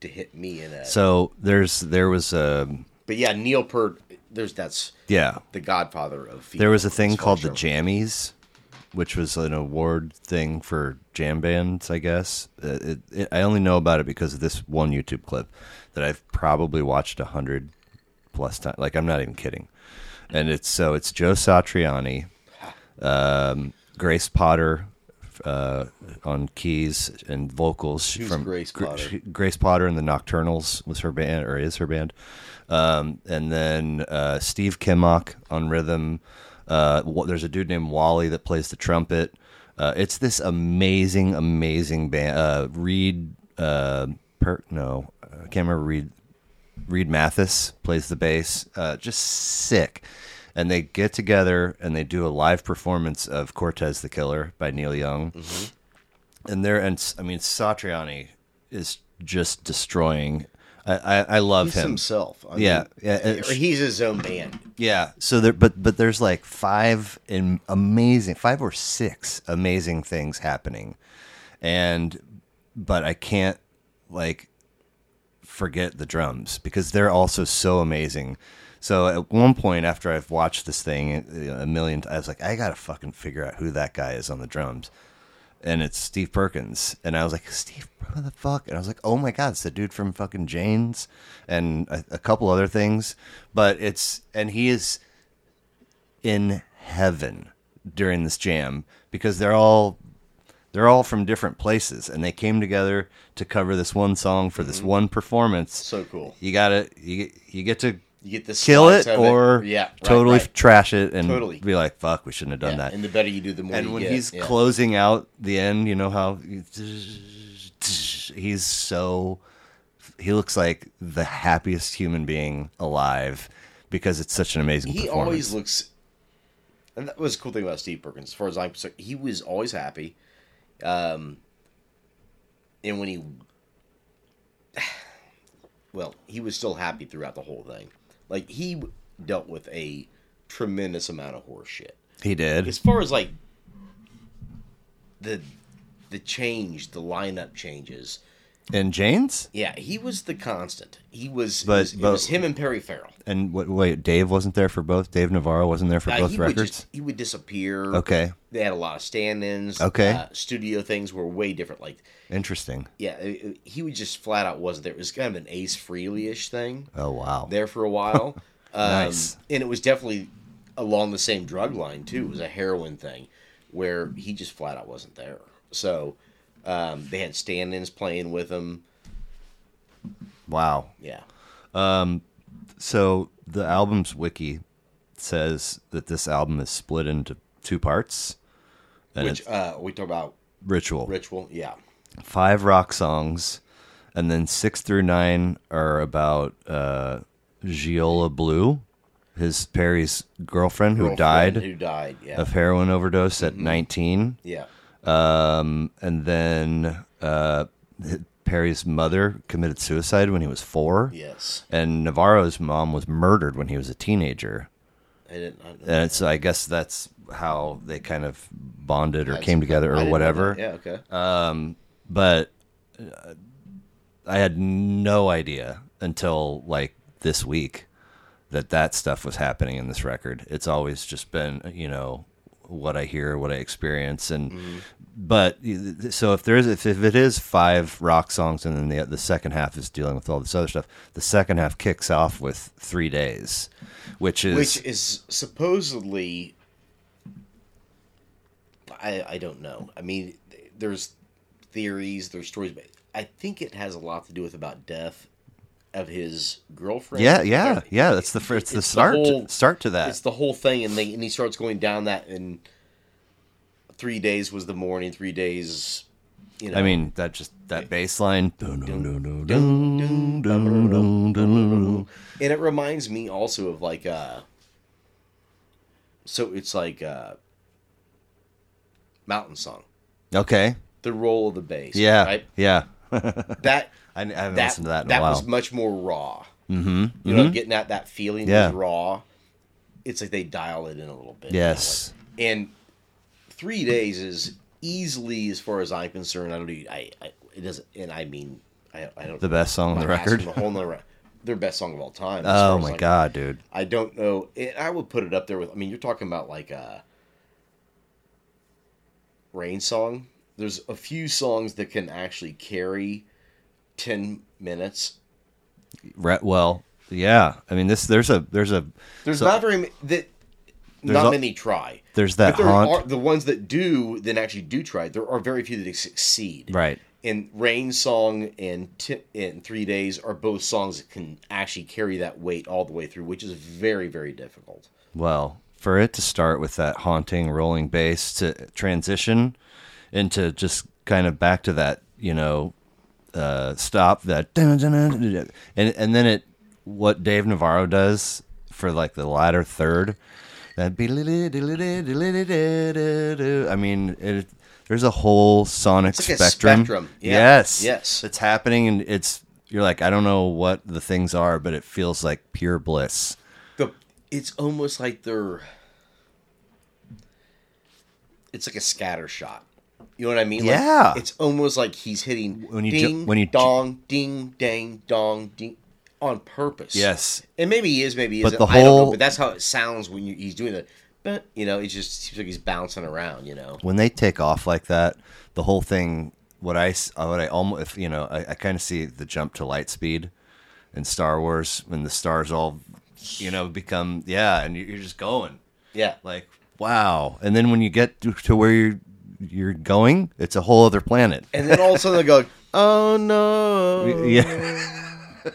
Speaker 1: to hit me in a.
Speaker 2: So there's there was a
Speaker 1: but yeah, Neil Peart, there's that's
Speaker 2: yeah.
Speaker 1: the godfather of. Feel,
Speaker 2: There was a thing
Speaker 1: as far
Speaker 2: called
Speaker 1: as
Speaker 2: the
Speaker 1: I'm-
Speaker 2: Jammies, which was an award thing for jam bands, I guess. Uh, It, it, I only know about it because of this one YouTube clip that I've probably watched a hundred plus times. Like I'm not even kidding. And it's so it's Joe Satriani, um, Grace Potter uh, on keys and vocals
Speaker 1: Who's
Speaker 2: from
Speaker 1: Grace
Speaker 2: Gr-
Speaker 1: Potter?
Speaker 2: she- Grace Potter and the Nocturnals was her band or is her band, um, and then uh, Steve Kimmock on rhythm. Uh, wa- there's a dude named Wally that plays the trumpet. Uh, it's this amazing, amazing band. Uh, Reed uh, Perk, no, I can't remember Reed Reed Mathis plays the bass. Uh, just sick. And they get together and they do a live performance of Cortez the Killer by Neil Young. And they're and I mean Satriani is just destroying. I I, I love
Speaker 1: He's
Speaker 2: him.
Speaker 1: himself. I
Speaker 2: Yeah,
Speaker 1: mean,
Speaker 2: yeah, it's-
Speaker 1: or he's his own band.
Speaker 2: Yeah. So there, but but there's like five in amazing, five or six amazing things happening, and but I can't like forget the drums because they're also so amazing. So at one point after I've watched this thing uh, a million, times, I was like, I gotta fucking figure out who that guy is on the drums. And it's Steve Perkins, and I was like, Steve, who the fuck? And I was like, oh my god, it's the dude from fucking Jane's, and a, a couple other things. But it's and he is in heaven during this jam because they're all they're all from different places and they came together to cover this one song for this one performance
Speaker 1: Mm-hmm. So cool.
Speaker 2: you gotta you, you get to
Speaker 1: You get the
Speaker 2: kill it
Speaker 1: slice of
Speaker 2: or
Speaker 1: yeah, right,
Speaker 2: totally
Speaker 1: right.
Speaker 2: trash it and
Speaker 1: Totally.
Speaker 2: be like fuck we shouldn't have done
Speaker 1: Yeah,
Speaker 2: that
Speaker 1: And the better you do, the more.
Speaker 2: and
Speaker 1: you
Speaker 2: when
Speaker 1: get,
Speaker 2: he's
Speaker 1: yeah.
Speaker 2: closing out the end you know how he's so he looks like the happiest human being alive because it's such an amazing
Speaker 1: he
Speaker 2: performance
Speaker 1: always looks and that was a cool thing about steve perkins as far as i'm concerned he was always happy um and when he well he was still happy throughout the whole thing like he dealt with a tremendous amount of horse shit
Speaker 2: he did
Speaker 1: as far as like the the change the lineup changes
Speaker 2: and jane's
Speaker 1: yeah he was the constant he was
Speaker 2: But-
Speaker 1: it was, it
Speaker 2: but-
Speaker 1: was him and perry farrell
Speaker 2: and what wait dave wasn't there for both dave navarro wasn't there for
Speaker 1: Uh,
Speaker 2: both
Speaker 1: he
Speaker 2: records
Speaker 1: Would just, he would disappear.
Speaker 2: Okay.
Speaker 1: They had a lot of stand-ins.
Speaker 2: Okay.
Speaker 1: Uh, studio things were way different. Like,
Speaker 2: interesting
Speaker 1: yeah, it- it- he would just flat out wasn't there. It was kind of an Ace Frehley-ish thing
Speaker 2: oh wow
Speaker 1: there for a while.
Speaker 2: Nice.
Speaker 1: Um, and it was definitely along the same drug line too. It was a heroin thing where he just flat out wasn't there. So um, they had stand-ins playing with him.
Speaker 2: wow
Speaker 1: Yeah.
Speaker 2: So the album's wiki says that this album is split into two parts. And
Speaker 1: Which
Speaker 2: it's
Speaker 1: uh, we talk about
Speaker 2: ritual.
Speaker 1: ritual. Yeah.
Speaker 2: Five rock songs, and then six through nine are about uh, Giola Blue, his Perry's girlfriend, who
Speaker 1: Girlfriend
Speaker 2: died
Speaker 1: Who died? Yeah.
Speaker 2: of heroin overdose at 19.
Speaker 1: yeah.
Speaker 2: Um, and then uh, Perry's mother committed suicide when he was four.
Speaker 1: Yes.
Speaker 2: And Navarro's mom was murdered when he was a teenager.
Speaker 1: I didn't. I didn't know
Speaker 2: and so I guess that's how they kind of bonded or came together
Speaker 1: I
Speaker 2: or
Speaker 1: didn't know
Speaker 2: whatever.
Speaker 1: that. Yeah. Okay.
Speaker 2: But uh, I had no idea until like this week that that stuff was happening in this record. It's always just been you know what I hear, what I experience, and but so if there is if, if it is five rock songs and then the the second half is dealing with all this other stuff, the second half kicks off with three days, which is
Speaker 1: which is supposedly I, I don't know i mean th- there's theories there's stories but i think it has a lot to do with about death of his girlfriend
Speaker 2: Yeah, yeah,
Speaker 1: Or-
Speaker 2: yeah. That's the fir- it's, the
Speaker 1: it's the
Speaker 2: start
Speaker 1: whole-
Speaker 2: start to that.
Speaker 1: it's the whole thing and, they, and he starts going down that and three days was the morning three days you know
Speaker 2: I mean, that just that bass line. Dun, dun, dun, dun, dun, dun, dun, dun.
Speaker 1: and it reminds me also of like uh so it's like uh mountain song
Speaker 2: Okay,
Speaker 1: the roll of the bass
Speaker 2: yeah,
Speaker 1: right
Speaker 2: yeah.
Speaker 1: that
Speaker 2: I, I haven't
Speaker 1: that
Speaker 2: listened to that in a
Speaker 1: that
Speaker 2: while.
Speaker 1: was much more raw. Mm-hmm. You know, getting at that feeling
Speaker 2: Yeah.
Speaker 1: was raw. It's like they dial it in a little bit.
Speaker 2: Yes.
Speaker 1: you know, like- and three days is easily, as far as I'm concerned, I don't. e- I, I it doesn't, and I mean, I, I don't.
Speaker 2: The best song on
Speaker 1: I'm
Speaker 2: the
Speaker 1: asking
Speaker 2: record?
Speaker 1: The whole nother, their best song of all time. as far
Speaker 2: oh
Speaker 1: as,
Speaker 2: my
Speaker 1: like,
Speaker 2: god, dude.
Speaker 1: I don't know. It, I would put it up there with. I mean, you're talking about like a rain song. There's a few songs that can actually carry ten minutes.
Speaker 2: Re- well, yeah. I mean, this there's a there's a
Speaker 1: There's
Speaker 2: so-
Speaker 1: not very m- that. Not
Speaker 2: al-
Speaker 1: many try.
Speaker 2: there's that
Speaker 1: But there
Speaker 2: haunt.
Speaker 1: Are, the ones that do, then actually do try. There are very few that succeed.
Speaker 2: right.
Speaker 1: And rain song and t- and three days are both songs that can actually carry that weight all the way through, which is very very difficult.
Speaker 2: Well, for it to start with that haunting rolling bass to transition into just kind of back to that, you know, uh, stop that, dun- dun- dun- dun- dun- and and then it what Dave Navarro does for like the latter third. That be I mean, it, there's a whole sonic
Speaker 1: It's like a
Speaker 2: spectrum.
Speaker 1: spectrum. Yeah.
Speaker 2: Yes,
Speaker 1: Yes.
Speaker 2: it's happening, and it's you're like, I don't know what the things are, but it feels like pure bliss.
Speaker 1: The it's almost like they're it's like a scatter shot. You know what I mean? Like,
Speaker 2: Yeah.
Speaker 1: It's almost like he's hitting
Speaker 2: When you ju-
Speaker 1: ding
Speaker 2: when you ju-
Speaker 1: dong ding dang dong ding on purpose.
Speaker 2: Yes,
Speaker 1: And maybe he is, maybe he
Speaker 2: But
Speaker 1: isn't.
Speaker 2: the
Speaker 1: I don't know,
Speaker 2: whole-
Speaker 1: but that's how it sounds when you, he's doing that. But you know, it just seems like he's bouncing around. You know,
Speaker 2: when they take off like that, the whole thing. What I s- what I almost if you know I, I kind of see the jump to light speed in Star Wars when the stars all you know become yeah, and you- you're just going
Speaker 1: yeah,
Speaker 2: like wow, and then when you get to, to where you're you're going, it's a whole other planet.
Speaker 1: and then all of a sudden they go, "Oh no!"
Speaker 2: Yeah, um,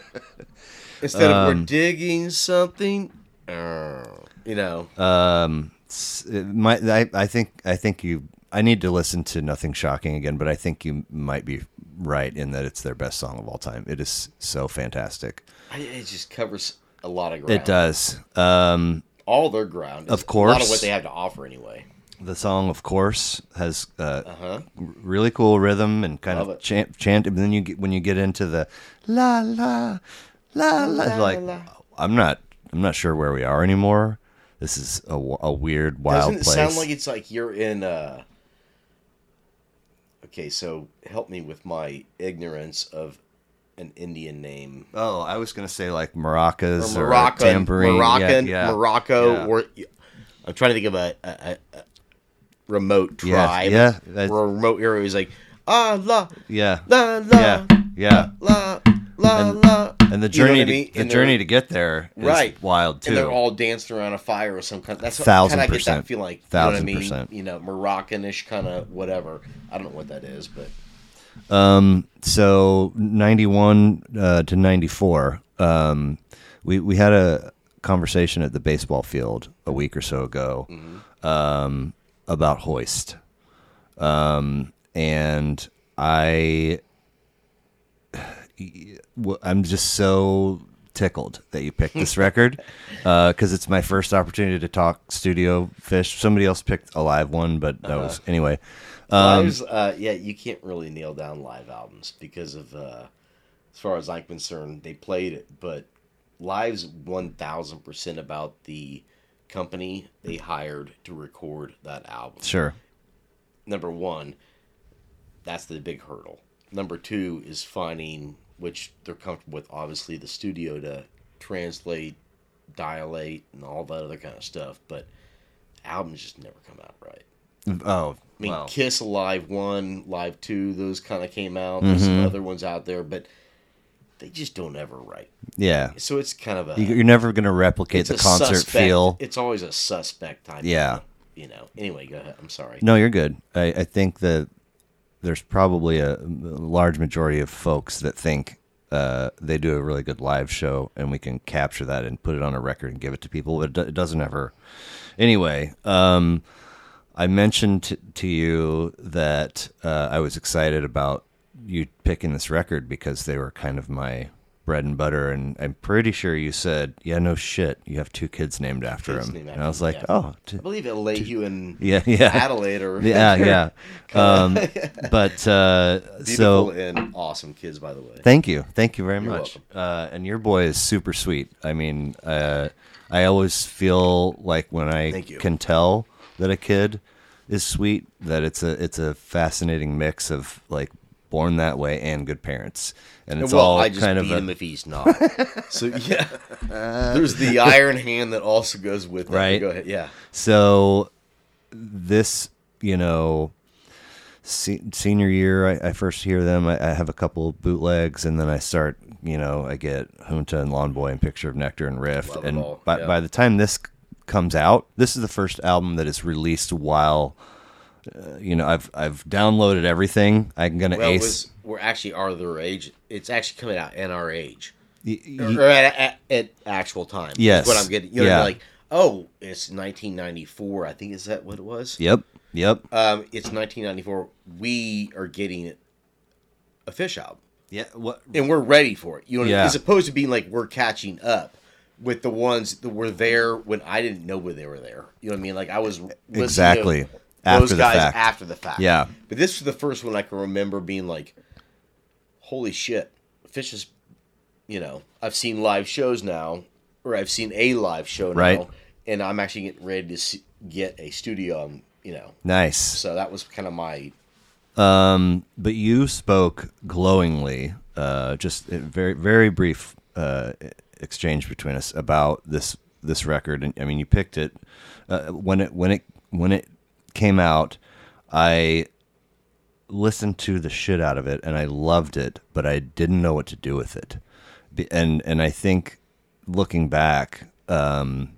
Speaker 1: Instead of we're digging something, uh, you know,
Speaker 2: It's- it might- I, I think I think you. I need to listen to Nothing Shocking again, but I think you might be right in that it's their best song of all time. It is so fantastic.
Speaker 1: I, it just covers a lot of ground.
Speaker 2: It does. Um,
Speaker 1: all their
Speaker 2: Of
Speaker 1: ground, a lot of
Speaker 2: course.
Speaker 1: what they have to offer anyway.
Speaker 2: the song, of course, has uh,
Speaker 1: Uh-huh.
Speaker 2: r- really cool rhythm and kind
Speaker 1: Love
Speaker 2: of
Speaker 1: it.
Speaker 2: chant, chant. And then you get when you get into the la la la la,
Speaker 1: La,
Speaker 2: like
Speaker 1: la.
Speaker 2: I'm not I'm not sure where we are anymore. This is a, w- a weird, wild
Speaker 1: Doesn't it
Speaker 2: place.
Speaker 1: sound like it's like you're in? uh Okay, so help me with my ignorance of an Indian name.
Speaker 2: oh, I was gonna say like maracas or,
Speaker 1: or Moroccan,
Speaker 2: tambourine, Yeah,
Speaker 1: Moroccan,
Speaker 2: yeah.
Speaker 1: Morocco,
Speaker 2: Yeah.
Speaker 1: or I'm trying to think of a, a, a- a remote
Speaker 2: Yeah,
Speaker 1: tribe,
Speaker 2: yeah, that's-
Speaker 1: or a remote area. He's like ah la
Speaker 2: yeah,
Speaker 1: la la
Speaker 2: yeah, yeah.
Speaker 1: la la
Speaker 2: And-
Speaker 1: la,
Speaker 2: And the
Speaker 1: You know
Speaker 2: journey,
Speaker 1: what I
Speaker 2: to,
Speaker 1: mean?
Speaker 2: the
Speaker 1: And they're-
Speaker 2: journey to get there is
Speaker 1: Right.
Speaker 2: wild too.
Speaker 1: and they're all dancing around a fire or some kind. That's kind
Speaker 2: Thousand
Speaker 1: of I get that
Speaker 2: percent.
Speaker 1: feel like
Speaker 2: Thousand
Speaker 1: you know what I mean.
Speaker 2: percent.
Speaker 1: You know, Moroccanish kind of whatever. I don't know what that is, but
Speaker 2: so 91 uh, to 94 um, we, we had a conversation at the baseball field a week or so ago um, about hoist um, and i w- i'm just so tickled that you picked this record because it's my first opportunity to talk studio fish somebody else picked a live one but that was anyway Um,
Speaker 1: Lives, uh, yeah, you can't really nail down live albums because of, uh, as far as I'm concerned, they played it, but Live's 1000% about the company they hired to record that album.
Speaker 2: sure
Speaker 1: Number one, that's the big hurdle. Number two is finding, which they're comfortable with, obviously, the studio to translate, dilate, and all that other kind of stuff, but albums just never come out right.
Speaker 2: oh
Speaker 1: I mean,
Speaker 2: wow.
Speaker 1: Kiss Live One, Live Two, those kind of came out. There's some
Speaker 2: Mm-hmm.
Speaker 1: other ones out there, but they just don't ever write.
Speaker 2: yeah
Speaker 1: So it's kind of a
Speaker 2: You- You're never going to replicate
Speaker 1: it's
Speaker 2: the
Speaker 1: a
Speaker 2: concert
Speaker 1: suspect-
Speaker 2: feel.
Speaker 1: It's always a suspect type. of
Speaker 2: Yeah.
Speaker 1: thing, you know. Anyway, go ahead. I'm sorry.
Speaker 2: No, you're good. I, I think that there's probably a, a large majority of folks that think uh, they do a really good live show and we can capture that and put it on a record and give it to people, but it, do- it doesn't ever. Anyway, um, I mentioned t- to you that uh, I was excited about you picking this record because they were kind of my bread and butter and I'm pretty sure you said, "Yeah, no shit, you have two kids named after
Speaker 1: Kids
Speaker 2: him."
Speaker 1: named
Speaker 2: and
Speaker 1: after
Speaker 2: I was
Speaker 1: him,
Speaker 2: like,
Speaker 1: yeah.
Speaker 2: "Oh, t-
Speaker 1: I believe it'll lay you in
Speaker 2: yeah, yeah."
Speaker 1: Adelaide or
Speaker 2: yeah, yeah. Um, but uh,
Speaker 1: Beautiful
Speaker 2: so
Speaker 1: and awesome kids, by the way.
Speaker 2: thank you, thank you very much.
Speaker 1: welcome.
Speaker 2: Uh, and your boy is super sweet. I mean, uh, I always feel like when I
Speaker 1: Thank you.
Speaker 2: can tell that a kid is sweet, that it's a it's a fascinating mix of like born that way and good parents, and it's
Speaker 1: well,
Speaker 2: all
Speaker 1: I just
Speaker 2: kind
Speaker 1: beat
Speaker 2: of
Speaker 1: him
Speaker 2: a,
Speaker 1: if he's not. so yeah, there's the iron hand that also goes with that.
Speaker 2: Right.
Speaker 1: Go ahead. Yeah.
Speaker 2: So this, you know, se- senior year, I, I first hear them. I, I have a couple bootlegs, and then I start, you know, I get Junta and Lawn Boy and Picture of Nectar and Riff.
Speaker 1: Love 'em
Speaker 2: and
Speaker 1: all,
Speaker 2: by,
Speaker 1: yeah.
Speaker 2: by the time this c- comes out, this is the first album that is released while. uh, You know, I've I've downloaded everything. I'm gonna
Speaker 1: Well, it
Speaker 2: ace.
Speaker 1: was, we're actually are their age. It's actually coming out in our age.
Speaker 2: y-
Speaker 1: or,
Speaker 2: y-
Speaker 1: or at, at, at actual time. is
Speaker 2: Yes.
Speaker 1: what I'm getting. You know,
Speaker 2: Yeah.
Speaker 1: like oh, it's 1994. I think is that what it was.
Speaker 2: yep, yep,
Speaker 1: Um, it's 1994. We are getting a fish album.
Speaker 2: Yeah. What?
Speaker 1: and we're ready for it. You know, what I mean?
Speaker 2: Yeah.
Speaker 1: as opposed to being like we're catching up with the ones that were there when I didn't know when they were there. You know what I mean? Like I was listening to
Speaker 2: Exactly.
Speaker 1: those
Speaker 2: After the
Speaker 1: guys
Speaker 2: fact.
Speaker 1: after the fact.
Speaker 2: Yeah.
Speaker 1: but this was the first one I can remember being like, "Holy shit, Fish is," you know, I've seen live shows now, or I've seen a live show now,
Speaker 2: Right.
Speaker 1: and I'm actually getting ready to see, get a studio. um, You know,
Speaker 2: Nice.
Speaker 1: so that was kind of my
Speaker 2: But you spoke glowingly, uh, just a very very brief uh, exchange between us about this this record. And I mean, you picked it uh, when it when it when it came out. I listened to the shit out of it, and I loved it, but I didn't know what to do with it. Be- And and I think looking back, um,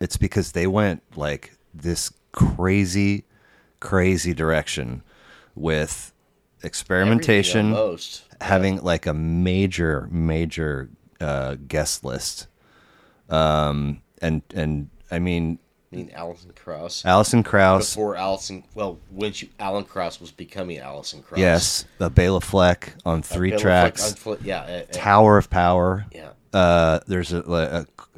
Speaker 2: it's because they went like this crazy, crazy direction with experimentation,
Speaker 1: Almost.
Speaker 2: having like a major, major uh, guest list. Um, and and I mean,
Speaker 1: I mean, Alison Krauss.
Speaker 2: Alison Krauss,
Speaker 1: before Allison. Well, when she, Alan Cross was becoming Allison Cross.
Speaker 2: yes, uh, Bela Fleck on three tracks,
Speaker 1: yeah. eh, eh,
Speaker 2: Tower of Power.
Speaker 1: yeah.
Speaker 2: Uh, there's a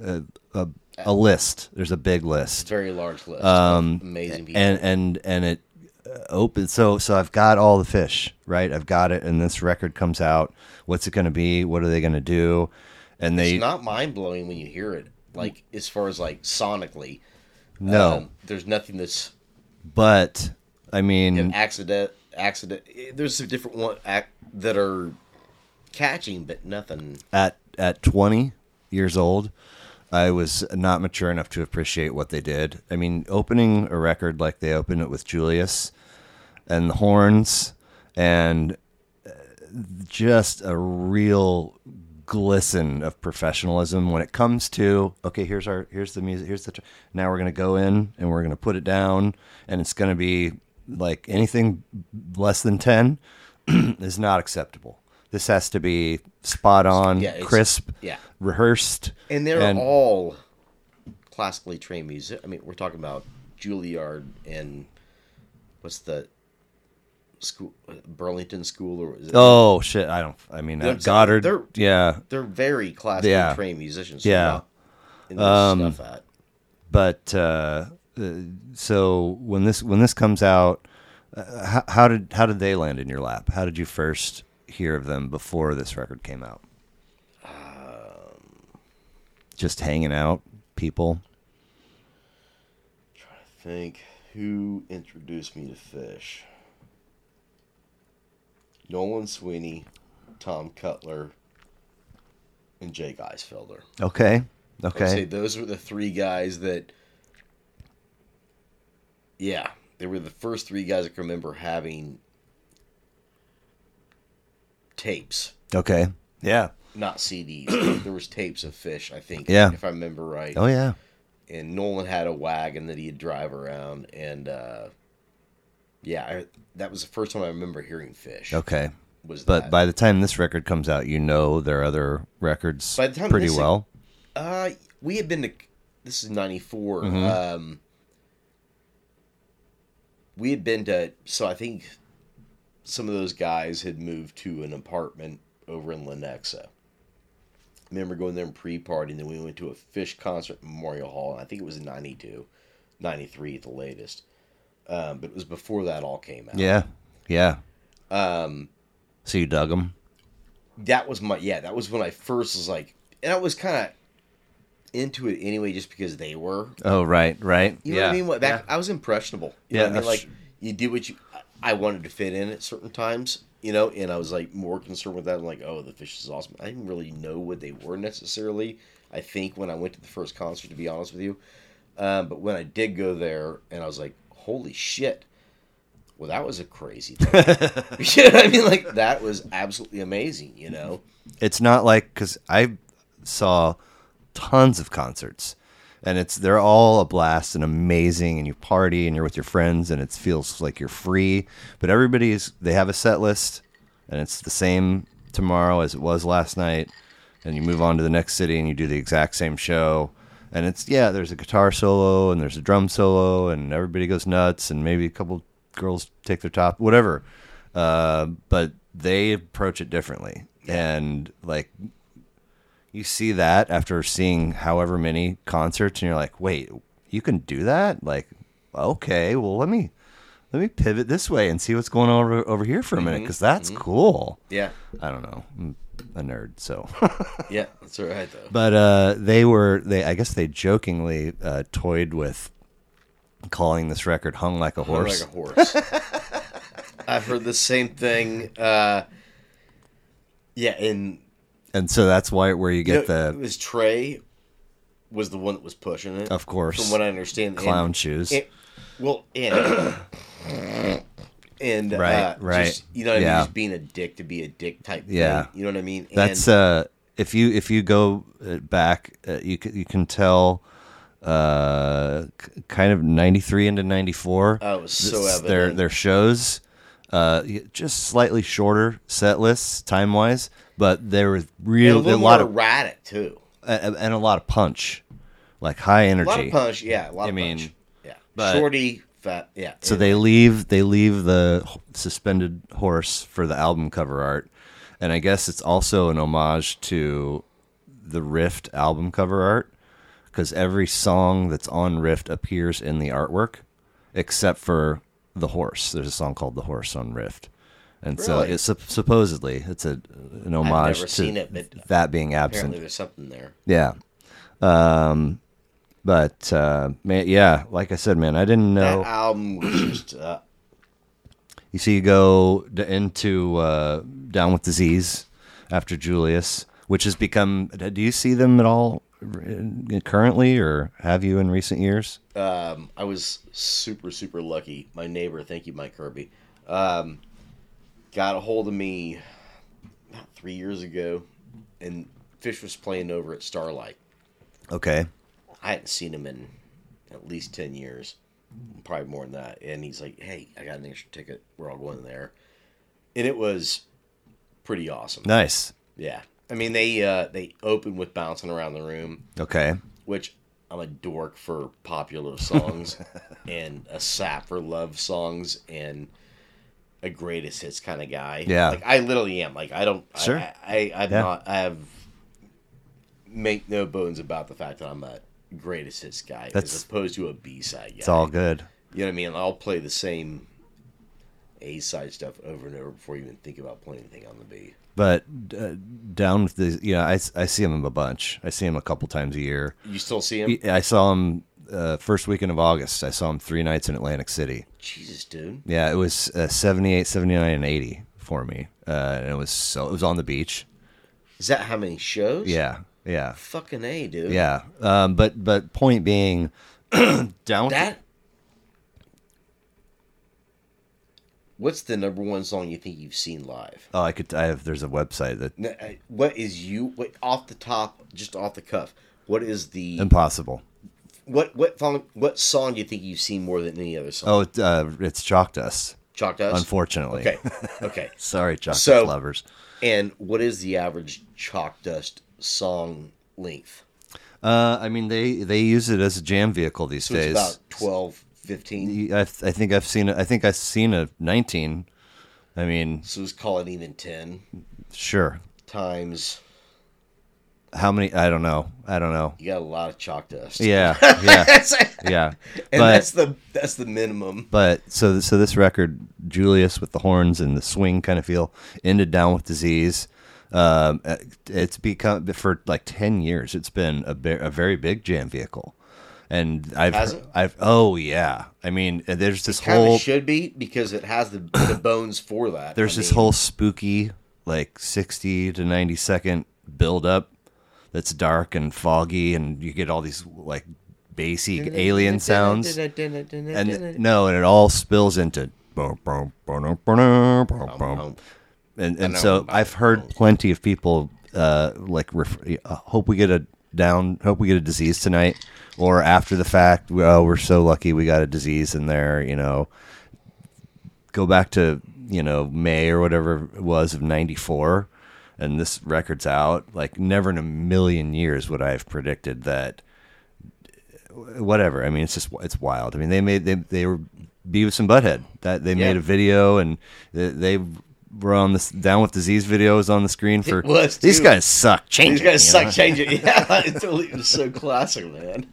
Speaker 2: a, a a a list. There's a big list.
Speaker 1: Very large list. Um, amazing. People.
Speaker 2: and and and it uh, opens so so i've got all the fish right i've got it and this record comes out what's it going to be what are they going to do and they
Speaker 1: it's not mind blowing when you hear it. Like as far as like sonically,
Speaker 2: no
Speaker 1: um, there's nothing that's
Speaker 2: but i mean
Speaker 1: accident. Accident. eh, There's some different one ac that are catching, but nothing.
Speaker 2: at at 20 years old i was not mature enough to appreciate what they did i mean opening a record like they opened it with julius and the horns and uh, just a real glisten of professionalism when it comes to okay here's our here's the music here's the tr- now we're going to go in and we're going to put it down and it's going to be like anything less than 10 is not acceptable this has to be spot on
Speaker 1: Yeah, it's-
Speaker 2: crisp
Speaker 1: yeah.
Speaker 2: rehearsed
Speaker 1: And they're all classically trained music. I mean, we're talking about Juilliard and what's the school Burlington School or is it,
Speaker 2: oh shit i don't i mean uh,
Speaker 1: I'm saying?
Speaker 2: goddard
Speaker 1: They're-
Speaker 2: yeah
Speaker 1: they're very classically
Speaker 2: Yeah.
Speaker 1: trained musicians.
Speaker 2: Yeah. Um,
Speaker 1: you know, and there's stuff at.
Speaker 2: but uh, uh, so when this when this comes out, uh, how, how did how did they land in your lap? How did you first hear of them before this record came out?
Speaker 1: Um,
Speaker 2: Just hanging out, people.
Speaker 1: I think who introduced me to Fish? Nolan Sweeney, Tom Cutler, and Jake Eisfelder.
Speaker 2: Okay,
Speaker 1: I'd say
Speaker 2: okay,
Speaker 1: those were the three guys that. Yeah, they were the first three guys I can remember having tapes,
Speaker 2: okay. Yeah.
Speaker 1: not CDs. but there was tapes of Fish, I think.
Speaker 2: Yeah.
Speaker 1: if I remember right.
Speaker 2: Oh yeah.
Speaker 1: And Nolan had a wagon that he'd drive around, and uh, yeah, I, that was the first time I remember hearing Fish.
Speaker 2: Okay.
Speaker 1: Was
Speaker 2: But
Speaker 1: that.
Speaker 2: by the time this record comes out, you know their other records
Speaker 1: By the time
Speaker 2: pretty
Speaker 1: this-
Speaker 2: well.
Speaker 1: Uh, we had been to. This is '94. Um, we had been to. So I think some of those guys had moved to an apartment over in Lenexa. I remember going there and pre-party, and then we went to a fish concert at Memorial Hall. And I think it was in '92, '93 at the latest. Um, but it was before that all came out.
Speaker 2: Yeah. Yeah. Um. So you dug them.
Speaker 1: that was my yeah that was when i first was like and i was kind of into it anyway just because they were
Speaker 2: Oh right, right.
Speaker 1: You know
Speaker 2: yeah.
Speaker 1: what I mean? What back I was impressionable. You
Speaker 2: Yeah,
Speaker 1: know what I mean?
Speaker 2: that's-
Speaker 1: Like you do what you I- I wanted to fit in at certain times, you know, and I was like more concerned with that. I'm like, oh, the fish is awesome. I didn't really know what they were necessarily. I think when I went to the first concert, to be honest with you, um, but when I did go there, and I was like, holy shit. Well, that was a crazy thing. you know what I mean? Like, that was absolutely amazing, you know?
Speaker 2: it's not like because I saw tons of concerts, and it's they're all a blast and amazing, and you party and you're with your friends, and it feels like you're free. But everybody's they have a set list, and it's the same tomorrow as it was last night, and you move on to the next city and you do the exact same show. And it's yeah, there's a guitar solo and there's a drum solo and everybody goes nuts and maybe a couple girls take their top, whatever. Uh, but they approach it differently. And like you see that after seeing however many concerts and you're like, "Wait, you can do that?" Like, "Okay, well, let me let me pivot this way and see what's going on over, over here for a
Speaker 1: Mm-hmm.
Speaker 2: minute cuz that's cool."
Speaker 1: Yeah,
Speaker 2: I don't know. I'm a nerd, so
Speaker 1: yeah, that's all right though.
Speaker 2: but uh, they were they I guess they jokingly uh, toyed with calling this record "Hung Like a
Speaker 1: I'm
Speaker 2: Horse."
Speaker 1: like a horse. I've heard the same thing. Uh, yeah, and
Speaker 2: and so that's why where you get
Speaker 1: No,
Speaker 2: the
Speaker 1: it was Trey was the one that was pushing it.
Speaker 2: Of course.
Speaker 1: From what I understand.
Speaker 2: clown
Speaker 1: and-
Speaker 2: shoes.
Speaker 1: and- well, and and uh,
Speaker 2: Right, right.
Speaker 1: just, you know what I
Speaker 2: Yeah.
Speaker 1: mean? Just being a dick to be a dick type
Speaker 2: Yeah.
Speaker 1: thing. You know what I mean?
Speaker 2: That's
Speaker 1: and,
Speaker 2: uh, if you if you go uh, back, uh, you c- you can tell uh k- kind of 93 into 94
Speaker 1: Oh, it was so
Speaker 2: This- their
Speaker 1: evident.
Speaker 2: their shows uh y- just slightly shorter set lists time wise but there was
Speaker 1: and a
Speaker 2: real a,
Speaker 1: little more
Speaker 2: lot of
Speaker 1: erratic too.
Speaker 2: a- and a lot of punch like high energy
Speaker 1: A lot of punch. Yeah, a lot
Speaker 2: I
Speaker 1: of
Speaker 2: mean,
Speaker 1: punch. Yeah,
Speaker 2: but-
Speaker 1: shorty, fat. Yeah.
Speaker 2: So they leave they leave the h- suspended horse for the album cover art, and I guess it's also an homage to the Rift album cover art because every song that's on Rift appears in the artwork, except for the horse. There's a song called "The Horse" on Rift, and so
Speaker 1: Really?
Speaker 2: it's sup- supposedly it's a an homage
Speaker 1: never
Speaker 2: to
Speaker 1: seen it, but
Speaker 2: that being absent.
Speaker 1: apparently there's something there.
Speaker 2: Yeah. Um, but uh, man, yeah, like I said, man, I didn't know.
Speaker 1: That album was just uh,
Speaker 2: You see, you go d- into uh, Down with Disease after Julius, which has become. Do you see them at all r- currently, or have you in recent years?
Speaker 1: um, I was super, super lucky. My neighbor, thank you, Mike Kirby, um, got a hold of me about three years ago, and Fish was playing over at Starlight.
Speaker 2: Okay,
Speaker 1: I hadn't seen him in at least 10 years, probably more than that. And he's like, hey, I got an extra ticket. We're all going there. And it was pretty awesome.
Speaker 2: nice.
Speaker 1: Yeah. I mean, they uh, they opened with Bouncing Around the Room
Speaker 2: Okay,
Speaker 1: which I'm a dork for popular songs and a sap for love songs and a greatest hits kind of guy.
Speaker 2: Yeah.
Speaker 1: like I literally am. Like I don't.
Speaker 2: Sure.
Speaker 1: I, I, I I'm
Speaker 2: Yeah.
Speaker 1: not. I have make no bones about the fact that I'm a greatest hits guy
Speaker 2: That's-
Speaker 1: as opposed to a B side guy.
Speaker 2: it's all good.
Speaker 1: You know what I mean? I'll play the same A side stuff over and over before you even think about playing anything on the B.
Speaker 2: But uh, Down with the yeah, I, s- I see them a bunch. I see them a couple times a year.
Speaker 1: You still see him?
Speaker 2: Y- I saw them uh, first weekend of August. I saw them three nights in Atlantic City.
Speaker 1: Jesus, dude.
Speaker 2: Yeah, it was uh, 78, 79, and 80 for me. Uh, and it was so it was on the beach.
Speaker 1: Is that how many shows?
Speaker 2: Yeah, yeah,
Speaker 1: Fucking A, dude.
Speaker 2: yeah. Um, but but point being, down with
Speaker 1: That. What's the number one song you think you've seen live?
Speaker 2: The, oh, I could. I have. There's a website that
Speaker 1: N- uh, What is you what, off the top, just off the cuff? What is the
Speaker 2: Um, impossible.
Speaker 1: what what song what song do you think you've seen more than any other song?
Speaker 2: Oh, it, uh, it's chalk dust.
Speaker 1: Chalk Dust.
Speaker 2: Unfortunately.
Speaker 1: Okay, okay.
Speaker 2: Sorry, chalk
Speaker 1: So-
Speaker 2: dust lovers.
Speaker 1: and what is the average Chalk Dust song length?
Speaker 2: Uh, I mean, they they use it as a jam vehicle these
Speaker 1: So
Speaker 2: days.
Speaker 1: it's about 12, 15.
Speaker 2: I, I think I've seen. a- I think I've seen a 19. I mean,
Speaker 1: So let's call it even ten
Speaker 2: sure.
Speaker 1: times.
Speaker 2: How many? I don't know. I don't know.
Speaker 1: You got a lot of Chalk Dust.
Speaker 2: Yeah, yeah,
Speaker 1: and
Speaker 2: yeah.
Speaker 1: that's the that's the minimum.
Speaker 2: But so so this record, Julius with the horns and the swing kind of feel, ended down with disease. Um, uh, it's become for like ten years. It's been a, be- a very big jam vehicle, and I've
Speaker 1: Has it?
Speaker 2: I've oh yeah. I mean, uh, there's this
Speaker 1: kind
Speaker 2: whole
Speaker 1: of should be because it has the, the bones for that.
Speaker 2: there's
Speaker 1: I
Speaker 2: this
Speaker 1: mean,
Speaker 2: whole spooky like sixty to ninety second build up that's dark and foggy, and you get all these like bassy alien sounds. and
Speaker 1: And
Speaker 2: no, and it all spills into.
Speaker 1: Um,
Speaker 2: And and so I've heard plenty of people uh, like ref- uh, hope we get a down, hope we get a disease tonight, or after the fact, we- oh, we're so lucky we got a disease in there. You know, go back to you know May or whatever it was of '94, and this record's out. Like never in a million years would I have predicted that. Whatever. I mean, it's just it's wild. I mean, they made they they were Beavis and Butthead that they made
Speaker 1: Yeah.
Speaker 2: a video and they, they were on this down with disease video was on the screen for
Speaker 1: It was,
Speaker 2: these
Speaker 1: too.
Speaker 2: guys suck. Change
Speaker 1: These guys
Speaker 2: it, you
Speaker 1: suck.
Speaker 2: know?
Speaker 1: Change it. Yeah, it's really- it was so classic, man.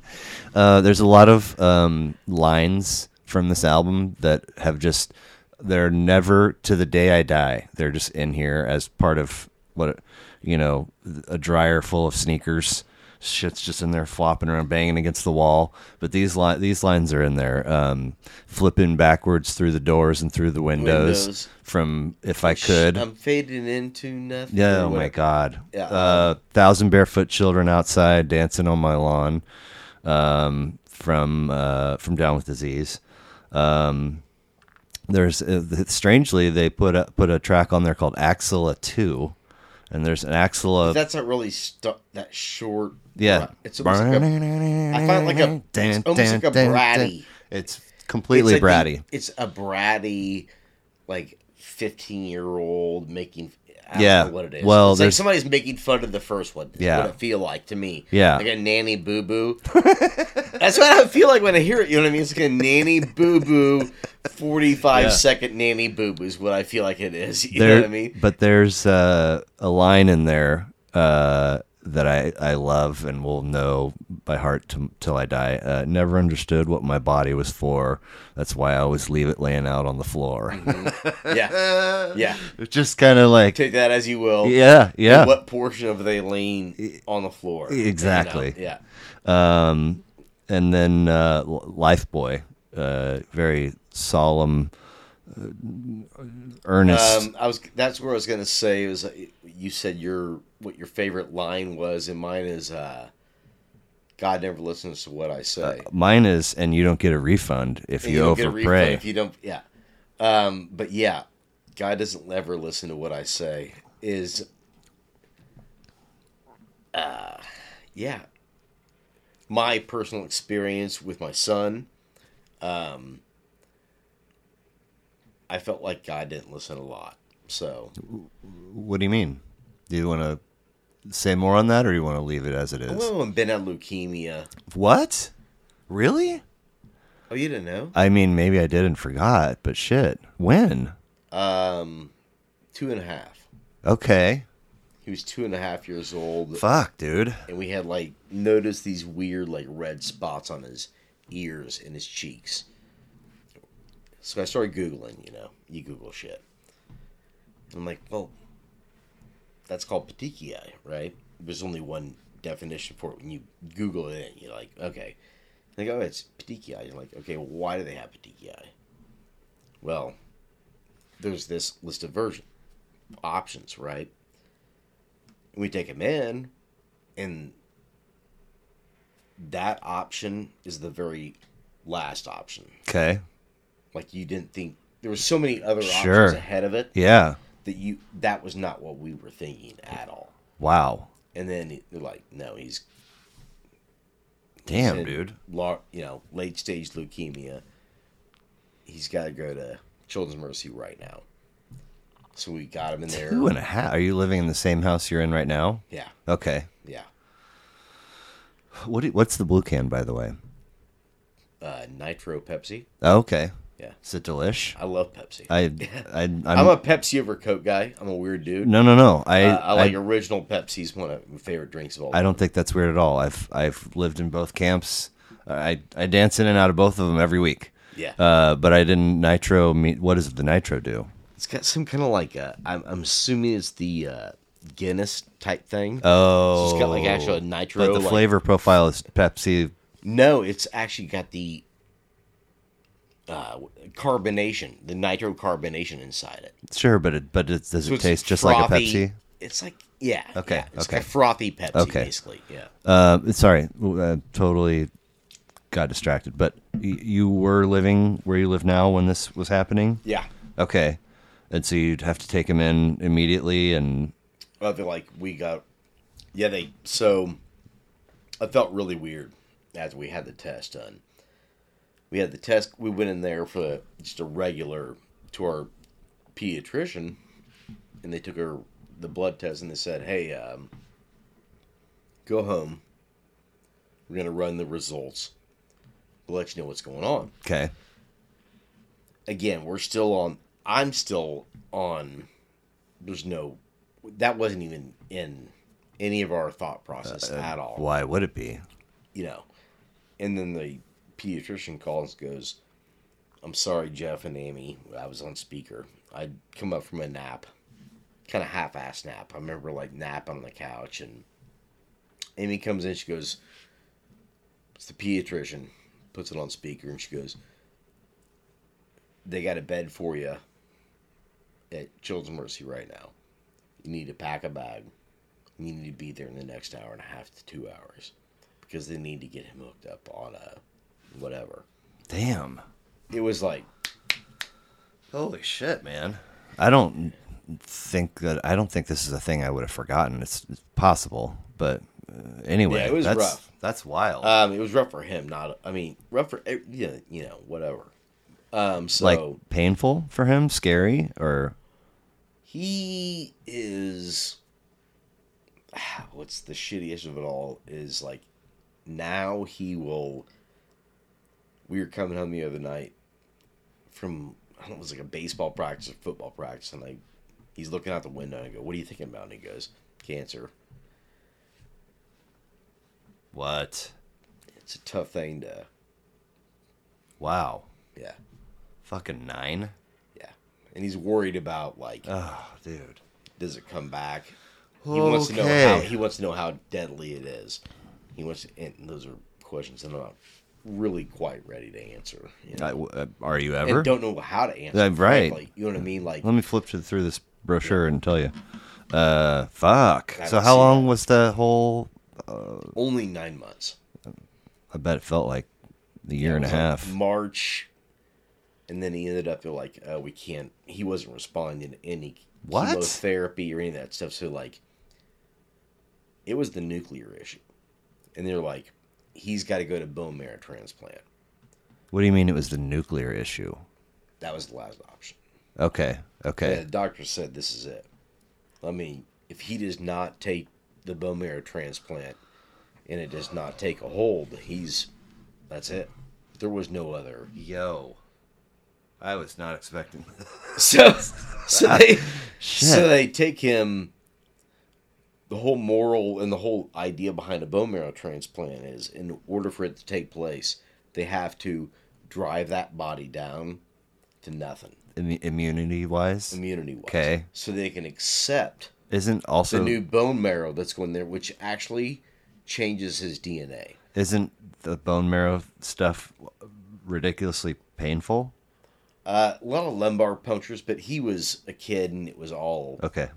Speaker 2: Uh, there's a lot of um, lines from this album that have just they're never to the day I die. They're just in here as part of what you know a dryer full of sneakers. Shit's just in there flopping around, banging against the wall. But these li- these lines are in there, um, flipping backwards through the doors and through the windows,
Speaker 1: Windows.
Speaker 2: from if I could.
Speaker 1: I'm fading into nothing.
Speaker 2: Yeah, oh
Speaker 1: What
Speaker 2: my
Speaker 1: a-
Speaker 2: god.
Speaker 1: Yeah.
Speaker 2: Uh, thousand barefoot children outside dancing on my lawn. Um, from uh, from Down with Disease. Um, there's uh, th- strangely they put a, put a track on there called Axela Two, and there's an Axela.
Speaker 1: That's not really stuck. That short.
Speaker 2: yeah,
Speaker 1: It's almost like a, I find like a- it's almost like a bratty.
Speaker 2: It's completely
Speaker 1: it's like the-
Speaker 2: bratty.
Speaker 1: it's a bratty, like fifteen year old making. I don't
Speaker 2: Yeah.
Speaker 1: know what it is.
Speaker 2: Well,
Speaker 1: it's like
Speaker 2: there's-
Speaker 1: somebody's making fun of the first one. is
Speaker 2: Yeah.
Speaker 1: what it feel like to me.
Speaker 2: Yeah.
Speaker 1: like a nanny boo boo. That's what I feel like when I hear it. You know what I mean? It's like a nanny boo boo, forty
Speaker 2: Yeah.
Speaker 1: five second nanny boo boo is what I feel like it is. You know
Speaker 2: There-
Speaker 1: what I mean?
Speaker 2: But there's uh, a line in there uh, that I, I love and will know by heart t- till I die. Uh, Never understood what my body was for. That's why I always leave it laying out on the floor.
Speaker 1: Yeah, yeah.
Speaker 2: It's just kind of like,
Speaker 1: Mm-hmm. Take that as you will.
Speaker 2: yeah, yeah. E
Speaker 1: What portion of they lean on the floor? you know?
Speaker 2: Exactly.
Speaker 1: Yeah.
Speaker 2: Um, and then uh, Life Boy, uh, very solemn, uh, earnest.
Speaker 1: Um, I was. That's where I was going to say is uh, you said your what your favorite line was, and mine is uh, "God never listens to what I say."
Speaker 2: Mine is, and you don't get a refund if
Speaker 1: And
Speaker 2: you,
Speaker 1: don't get a
Speaker 2: overpray.
Speaker 1: refund if you don't. Yeah. Um, but yeah, God doesn't ever listen to what I say. Is uh, yeah, my personal experience with my son. Um, I felt like God didn't listen a lot, so.
Speaker 2: What do you mean? Do you want to say more on that, or you want to leave it as it is?
Speaker 1: Well, and been on leukemia.
Speaker 2: What? Really?
Speaker 1: Oh, you didn't know?
Speaker 2: I mean, maybe I did and forgot, but shit. When?
Speaker 1: Um, two and a half.
Speaker 2: Okay.
Speaker 1: He was two and a half years old,
Speaker 2: Fuck, dude.
Speaker 1: and we had like noticed these weird like red spots on his ears and his cheeks. So I started googling. You know, you Google shit. And I'm like, well, that's called petechiae, right? There's only one definition for it. When you Google it, you're like, okay. They go, oh, it's petechiae. You're like, okay, why do they have petechiae? Well, there's this list of version options, right? We take them in, and that option is the very last option.
Speaker 2: Okay.
Speaker 1: Like you didn't think there were so many other
Speaker 2: Sure.
Speaker 1: options ahead of it
Speaker 2: Yeah.
Speaker 1: that you that was not what we were thinking at all.
Speaker 2: Wow.
Speaker 1: And then they're like, no, he's
Speaker 2: Damn,
Speaker 1: in
Speaker 2: dude.
Speaker 1: lar- you know, late stage leukemia. He's got to go to Children's Mercy right now. So we got him in there.
Speaker 2: Two and a half. Are you living in the same house you're in right now?
Speaker 1: yeah,
Speaker 2: Okay.
Speaker 1: yeah.
Speaker 2: What? Do, what's the blue can, by the way?
Speaker 1: Uh, Nitro Pepsi.
Speaker 2: Okay.
Speaker 1: Yeah,
Speaker 2: Is it delish?
Speaker 1: I love Pepsi. I,
Speaker 2: I. I. I'm,
Speaker 1: am a Pepsi over Coke guy. I'm a weird dude.
Speaker 2: no, no, no. I.
Speaker 1: Uh, I like
Speaker 2: I,
Speaker 1: original Pepsi's one of my favorite drinks of all.
Speaker 2: I
Speaker 1: time.
Speaker 2: don't think that's weird at all. I've I've lived in both camps. I I dance in and out of both of them every week.
Speaker 1: Yeah.
Speaker 2: Uh, but I didn't nitro. Meet, what does the nitro do?
Speaker 1: It's got some kind of like uh, I'm, I'm assuming it's the uh, Guinness type thing.
Speaker 2: Oh,
Speaker 1: So it's got like actual nitro.
Speaker 2: But the
Speaker 1: like-
Speaker 2: flavor profile is Pepsi.
Speaker 1: No, it's actually got the uh, carbonation, the nitro carbonation inside it.
Speaker 2: Sure, but it but it, does
Speaker 1: So
Speaker 2: it
Speaker 1: it's
Speaker 2: taste just like a
Speaker 1: frothy.
Speaker 2: Pepsi?
Speaker 1: It's like yeah.
Speaker 2: Okay,
Speaker 1: yeah, It's
Speaker 2: okay.
Speaker 1: like a frothy Pepsi,
Speaker 2: Okay.
Speaker 1: basically. Yeah.
Speaker 2: Uh, sorry, uh, totally got distracted. But y- you were living where you live now when this was happening.
Speaker 1: Yeah.
Speaker 2: Okay, and so you'd have to take him in immediately, and
Speaker 1: I feel like we got yeah they so I felt really weird after we had the test done. We had the test. We went in there for just a regular to our pediatrician, and they took her the blood test and they said, "Hey, um, go home. We're gonna run the results. We'll let you know what's going on."
Speaker 2: okay,
Speaker 1: again, we're still on. I'm still on there's no that wasn't even in any of our thought process at all.
Speaker 2: Why would it be?
Speaker 1: you know. And then the pediatrician calls and goes, I'm sorry, Jeff and Amy. I was on speaker. I'd come up from a nap, kind of half ass nap. I remember like napping on the couch, and Amy comes in. She goes, It's the pediatrician, puts it on speaker, and she goes, They got a bed for you at Children's Mercy right now. You need to pack a bag. You need to be there in the next hour and a half to two hours because they need to get him hooked up on a whatever.
Speaker 2: Damn.
Speaker 1: It was like,
Speaker 2: Holy shit, man. I don't think that I don't think this is a thing I would have forgotten. It's, it's possible, but uh, anyway,
Speaker 1: Yeah, it was
Speaker 2: that's
Speaker 1: rough.
Speaker 2: that's wild.
Speaker 1: um, it was rough for him. Not, I mean, rough for ev- yeah, you know, whatever. Um, so
Speaker 2: like painful for him, scary or
Speaker 1: he is. ah, What's the shittiest of it all is like, now he will. We were coming home the other night from I don't know, it was like a baseball practice or football practice, and I, he's looking out the window and I go, "What are you thinking about?" And he goes, "Cancer."
Speaker 2: what?
Speaker 1: It's a tough thing to,
Speaker 2: Wow.
Speaker 1: yeah.
Speaker 2: Fucking 9.
Speaker 1: Yeah. And he's worried about like
Speaker 2: Oh, dude.
Speaker 1: does it come back? He wants to know how he wants to know how deadly it is. He wants and those are questions that I'm not really quite ready to answer. You know?
Speaker 2: I- w- uh, are you ever?
Speaker 1: and don't know how to answer.
Speaker 2: Uh, right. Mm.
Speaker 1: frankly. You know what I mean? Like
Speaker 2: Let me flip to, through this brochure and tell you. Uh, fuck.
Speaker 1: I
Speaker 2: So
Speaker 1: don't
Speaker 2: how
Speaker 1: see
Speaker 2: long
Speaker 1: that.
Speaker 2: was the whole?
Speaker 1: only nine months.
Speaker 2: I bet it felt like a year and a
Speaker 1: It was, like,
Speaker 2: half.
Speaker 1: March. And then he ended up at, like, oh, we can't. He wasn't responding to any
Speaker 2: What?
Speaker 1: chemotherapy or any of that stuff. So like, it was the nuclear issue, and they're like, he's got to go to bone marrow transplant.
Speaker 2: What do you mean it was the nuclear issue?
Speaker 1: That was the last option.
Speaker 2: Okay.
Speaker 1: And the
Speaker 2: Okay.
Speaker 1: doctor said, this is it. I mean, if he does not take the bone marrow transplant, and it does not take a hold, he's that's it. There was no other.
Speaker 2: Yo. I was not expecting.
Speaker 1: So, so they, so
Speaker 2: Shit.
Speaker 1: they take him. The whole moral and the whole idea behind a bone marrow transplant is, in order for it to take place, they have to drive that body down to nothing,
Speaker 2: Im- immunity wise,
Speaker 1: immunity wise.
Speaker 2: Okay. Oh.
Speaker 1: So they can accept
Speaker 2: isn't
Speaker 1: the
Speaker 2: also
Speaker 1: new bone marrow that's going there, which actually changes his DNA.
Speaker 2: isn't the bone marrow stuff ridiculously painful?
Speaker 1: Uh, a lot of lumbar punctures, but he was a kid and it was all,
Speaker 2: Okay.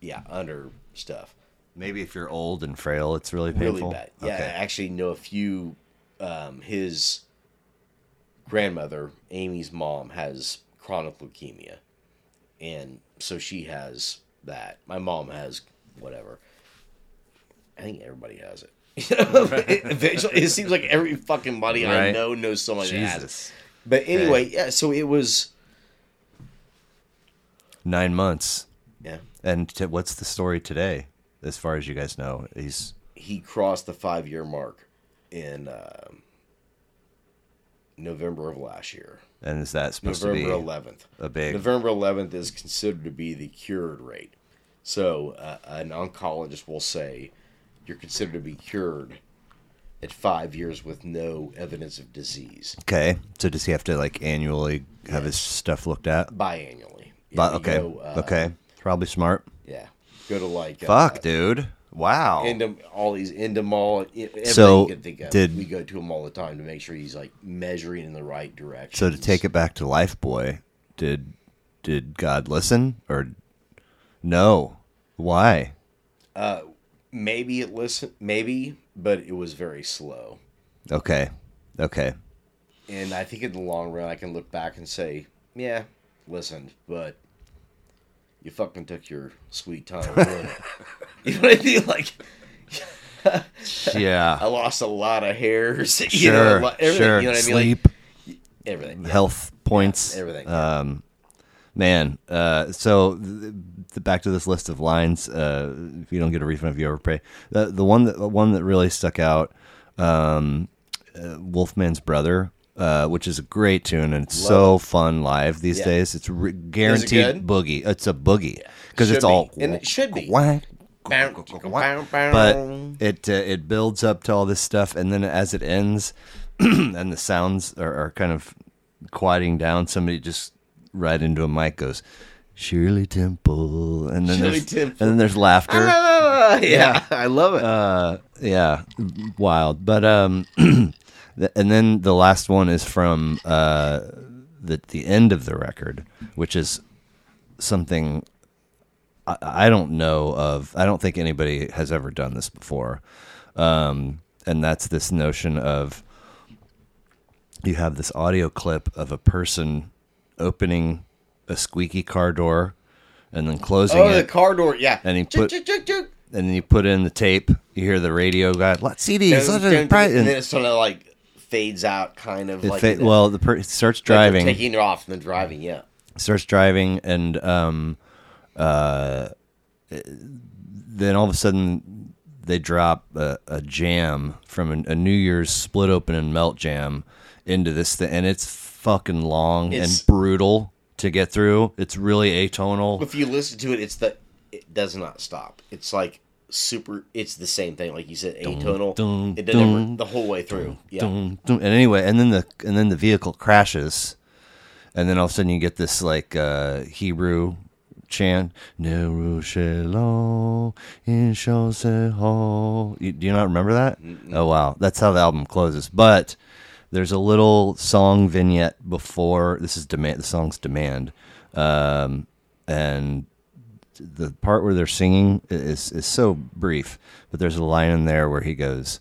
Speaker 1: yeah, under stuff.
Speaker 2: Maybe if you're old and frail, it's really
Speaker 1: really
Speaker 2: painful.
Speaker 1: bad. Yeah, I
Speaker 2: Okay.
Speaker 1: actually know a few. Um, his grandmother, Amy's mom, has chronic leukemia, and so she has that. My mom has whatever. I think everybody has it. Eventually, it seems like every fucking body I
Speaker 2: Right.
Speaker 1: know knows someone that has it.
Speaker 2: Jesus.
Speaker 1: But anyway, yeah. So it was.
Speaker 2: Nine months.
Speaker 1: Yeah,
Speaker 2: And t- what's the story today? As far as you guys know, he's
Speaker 1: he crossed the five-year mark in um, November of last year.
Speaker 2: and is that supposed
Speaker 1: November
Speaker 2: to be?
Speaker 1: eleventh.
Speaker 2: a big-
Speaker 1: November eleventh is considered to be the cured rate. So uh, an oncologist will say you're considered to be cured at five years with no evidence of disease
Speaker 2: Okay, so does he have to like annually have his stuff looked at?
Speaker 1: biannually. Yeah,
Speaker 2: But
Speaker 1: you
Speaker 2: okay,
Speaker 1: go, uh,
Speaker 2: okay, probably smart.
Speaker 1: yeah. Go to like uh,
Speaker 2: Fuck, dude. Wow.
Speaker 1: Endom, all these endemol. everything
Speaker 2: So,
Speaker 1: you can think of.
Speaker 2: did-
Speaker 1: we go to him all the time to make sure he's like measuring in the right direction.
Speaker 2: so to take it back to Life Boy, did did God listen or no? Why?
Speaker 1: maybe it listen, maybe, but it was very slow.
Speaker 2: Okay, okay.
Speaker 1: And I think in the long run, I can look back and say, yeah, listened, but you fucking took your sweet time. doing it." you know what I mean? Like, I
Speaker 2: Yeah,
Speaker 1: lost a lot of hairs. You
Speaker 2: sure,
Speaker 1: know, a lot- everything,
Speaker 2: sure.
Speaker 1: You know what I mean? Like,
Speaker 2: Sleep, Uh,
Speaker 1: everything. yeah,
Speaker 2: health points,
Speaker 1: everything.
Speaker 2: Man, uh, so th- th- back to this list of lines. Uh, if you don't get a refund, if you overpay, the the one that the one that really stuck out, um, uh, Wolfman's brother uh, which is a great tune and it's so fun live these
Speaker 1: Yeah.
Speaker 2: days. It's re- guaranteed
Speaker 1: good?
Speaker 2: boogie. It's a boogie because
Speaker 1: Should
Speaker 2: it's
Speaker 1: be.
Speaker 2: all
Speaker 1: And it should be.
Speaker 2: Quack,
Speaker 1: Bow, bow, bow.
Speaker 2: but it uh, it builds up to all this stuff, and then as it ends, and the sounds are, are kind of quieting down, somebody just right into a mic goes, "Shirley Temple," and then
Speaker 1: Shirley
Speaker 2: there's
Speaker 1: Temple.
Speaker 2: and then there's laughter.
Speaker 1: Ah, yeah, I love it.
Speaker 2: Uh, yeah, wild. But um, th- and then the last one is from uh, the the end of the record, which is something I, I don't know of. I don't think anybody has ever done this before, um, and that's this notion of you have this audio clip of a person opening a squeaky car door and then closing
Speaker 1: oh,
Speaker 2: it
Speaker 1: the car door. Yeah.
Speaker 2: And he
Speaker 1: Chuk,
Speaker 2: put-
Speaker 1: chuk, chuk, chuk.
Speaker 2: and then you put in the tape. You hear the radio guy, "Let CDs, let it
Speaker 1: and
Speaker 2: pri-" and
Speaker 1: then it sort of like fades out, kind of
Speaker 2: it
Speaker 1: like
Speaker 2: fa-
Speaker 1: the-
Speaker 2: well, the per- starts
Speaker 1: like they're
Speaker 2: driving,
Speaker 1: taking it off and then driving. Yeah.
Speaker 2: starts driving, and um, uh, then all of a sudden they drop a, a jam from an, a New Year's split open and melt jam into this thing, and it's fucking long
Speaker 1: It's-
Speaker 2: and brutal to get through. It's really atonal.
Speaker 1: If you listen to it, it's the it does not stop. It's like super. It's the same thing, like you said, atonal.
Speaker 2: dun,
Speaker 1: it doesn't ever-
Speaker 2: dun,
Speaker 1: the whole way through. Yeah.
Speaker 2: Dun, dun. And anyway, and then the and then the vehicle crashes, and then all of a sudden you get this like uh, Hebrew chant. "Neru shalom yishoseho." You- Do you not remember that? Oh wow, that's how the album closes. But there's a little song vignette before this is demand. The song's demand, um, and the part where they're singing i- is is so brief, but there's a line in there where he goes,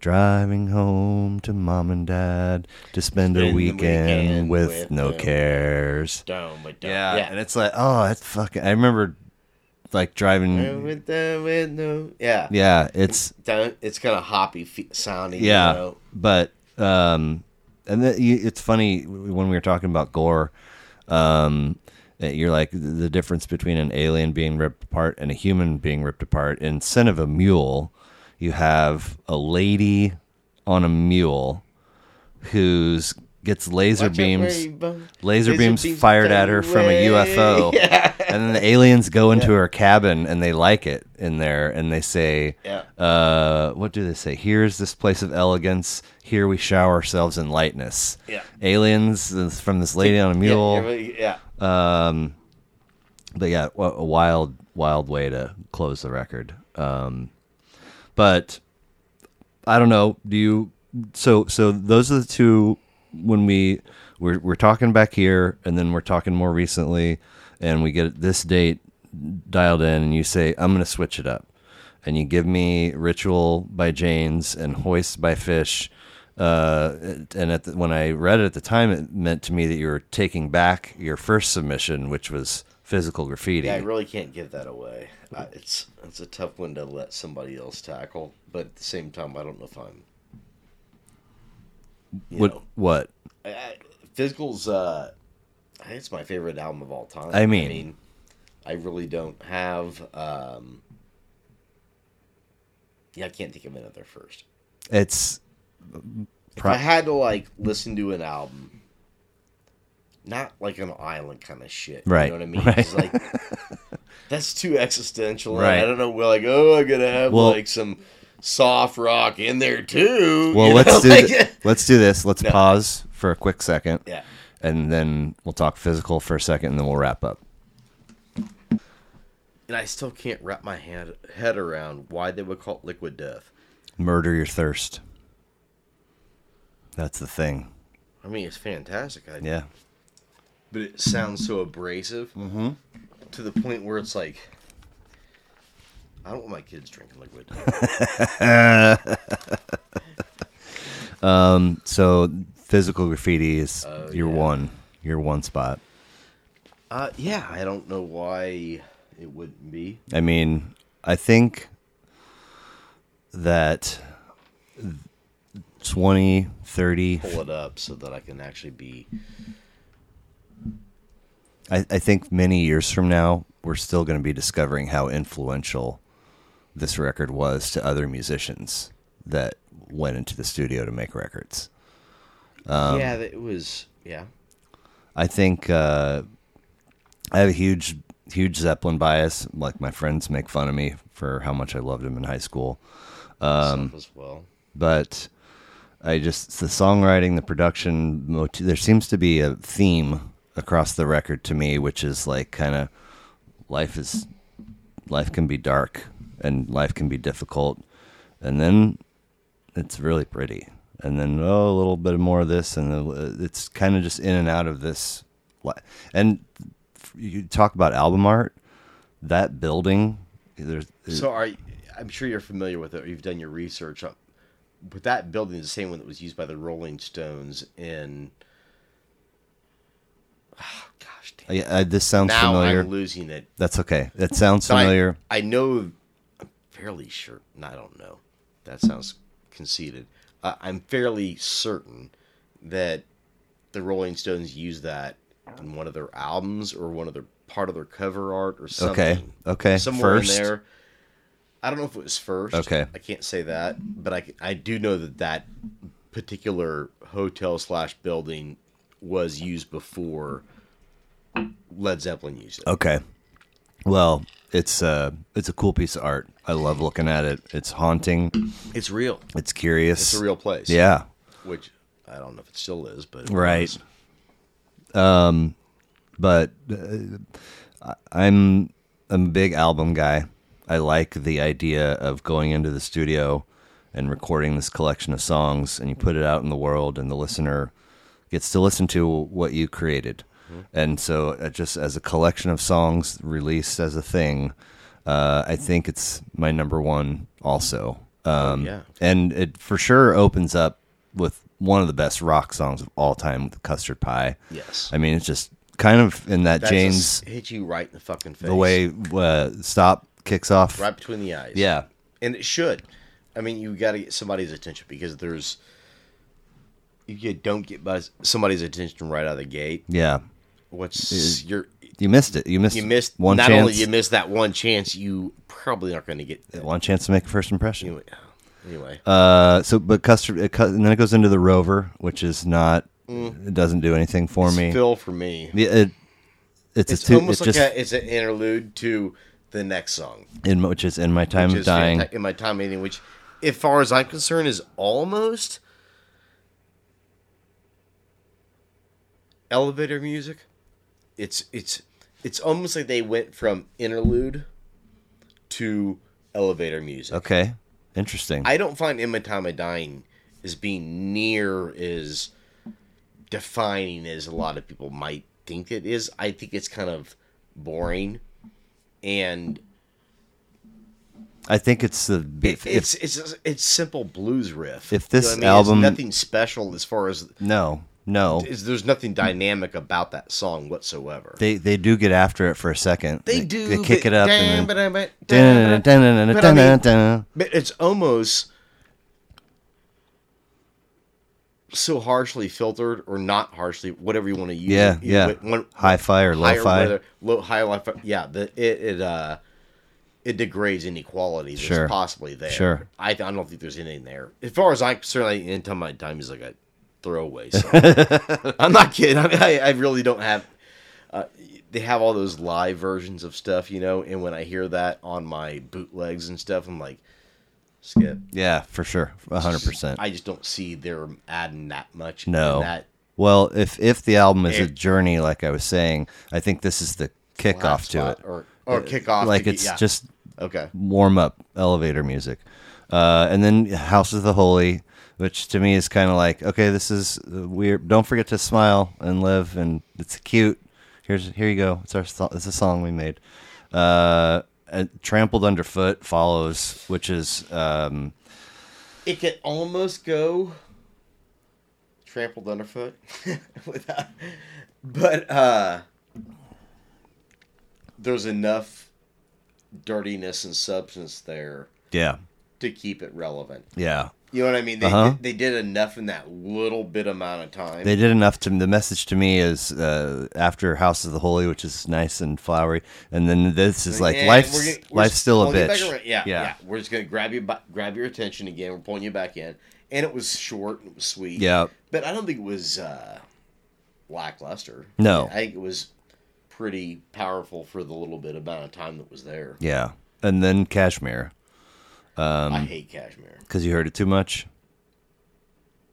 Speaker 2: "Driving home to mom and dad to spend, a
Speaker 1: Spend the
Speaker 2: weekend,
Speaker 1: weekend
Speaker 2: with,
Speaker 1: with
Speaker 2: no
Speaker 1: them."
Speaker 2: cares."
Speaker 1: Dun, but dun.
Speaker 2: Yeah, and
Speaker 1: Yeah.
Speaker 2: it's like, oh, that's fucking. I remember like
Speaker 1: Dun,
Speaker 2: driving.
Speaker 1: with the- with no- Yeah.
Speaker 2: Yeah, it's
Speaker 1: Dun, it's kind of hoppy fe- sounding.
Speaker 2: yeah,
Speaker 1: You know?
Speaker 2: but um, and the, you, it's funny when we were talking about gore. Um, that you're like the- the difference between an alien being ripped apart and a human being ripped apart. In Sin of a Mule, you have a lady on a mule who's gets laser
Speaker 1: Watch out where
Speaker 2: beams
Speaker 1: you bump.
Speaker 2: laser, beams,
Speaker 1: beams
Speaker 2: fired
Speaker 1: fly
Speaker 2: at her from a
Speaker 1: away.
Speaker 2: UFO. And then the aliens go into her cabin and they like it in there and they say,
Speaker 1: Yeah.
Speaker 2: uh, what do they say? Here's this place of elegance. Here we shower ourselves in lightness.
Speaker 1: Yeah.
Speaker 2: Aliens is from this lady on a
Speaker 1: Yeah,
Speaker 2: mule.
Speaker 1: everybody- yeah.
Speaker 2: But yeah, wa- a wild, wild way to close the record. Um, but I don't know. Do you? So, so those are the two when we we're we're talking back here, and then we're talking more recently, and we get this date dialed in, and you say, "I'm going to switch it up," and you give me "Ritual" by Janes and "Hoist" by Fish. Uh, and at the, when I read it at the time, it meant to me that you were taking back your first submission, which was physical graffiti.
Speaker 1: Yeah, I really can't give that away.
Speaker 2: Mm.
Speaker 1: I, it's it's a tough one to let somebody else tackle, but at the same time, I don't know if I'm. You
Speaker 2: what?
Speaker 1: know,
Speaker 2: What?
Speaker 1: I, I, Physical's. Uh, I think it's my favorite album of all time.
Speaker 2: I mean-
Speaker 1: I, I really don't have. Um, yeah, I can't think of another first.
Speaker 2: It's
Speaker 1: if I had to like listen to an album, not like an island kind of shit.
Speaker 2: Right,
Speaker 1: You know what I mean?
Speaker 2: right.
Speaker 1: It's like that's too existential. and
Speaker 2: Right.
Speaker 1: I don't know. We're like, oh, I'm gonna have
Speaker 2: Well-
Speaker 1: like some soft rock in there too.
Speaker 2: well.
Speaker 1: you
Speaker 2: Let's do
Speaker 1: know, like-
Speaker 2: thi- let's do this. Let's
Speaker 1: No.
Speaker 2: pause for a quick second,
Speaker 1: yeah.
Speaker 2: and then we'll talk physical for a second, and then we'll wrap up.
Speaker 1: And I still can't wrap my hand, head around why they would call it liquid death.
Speaker 2: Murder your thirst. That's the thing.
Speaker 1: I mean, it's fantastic. I,
Speaker 2: Yeah.
Speaker 1: But it sounds so abrasive
Speaker 2: Mm-hmm.
Speaker 1: to the point where it's like, I don't want my kids drinking liquid death.
Speaker 2: So physical graffiti is
Speaker 1: Oh,
Speaker 2: your
Speaker 1: yeah.
Speaker 2: one, your one spot.
Speaker 1: Uh, yeah, I don't know why it wouldn't be.
Speaker 2: I mean, I think that 20, 30,
Speaker 1: Pull it up so that I can actually be.
Speaker 2: I, I think many years from now, we're still going to be discovering how influential this record was to other musicians that went into the studio to make records.
Speaker 1: yeah, it was. Yeah,
Speaker 2: I think uh, I have a huge, huge Zeppelin bias. Like my friends make fun of me for how much I loved him in high school,
Speaker 1: um, as well.
Speaker 2: but I just the songwriting, the production, mot- there seems to be a theme across the record to me, which is like kind of life is life can be dark and life can be difficult, and then it's really pretty, and then oh a little bit more of this, and the, it's kind of just in and out of this. li- And you talk about album art, that building, there's
Speaker 1: So are y- I'm sure you're familiar with it. Or you've done your research. on- But that building is the same one that was used by the Rolling Stones in. Oh, gosh, damn.
Speaker 2: I, I, this sounds
Speaker 1: now
Speaker 2: familiar.
Speaker 1: I'm losing it.
Speaker 2: That's okay. That sounds familiar.
Speaker 1: I, I know. I'm fairly sure. I don't know. That sounds conceited. Uh, I'm fairly certain that the Rolling Stones used that in one of their albums or one of their part of their cover art or something.
Speaker 2: Okay, okay,
Speaker 1: Somewhere
Speaker 2: first.
Speaker 1: in there. I don't know if it was first.
Speaker 2: Okay.
Speaker 1: I can't say that, but I, I do know that that particular hotel slash building was used before Led Zeppelin used it.
Speaker 2: Okay. Well, it's uh it's a cool piece of art. I love looking at it. It's haunting.
Speaker 1: It's real.
Speaker 2: It's curious.
Speaker 1: It's a real place.
Speaker 2: Yeah.
Speaker 1: Which I don't know if it still is, but
Speaker 2: Right. But uh, I- I'm a big album guy. I like the idea of going into the studio and recording this collection of songs and you put it out in the world and the listener gets to listen to what you created. And so uh, just as a collection of songs released as a thing, uh, I think it's my number one also. Um,
Speaker 1: yeah.
Speaker 2: And it for sure opens up with one of the best rock songs of all time with Custard Pie.
Speaker 1: Yes.
Speaker 2: I mean, it's just kind of in that
Speaker 1: That
Speaker 2: Jane's
Speaker 1: just hit you right in the fucking face.
Speaker 2: the way uh, stop kicks off.
Speaker 1: right between the eyes.
Speaker 2: Yeah,
Speaker 1: and it should. I mean, you got to get somebody's attention because there's if you don't get by somebody's attention right out of the gate,
Speaker 2: yeah.
Speaker 1: what's you're
Speaker 2: You missed it. You missed.
Speaker 1: you missed
Speaker 2: one
Speaker 1: not
Speaker 2: chance.
Speaker 1: only you missed that one chance, you probably aren't going to get
Speaker 2: one chance to make a first impression.
Speaker 1: anyway. Anyway,
Speaker 2: Uh, so but custard, it cu- and then it goes into the rover, which is not.
Speaker 1: Mm.
Speaker 2: It doesn't do anything for me.
Speaker 1: Phil for me.
Speaker 2: Yeah, it, it's,
Speaker 1: It's
Speaker 2: a two,
Speaker 1: almost
Speaker 2: it's
Speaker 1: like
Speaker 2: just
Speaker 1: a, it's an interlude to the next song.
Speaker 2: in which is in my time
Speaker 1: which
Speaker 2: of
Speaker 1: is
Speaker 2: dying.
Speaker 1: fanta- in my time meeting, which, as far as I'm concerned, is almost elevator music. It's it's it's almost like they went from interlude to elevator music.
Speaker 2: Okay, interesting.
Speaker 1: I don't find "In My Time of Dying" as being near as defining as a lot of people might think it is. I think it's kind of boring, and
Speaker 2: I think it's the if,
Speaker 1: it's it's it's simple blues riff.
Speaker 2: if this
Speaker 1: I mean? It's
Speaker 2: album-
Speaker 1: nothing special as far as
Speaker 2: no no
Speaker 1: is there's nothing dynamic about that song whatsoever.
Speaker 2: they they do get after it for a second.
Speaker 1: They do
Speaker 2: They kick
Speaker 1: but-
Speaker 2: it up. and
Speaker 1: but
Speaker 2: then-
Speaker 1: I mean- but I mean-
Speaker 2: Dun-dun-dun-dun-dun-dun-dun.
Speaker 1: but it's almost so harshly filtered or not harshly, whatever you want to use.
Speaker 2: Yeah,
Speaker 1: it, you
Speaker 2: yeah.
Speaker 1: know, One,
Speaker 2: Hi fi or lo
Speaker 1: higher,
Speaker 2: fi.
Speaker 1: whether- low, high life. Yeah, the, it it uh, it degrades any quality that's
Speaker 2: Sure.
Speaker 1: possibly there.
Speaker 2: Sure.
Speaker 1: I, I don't think there's anything there. As far as I'm certainly into my time is like a throwaway song. I'm not kidding. I, mean, I, I really don't have. Uh, they have all those live versions of stuff, you know, and when I hear that on my bootlegs and stuff, I'm like, skip.
Speaker 2: Yeah, for sure. a 100%.
Speaker 1: I just don't see they're adding that much.
Speaker 2: No.
Speaker 1: in that
Speaker 2: Well, if if the album is a
Speaker 1: Eh.
Speaker 2: journey, like I was saying, I think this is the kickoff to
Speaker 1: spot
Speaker 2: it.
Speaker 1: or or kickoff. to
Speaker 2: Like
Speaker 1: get-
Speaker 2: it's
Speaker 1: yeah.
Speaker 2: just
Speaker 1: okay.
Speaker 2: warm up elevator music. Uh, and then House of the Holy, which to me is kind of like, okay, this is uh, weird. Don't forget to smile and live, and it's cute. Here's here you go. It's our so- it's a song we made. Uh, and Trampled Underfoot follows, which is um,
Speaker 1: it could almost go trampled underfoot without but uh there's enough dirtiness and substance there
Speaker 2: yeah,
Speaker 1: to keep it relevant
Speaker 2: yeah.
Speaker 1: you know what i mean they,
Speaker 2: Uh-huh.
Speaker 1: they did enough in that little bit amount of time
Speaker 2: They did enough to the message to me is uh, after House of the Holy, which is nice and flowery, and then this is like
Speaker 1: And
Speaker 2: life's
Speaker 1: we're gonna- we're
Speaker 2: life's still a
Speaker 1: pulling you back
Speaker 2: bitch.
Speaker 1: around. Yeah, yeah, We're just gonna grab you, bu- grab your attention again. We're pulling you back in, and it was short and it was sweet.
Speaker 2: Yeah.
Speaker 1: But I don't think it was uh, lackluster.
Speaker 2: No.
Speaker 1: I think it was pretty powerful for the little bit amount of time that was there.
Speaker 2: Yeah. And then Kashmir. Um,
Speaker 1: I hate Cashmere.
Speaker 2: Because you heard it too much?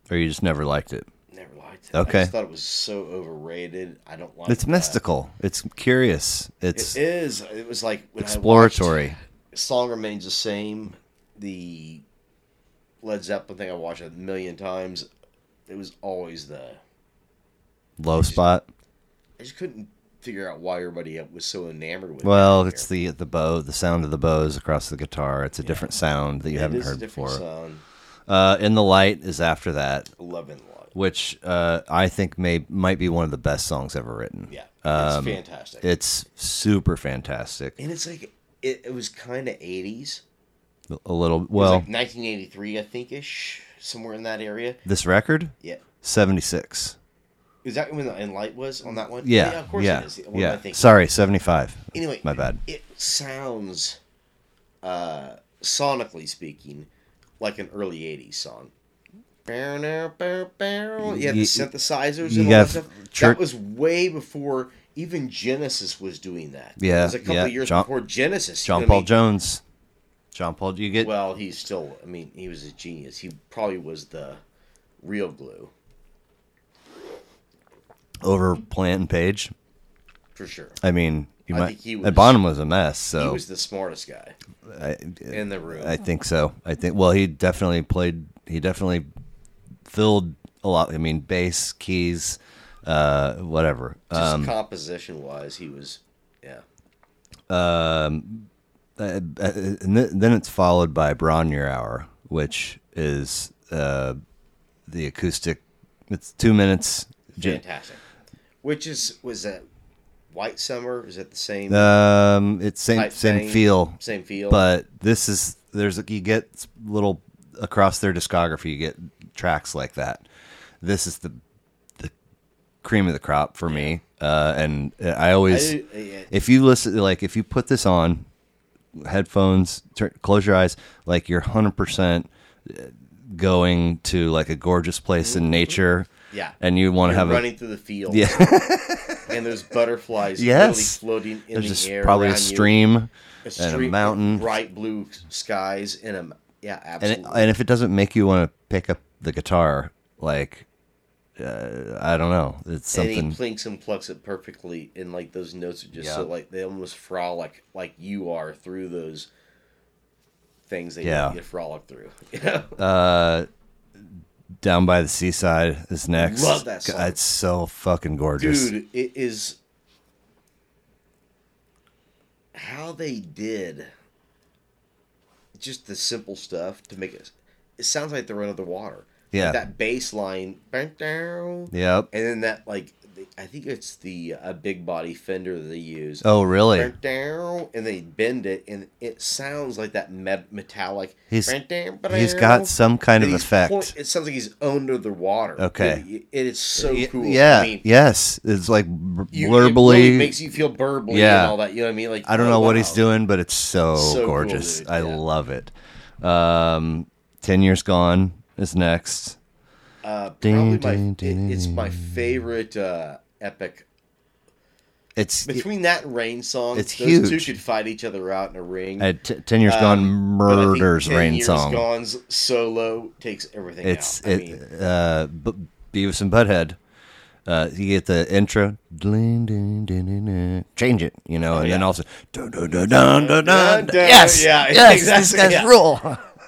Speaker 2: Or you just never liked it?
Speaker 1: Never liked it.
Speaker 2: Okay.
Speaker 1: I just thought it was so overrated. I don't like
Speaker 2: It's
Speaker 1: that.
Speaker 2: mystical. It's curious. It's
Speaker 1: It is. It was like when I watched
Speaker 2: exploratory.
Speaker 1: song remains the same. The Led Zeppelin thing I watched a million times. It was always the
Speaker 2: Low spot.
Speaker 1: I just couldn't figure out why everybody was so enamored with.
Speaker 2: Well, it's the the bow, the sound of the bows across the guitar. It's a different sound that you
Speaker 1: it
Speaker 2: haven't
Speaker 1: is a
Speaker 2: heard
Speaker 1: different
Speaker 2: before.
Speaker 1: sound.
Speaker 2: Uh, In the light is after that,
Speaker 1: Love and Light.
Speaker 2: which uh, I think may might be one of the best songs ever written.
Speaker 1: Yeah,
Speaker 2: Um,
Speaker 1: it's fantastic.
Speaker 2: It's super fantastic.
Speaker 1: and it's like it, it was kind of eighties.
Speaker 2: A little well,
Speaker 1: like 1983, I think ish, somewhere in that area.
Speaker 2: this record
Speaker 1: Yeah.
Speaker 2: seventy six.
Speaker 1: Is that when the In Light was on that one?
Speaker 2: Yeah,
Speaker 1: of course
Speaker 2: yeah,
Speaker 1: it is. What am I
Speaker 2: yeah.
Speaker 1: thinking?
Speaker 2: Sorry, seventy five.
Speaker 1: Anyway,
Speaker 2: my bad.
Speaker 1: It sounds, uh, sonically speaking, like an early '80s song. Bow, now, bow, bow. You have the
Speaker 2: You-
Speaker 1: synthesizers
Speaker 2: you
Speaker 1: and all that
Speaker 2: have
Speaker 1: stuff.
Speaker 2: church-
Speaker 1: that was way before even Genesis was doing that.
Speaker 2: Yeah,
Speaker 1: it was a couple
Speaker 2: yeah.
Speaker 1: of years
Speaker 2: John-
Speaker 1: before Genesis. you know
Speaker 2: John
Speaker 1: what I
Speaker 2: Paul
Speaker 1: mean?
Speaker 2: Jones. John Paul, you get
Speaker 1: Well, he's still. I mean, he was a genius. He probably was the real glue
Speaker 2: over Plant and Page.
Speaker 1: for sure.
Speaker 2: I mean, you
Speaker 1: I
Speaker 2: might.
Speaker 1: think he was-
Speaker 2: and Bonham was a mess. So
Speaker 1: He was the smartest guy
Speaker 2: Oh. I,
Speaker 1: in the room.
Speaker 2: I think so. I think. Well, he definitely played. He definitely filled a lot. I mean, bass, keys, uh, whatever. Uh,
Speaker 1: Just composition wise, he was. Yeah.
Speaker 2: uh, and th- then it's followed by Bronyer Hour, which is uh, the acoustic. It's two minutes. J-
Speaker 1: fantastic. Which is was that White Summer? Is that the same
Speaker 2: Um, it's same
Speaker 1: type
Speaker 2: same
Speaker 1: thing?
Speaker 2: feel,
Speaker 1: Same feel.
Speaker 2: but this is there's you get little across their discography you get tracks like that this is the the cream of the crop for me uh and i
Speaker 1: I
Speaker 2: always
Speaker 1: do- yeah,
Speaker 2: if you listen like if you put this on headphones turn, close your eyes like you're 100% going to like a gorgeous place in nature
Speaker 1: Mm-hmm. yeah.
Speaker 2: and you want to
Speaker 1: You're
Speaker 2: have a
Speaker 1: running through the field.
Speaker 2: yeah
Speaker 1: and there's butterflies
Speaker 2: Yes.
Speaker 1: really floating in
Speaker 2: there's just
Speaker 1: the air.
Speaker 2: probably a
Speaker 1: around you.
Speaker 2: stream
Speaker 1: a
Speaker 2: and a
Speaker 1: stream,
Speaker 2: mountain.
Speaker 1: bright blue skies, and a yeah,
Speaker 2: and it, uh,
Speaker 1: absolutely.
Speaker 2: and if it doesn't make you want to pick up the guitar, like uh, I don't know, it's
Speaker 1: And
Speaker 2: something.
Speaker 1: he plinks and plucks it perfectly, and like those notes are just so
Speaker 2: Yeah.
Speaker 1: like they almost frolic like you are through those things that
Speaker 2: Yeah.
Speaker 1: you, you frolic through. You know?
Speaker 2: uh, Down by the seaside is next.
Speaker 1: Love that song.
Speaker 2: God, It's so fucking gorgeous.
Speaker 1: Dude, it is how they did just the simple stuff to make it. It sounds like they're under the water.
Speaker 2: Yeah.
Speaker 1: Like that bass line, bang, down,
Speaker 2: Yep.
Speaker 1: and then that like the- I think it's the a big body fender that they use.
Speaker 2: oh really?
Speaker 1: Bang, down, and they bend it, and it sounds like that met- metallic.
Speaker 2: He's-
Speaker 1: bang, down,
Speaker 2: He's got some kind
Speaker 1: and
Speaker 2: of
Speaker 1: he's
Speaker 2: effect.
Speaker 1: point- it sounds like he's under the water.
Speaker 2: Okay.
Speaker 1: It- it is so
Speaker 2: Y-
Speaker 1: cool.
Speaker 2: Yeah.
Speaker 1: I mean,
Speaker 2: yes. It's like b-
Speaker 1: you-
Speaker 2: blurbly.
Speaker 1: It really makes you feel burbly
Speaker 2: Yeah.
Speaker 1: and all that. You know what I mean? Like
Speaker 2: I don't
Speaker 1: oh,
Speaker 2: know what
Speaker 1: wow.
Speaker 2: he's doing, but it's so,
Speaker 1: So cool,
Speaker 2: gorgeous.
Speaker 1: dude.
Speaker 2: I
Speaker 1: Yeah.
Speaker 2: love it. Um, Ten years gone is next.
Speaker 1: Uh, probably my,
Speaker 2: Ding, ding,
Speaker 1: it- it's my favorite uh, epic.
Speaker 2: It's
Speaker 1: Between that and Rain Song,
Speaker 2: It's
Speaker 1: those two
Speaker 2: huge.
Speaker 1: could fight each other out in a ring. Um,
Speaker 2: uh, t- Ten years gone
Speaker 1: but I think
Speaker 2: murders
Speaker 1: 10
Speaker 2: rain
Speaker 1: Years
Speaker 2: song.
Speaker 1: Gone's solo takes everything
Speaker 2: It's
Speaker 1: out. I
Speaker 2: it,
Speaker 1: mean,
Speaker 2: uh, B- Beavis and Butthead. Uh, you get the intro, dling, ding, ding, ding, ding, change it, you know, and then
Speaker 1: yeah.
Speaker 2: also, dun, dun, dun, dun, dun, dun,
Speaker 1: Dun, dun,
Speaker 2: yes,
Speaker 1: yeah,
Speaker 2: yes,
Speaker 1: exactly,
Speaker 2: this guy's
Speaker 1: yeah.
Speaker 2: rule.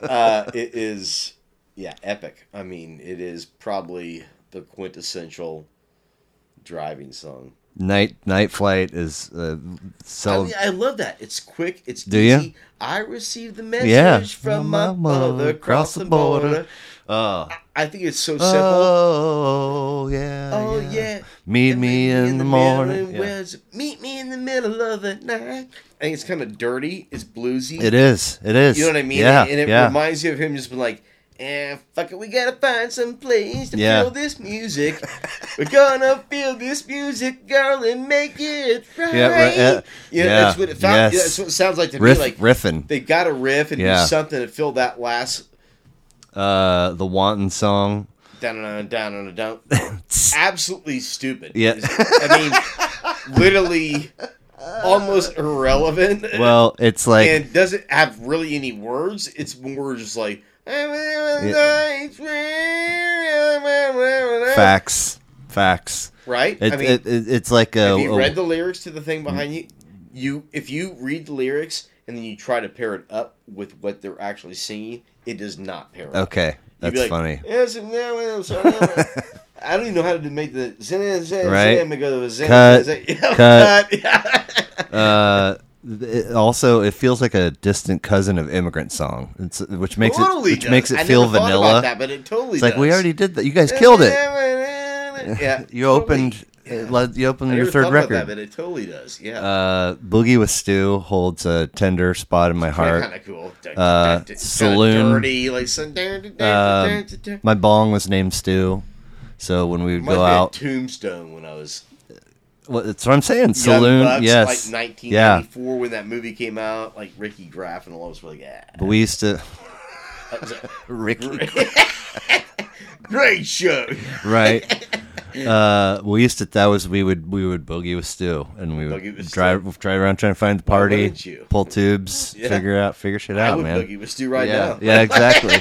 Speaker 1: uh, it is, yeah, epic. I mean, it is probably the quintessential driving song.
Speaker 2: Night Night Flight is uh,
Speaker 1: I,
Speaker 2: so
Speaker 1: mean, I love that. It's quick. It's
Speaker 2: Do
Speaker 1: easy.
Speaker 2: you?
Speaker 1: I received the message
Speaker 2: Yeah.
Speaker 1: from my mother across the border.
Speaker 2: oh,
Speaker 1: I think it's so simple.
Speaker 2: oh yeah,
Speaker 1: oh yeah.
Speaker 2: meet
Speaker 1: And
Speaker 2: me in, the, morning. Yeah.
Speaker 1: where's- Meet me in the middle of the night. And it's kind of dirty. It's bluesy.
Speaker 2: It is, it is.
Speaker 1: You know what I mean?
Speaker 2: Yeah,
Speaker 1: and it
Speaker 2: yeah.
Speaker 1: reminds you of him just being like, eh, fuck it, we gotta find some place to
Speaker 2: Yeah.
Speaker 1: feel this music. We're gonna feel this music, girl, and make it right.
Speaker 2: Yeah, right, yeah.
Speaker 1: You know,
Speaker 2: Yeah,
Speaker 1: that's what it found,
Speaker 2: yes.
Speaker 1: that's what it sounds like to
Speaker 2: Riff,
Speaker 1: me. Like
Speaker 2: riffing.
Speaker 1: they got to riff and
Speaker 2: Yeah.
Speaker 1: do something to fill that last
Speaker 2: Uh, the Wanton song.
Speaker 1: Down and down and down. Absolutely stupid.
Speaker 2: Yeah.
Speaker 1: I mean, literally almost irrelevant.
Speaker 2: Well, it's like
Speaker 1: and doesn't have really any words. It's more just like
Speaker 2: facts, facts.
Speaker 1: right.
Speaker 2: It, oh, Mm.
Speaker 1: I mean,
Speaker 2: it, it- it's like a,
Speaker 1: have you
Speaker 2: a-
Speaker 1: read the lyrics to the thing behind you? You, if you read the lyrics and then you try to pair it up with what they're actually singing, it does not pair up.
Speaker 2: okay. That's
Speaker 1: You'd be like,
Speaker 2: funny.
Speaker 1: "Yes, and now I'm sorry." I don't even know how to make the zin- zin-
Speaker 2: Right.
Speaker 1: zin- because of zin-
Speaker 2: Cut.
Speaker 1: zin- zin-
Speaker 2: Cut.
Speaker 1: cut.
Speaker 2: Uh, it, also, it feels like a distant cousin of immigrant song, it's, which makes
Speaker 1: totally
Speaker 2: it which
Speaker 1: does.
Speaker 2: makes it
Speaker 1: I
Speaker 2: feel
Speaker 1: never thought about
Speaker 2: vanilla.
Speaker 1: that, but it totally
Speaker 2: It's like we
Speaker 1: does.
Speaker 2: already did that. You guys killed it.
Speaker 1: Yeah,
Speaker 2: You opened. it led- You opened your third record.
Speaker 1: but it totally does. Yeah,
Speaker 2: uh, Boogie with Stew holds a tender spot in my heart.
Speaker 1: kind of cool.
Speaker 2: Uh,
Speaker 1: Kinda
Speaker 2: Saloon.
Speaker 1: dirty, like some.
Speaker 2: Um, my bong was named Stew, so when we would
Speaker 1: Might have
Speaker 2: go
Speaker 1: been a
Speaker 2: out,
Speaker 1: Tombstone when I was
Speaker 2: well, that's what I'm saying.
Speaker 1: young
Speaker 2: Saloon,
Speaker 1: bucks,
Speaker 2: yes,
Speaker 1: like
Speaker 2: yeah.
Speaker 1: 1994 when that movie came out, like Ricky Graff and all those were like, yeah,
Speaker 2: But we used to
Speaker 1: That was a
Speaker 2: Ricky,
Speaker 1: great show.
Speaker 2: right? Uh, we used to. That was we would we would boogie with Stew, and we
Speaker 1: Boogie
Speaker 2: would
Speaker 1: with
Speaker 2: drive drive around trying to find the party,
Speaker 1: wouldn't you?
Speaker 2: pull tubes,
Speaker 1: Yeah.
Speaker 2: figure out figure shit
Speaker 1: I
Speaker 2: out,
Speaker 1: would
Speaker 2: man.
Speaker 1: boogie with Stu right
Speaker 2: yeah,
Speaker 1: now.
Speaker 2: yeah, exactly.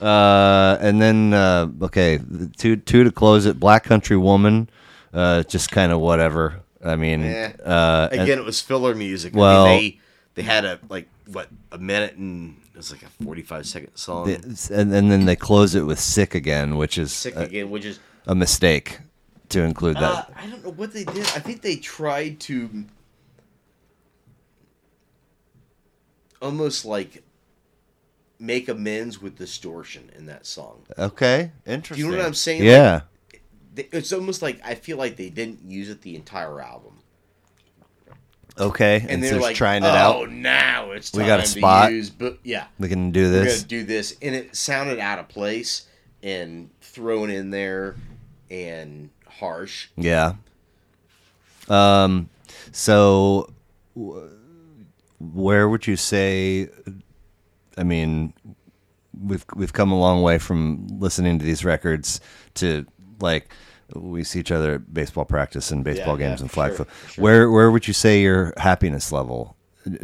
Speaker 2: uh, and then uh, okay, the two two to close it. Black Country Woman, uh, just kind of whatever. I mean,
Speaker 1: Yeah.
Speaker 2: uh, and-
Speaker 1: Again, it was filler music. I mean,
Speaker 2: Well-
Speaker 1: they they had a like what a minute and it was like a 45 second song.
Speaker 2: it's- and, and then they close it with "Sick Again," which is
Speaker 1: Sick
Speaker 2: a,
Speaker 1: again, which is
Speaker 2: a mistake to include uh, that.
Speaker 1: Uh, I don't know what they did. I think they tried to almost like make amends with distortion in that song.
Speaker 2: okay, interesting.
Speaker 1: what I'm saying?
Speaker 2: Yeah,
Speaker 1: They- It's almost like I feel like they didn't use it the entire album,
Speaker 2: okay. And,
Speaker 1: and
Speaker 2: so
Speaker 1: they're like
Speaker 2: trying it
Speaker 1: "Oh,
Speaker 2: out.
Speaker 1: now it's time
Speaker 2: We got a
Speaker 1: to
Speaker 2: spot.
Speaker 1: use." But yeah,
Speaker 2: We can do
Speaker 1: we're gonna
Speaker 2: this.
Speaker 1: do this, and it sounded out of place and thrown in there and harsh.
Speaker 2: Yeah. Um. So, w- where would you say? I mean, we've we've come a long way from listening to these records to like we see each other at baseball practice and baseball
Speaker 1: yeah,
Speaker 2: games and
Speaker 1: for
Speaker 2: flag
Speaker 1: sure,
Speaker 2: football.
Speaker 1: for sure.
Speaker 2: Where where would you say your happiness level,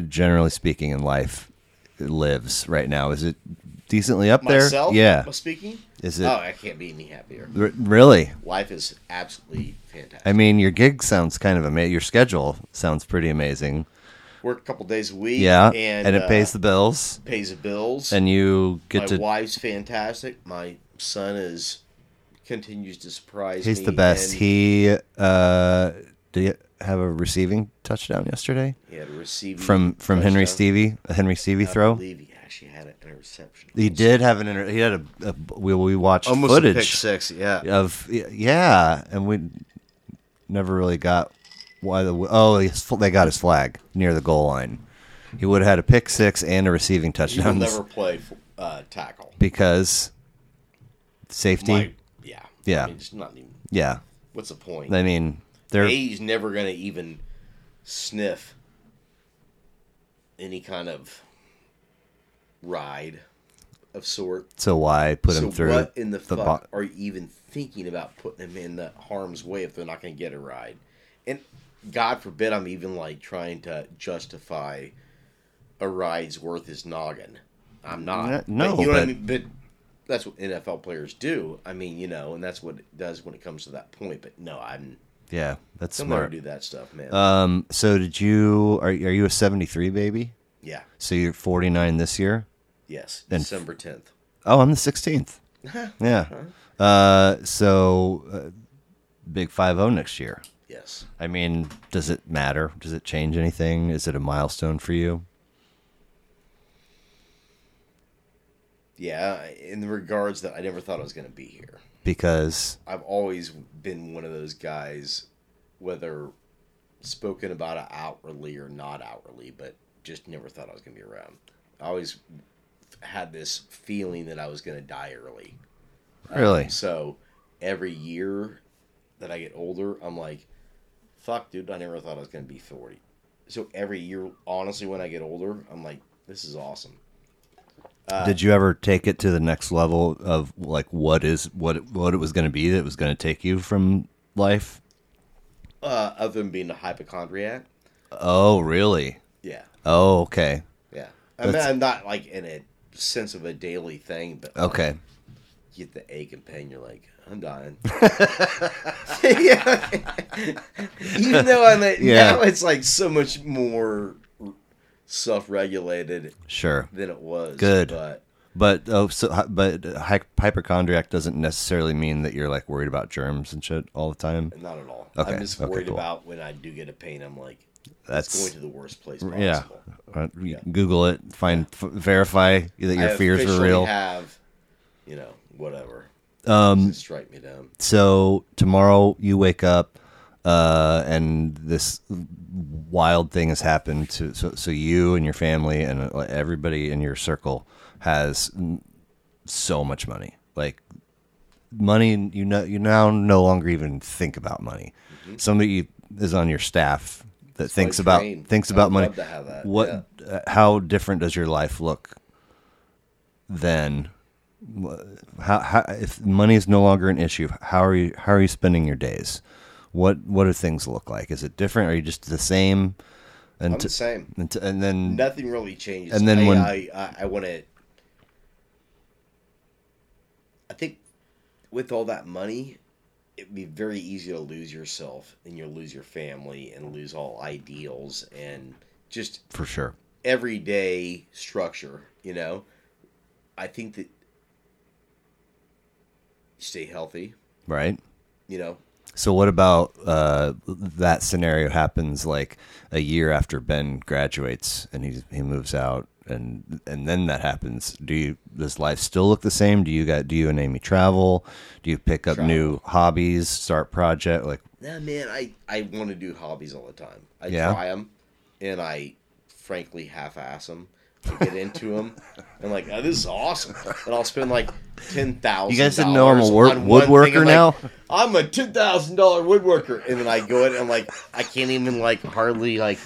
Speaker 2: generally speaking, in life, lives right now? Is it decently up
Speaker 1: Myself,
Speaker 2: there? Yeah.
Speaker 1: speaking.
Speaker 2: Is it-
Speaker 1: Oh, I can't be any happier.
Speaker 2: R- really?
Speaker 1: life is absolutely fantastic.
Speaker 2: I mean, your gig sounds kind of amazing. Your schedule sounds pretty amazing.
Speaker 1: Work a couple days a week.
Speaker 2: Yeah,
Speaker 1: and,
Speaker 2: and, it pays the
Speaker 1: uh,
Speaker 2: bills,
Speaker 1: pays the bills.
Speaker 2: and you get
Speaker 1: my
Speaker 2: to.
Speaker 1: wife's fantastic. My son is continues to surprise
Speaker 2: he's
Speaker 1: me.
Speaker 2: the best.
Speaker 1: and
Speaker 2: He uh, did he have a receiving touchdown yesterday
Speaker 1: he had a receiving
Speaker 2: from from Henry
Speaker 1: touchdown.
Speaker 2: Stevie, a Henry Stevie
Speaker 1: I
Speaker 2: throw.
Speaker 1: believe he actually had an interception.
Speaker 2: He did have an. Inter- he had a. a we we watched
Speaker 1: almost a pick
Speaker 2: footage
Speaker 1: six. Yeah.
Speaker 2: of yeah, and we never really got why the oh his, fl- they got his flag near the goal line. He would have had a pick six and a receiving
Speaker 1: He will
Speaker 2: touchdown
Speaker 1: never play uh, tackle.
Speaker 2: because safety.
Speaker 1: My- yeah.
Speaker 2: Yeah.
Speaker 1: I mean, it's not even.
Speaker 2: yeah,
Speaker 1: What's the point?
Speaker 2: I mean they're.
Speaker 1: he's never gonna even sniff any kind of ride of sort.
Speaker 2: So why put
Speaker 1: so
Speaker 2: him through?
Speaker 1: what in the, fuck
Speaker 2: bo-
Speaker 1: are you even thinking about putting him in the harm's way if they're not gonna get a ride? And God forbid I'm even like trying to justify a ride's worth his noggin. I'm
Speaker 2: Yeah,
Speaker 1: not.
Speaker 2: no,
Speaker 1: But you know what
Speaker 2: but-
Speaker 1: I mean. But that's what NFL players do. I mean, you know, and that's what it does when it comes to that point. But no, I'm.
Speaker 2: yeah, that's
Speaker 1: Don't
Speaker 2: smart.
Speaker 1: ever do that stuff, man.
Speaker 2: Um, so did you? Are are you a '73 baby?
Speaker 1: yeah.
Speaker 2: So you're 49 this year.
Speaker 1: Yes.
Speaker 2: And-
Speaker 1: December tenth.
Speaker 2: Oh, I'm the 16th. yeah. Uh, so uh, big 50 next year.
Speaker 1: Yes.
Speaker 2: I mean, does it matter? Does it change anything? Is it a milestone for you?
Speaker 1: Yeah. In the regards that I never thought I was going to be here.
Speaker 2: Because
Speaker 1: I've always been one of those guys, whether spoken about it outwardly or not outwardly, but just never thought I was going to be around. I always had this feeling that I was going to die early.
Speaker 2: really,
Speaker 1: So every year that I get older, I'm like, fuck, dude, I never thought I was going to be 40. So every year, honestly, when I get older, I'm like, this is awesome.
Speaker 2: Did you ever take it to the next level of like what is what it- what it was going to be that was going to take you from life?
Speaker 1: Uh, other than being a hypochondriac,
Speaker 2: Oh, really?
Speaker 1: yeah,
Speaker 2: Oh, okay.
Speaker 1: yeah. I mean,
Speaker 2: That's-
Speaker 1: I'm not like in a sense of a daily thing, but
Speaker 2: Okay.
Speaker 1: you get the ache and pain. You're like, I'm dying. yeah. Even though I'm at,
Speaker 2: Yeah.
Speaker 1: now it's like so much more self-regulated
Speaker 2: Sure.
Speaker 1: than it was.
Speaker 2: Good.
Speaker 1: but
Speaker 2: But oh, so hy- but hy- hypochondriac doesn't necessarily mean that you're like worried about germs and shit all the time.
Speaker 1: not at all.
Speaker 2: Okay,
Speaker 1: I'm just
Speaker 2: okay,
Speaker 1: worried
Speaker 2: cool.
Speaker 1: about when I do get a pain. I'm like, it's
Speaker 2: That's
Speaker 1: going to the worst place possible.
Speaker 2: yeah. Uh, you Google it. Find f- verify that your
Speaker 1: I
Speaker 2: fears are
Speaker 1: officially
Speaker 2: real.
Speaker 1: Have you know whatever? Um, strike me down.
Speaker 2: so tomorrow you wake up uh, and this wild thing has happened to so, so you and your family and uh, everybody in your circle has mm, so much money like money you know you now no longer even think about money
Speaker 1: Mm-hmm.
Speaker 2: somebody is on your staff that thinks
Speaker 1: my
Speaker 2: about
Speaker 1: dream.
Speaker 2: thinks
Speaker 1: I
Speaker 2: about
Speaker 1: would
Speaker 2: money
Speaker 1: love to have that,
Speaker 2: what uh, how different does your life look then how, how if money is no longer an issue how are you how are you spending your days what what do things look like is it different are you just the same and
Speaker 1: I'm the same.
Speaker 2: and, t- and then
Speaker 1: Nothing really changes.
Speaker 2: And then
Speaker 1: I,
Speaker 2: when-
Speaker 1: I I, I want to, I think with all that money, it'd be very easy to lose yourself and you'll lose your family and lose all ideals and just
Speaker 2: for sure
Speaker 1: everyday structure. You know, I think that stay healthy.
Speaker 2: right
Speaker 1: You know,
Speaker 2: so what about uh that scenario happens like a year after ben graduates and he he moves out and and then that happens do you does life still look the same do you got do you and amy travel do you pick up new hobbies start project like
Speaker 1: Nah, man, I, I want to do hobbies all the time. I try 'em
Speaker 2: Yeah?
Speaker 1: try them, and I frankly half-ass them. I get into them, and like, oh, this is awesome. And I'll spend like ten thousand.
Speaker 2: You guys didn't know I'm a wor- woodworker now?
Speaker 1: I'm a ten thousand dollar woodworker, and then I go in and like, I can't even like hardly like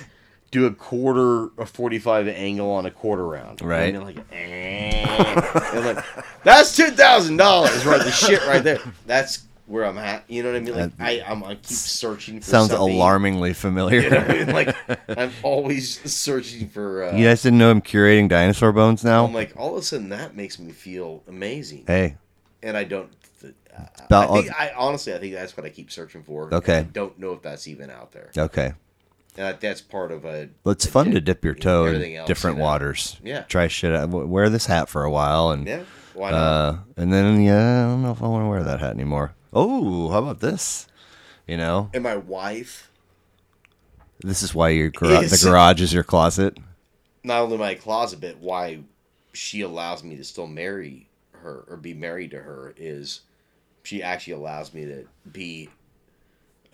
Speaker 1: do a quarter a forty five angle on a quarter round.
Speaker 2: Right.
Speaker 1: And then, like, eh. and like, that's two thousand dollars worth of shit right there. That's where I'm at. You know what I mean? Like,
Speaker 2: That-
Speaker 1: I I'm, I keep searching. for
Speaker 2: sounds
Speaker 1: something.
Speaker 2: alarmingly familiar
Speaker 1: You know what I mean? Like, I'm always searching for. Uh,
Speaker 2: You guys didn't know I'm curating dinosaur bones now?
Speaker 1: I'm like, all of a sudden, that makes me feel amazing,
Speaker 2: hey,
Speaker 1: and I don't. th- I- I,
Speaker 2: About-
Speaker 1: think, I honestly, I think that's what I keep searching for. and
Speaker 2: Uh, Okay.
Speaker 1: I don't know if that's even out there,
Speaker 2: okay.
Speaker 1: and I, that's part of a.
Speaker 2: Well, it's
Speaker 1: a
Speaker 2: fun
Speaker 1: dip-
Speaker 2: to dip your toe
Speaker 1: everything
Speaker 2: in
Speaker 1: else,
Speaker 2: different
Speaker 1: you know?
Speaker 2: waters.
Speaker 1: Yeah.
Speaker 2: Try shit out. w- Wear this hat for a while and
Speaker 1: Yeah, why not?
Speaker 2: uh and then yeah, I don't know if I want to wear that hat anymore. Oh, how about this? You know?
Speaker 1: and my wife,
Speaker 2: This is why your gar- the
Speaker 1: Is-
Speaker 2: garage is your closet.
Speaker 1: not only my closet, but why she allows me to still marry her or be married to her is she actually allows me to be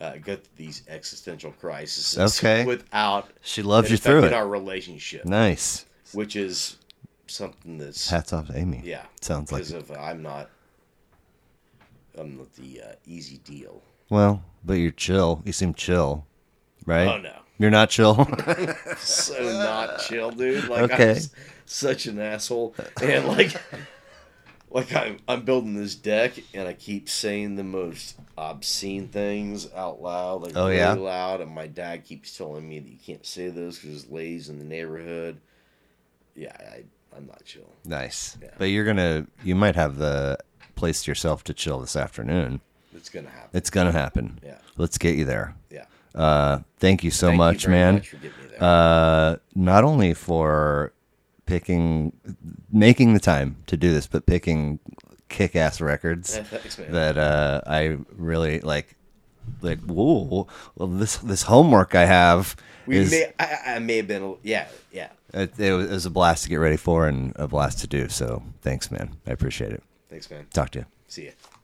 Speaker 1: uh, go through these existential crises
Speaker 2: Okay.
Speaker 1: without
Speaker 2: She loves
Speaker 1: it
Speaker 2: you through
Speaker 1: affecting
Speaker 2: it.
Speaker 1: our relationship,
Speaker 2: nice.
Speaker 1: which is something that's
Speaker 2: Hats off to Amy.
Speaker 1: yeah
Speaker 2: Sounds like
Speaker 1: because of uh, I'm not I'm not the uh, easy deal.
Speaker 2: Well, but you're chill. You seem chill. Right?
Speaker 1: Oh no,
Speaker 2: You're not chill.
Speaker 1: so not chill, dude. Like
Speaker 2: Okay.
Speaker 1: I'm s- such an asshole, and like, like I'm I'm building this deck, and I keep saying the most obscene things out loud, like
Speaker 2: Oh,
Speaker 1: really
Speaker 2: yeah?
Speaker 1: loud. And my dad keeps telling me that you can't say those because there's ladies in the neighborhood. Yeah, I I'm not chill.
Speaker 2: Nice.
Speaker 1: Yeah.
Speaker 2: But you're gonna you might have the place to yourself to chill this afternoon.
Speaker 1: It's gonna happen.
Speaker 2: It's gonna happen.
Speaker 1: Yeah.
Speaker 2: Let's get you there.
Speaker 1: Yeah.
Speaker 2: Uh thank you so
Speaker 1: Thank you
Speaker 2: much,
Speaker 1: very
Speaker 2: man.
Speaker 1: much for getting me there.
Speaker 2: Uh not only for picking making the time to do this, but picking kick ass records
Speaker 1: Yeah, thanks, man.
Speaker 2: that uh I really like like whoa well this this homework I have
Speaker 1: we
Speaker 2: is
Speaker 1: may I, I may have been a, yeah yeah.
Speaker 2: it, it was it was a blast to get ready for and a blast to do. So thanks, man. I appreciate it.
Speaker 1: Thanks, man.
Speaker 2: Talk to you.
Speaker 1: See ya.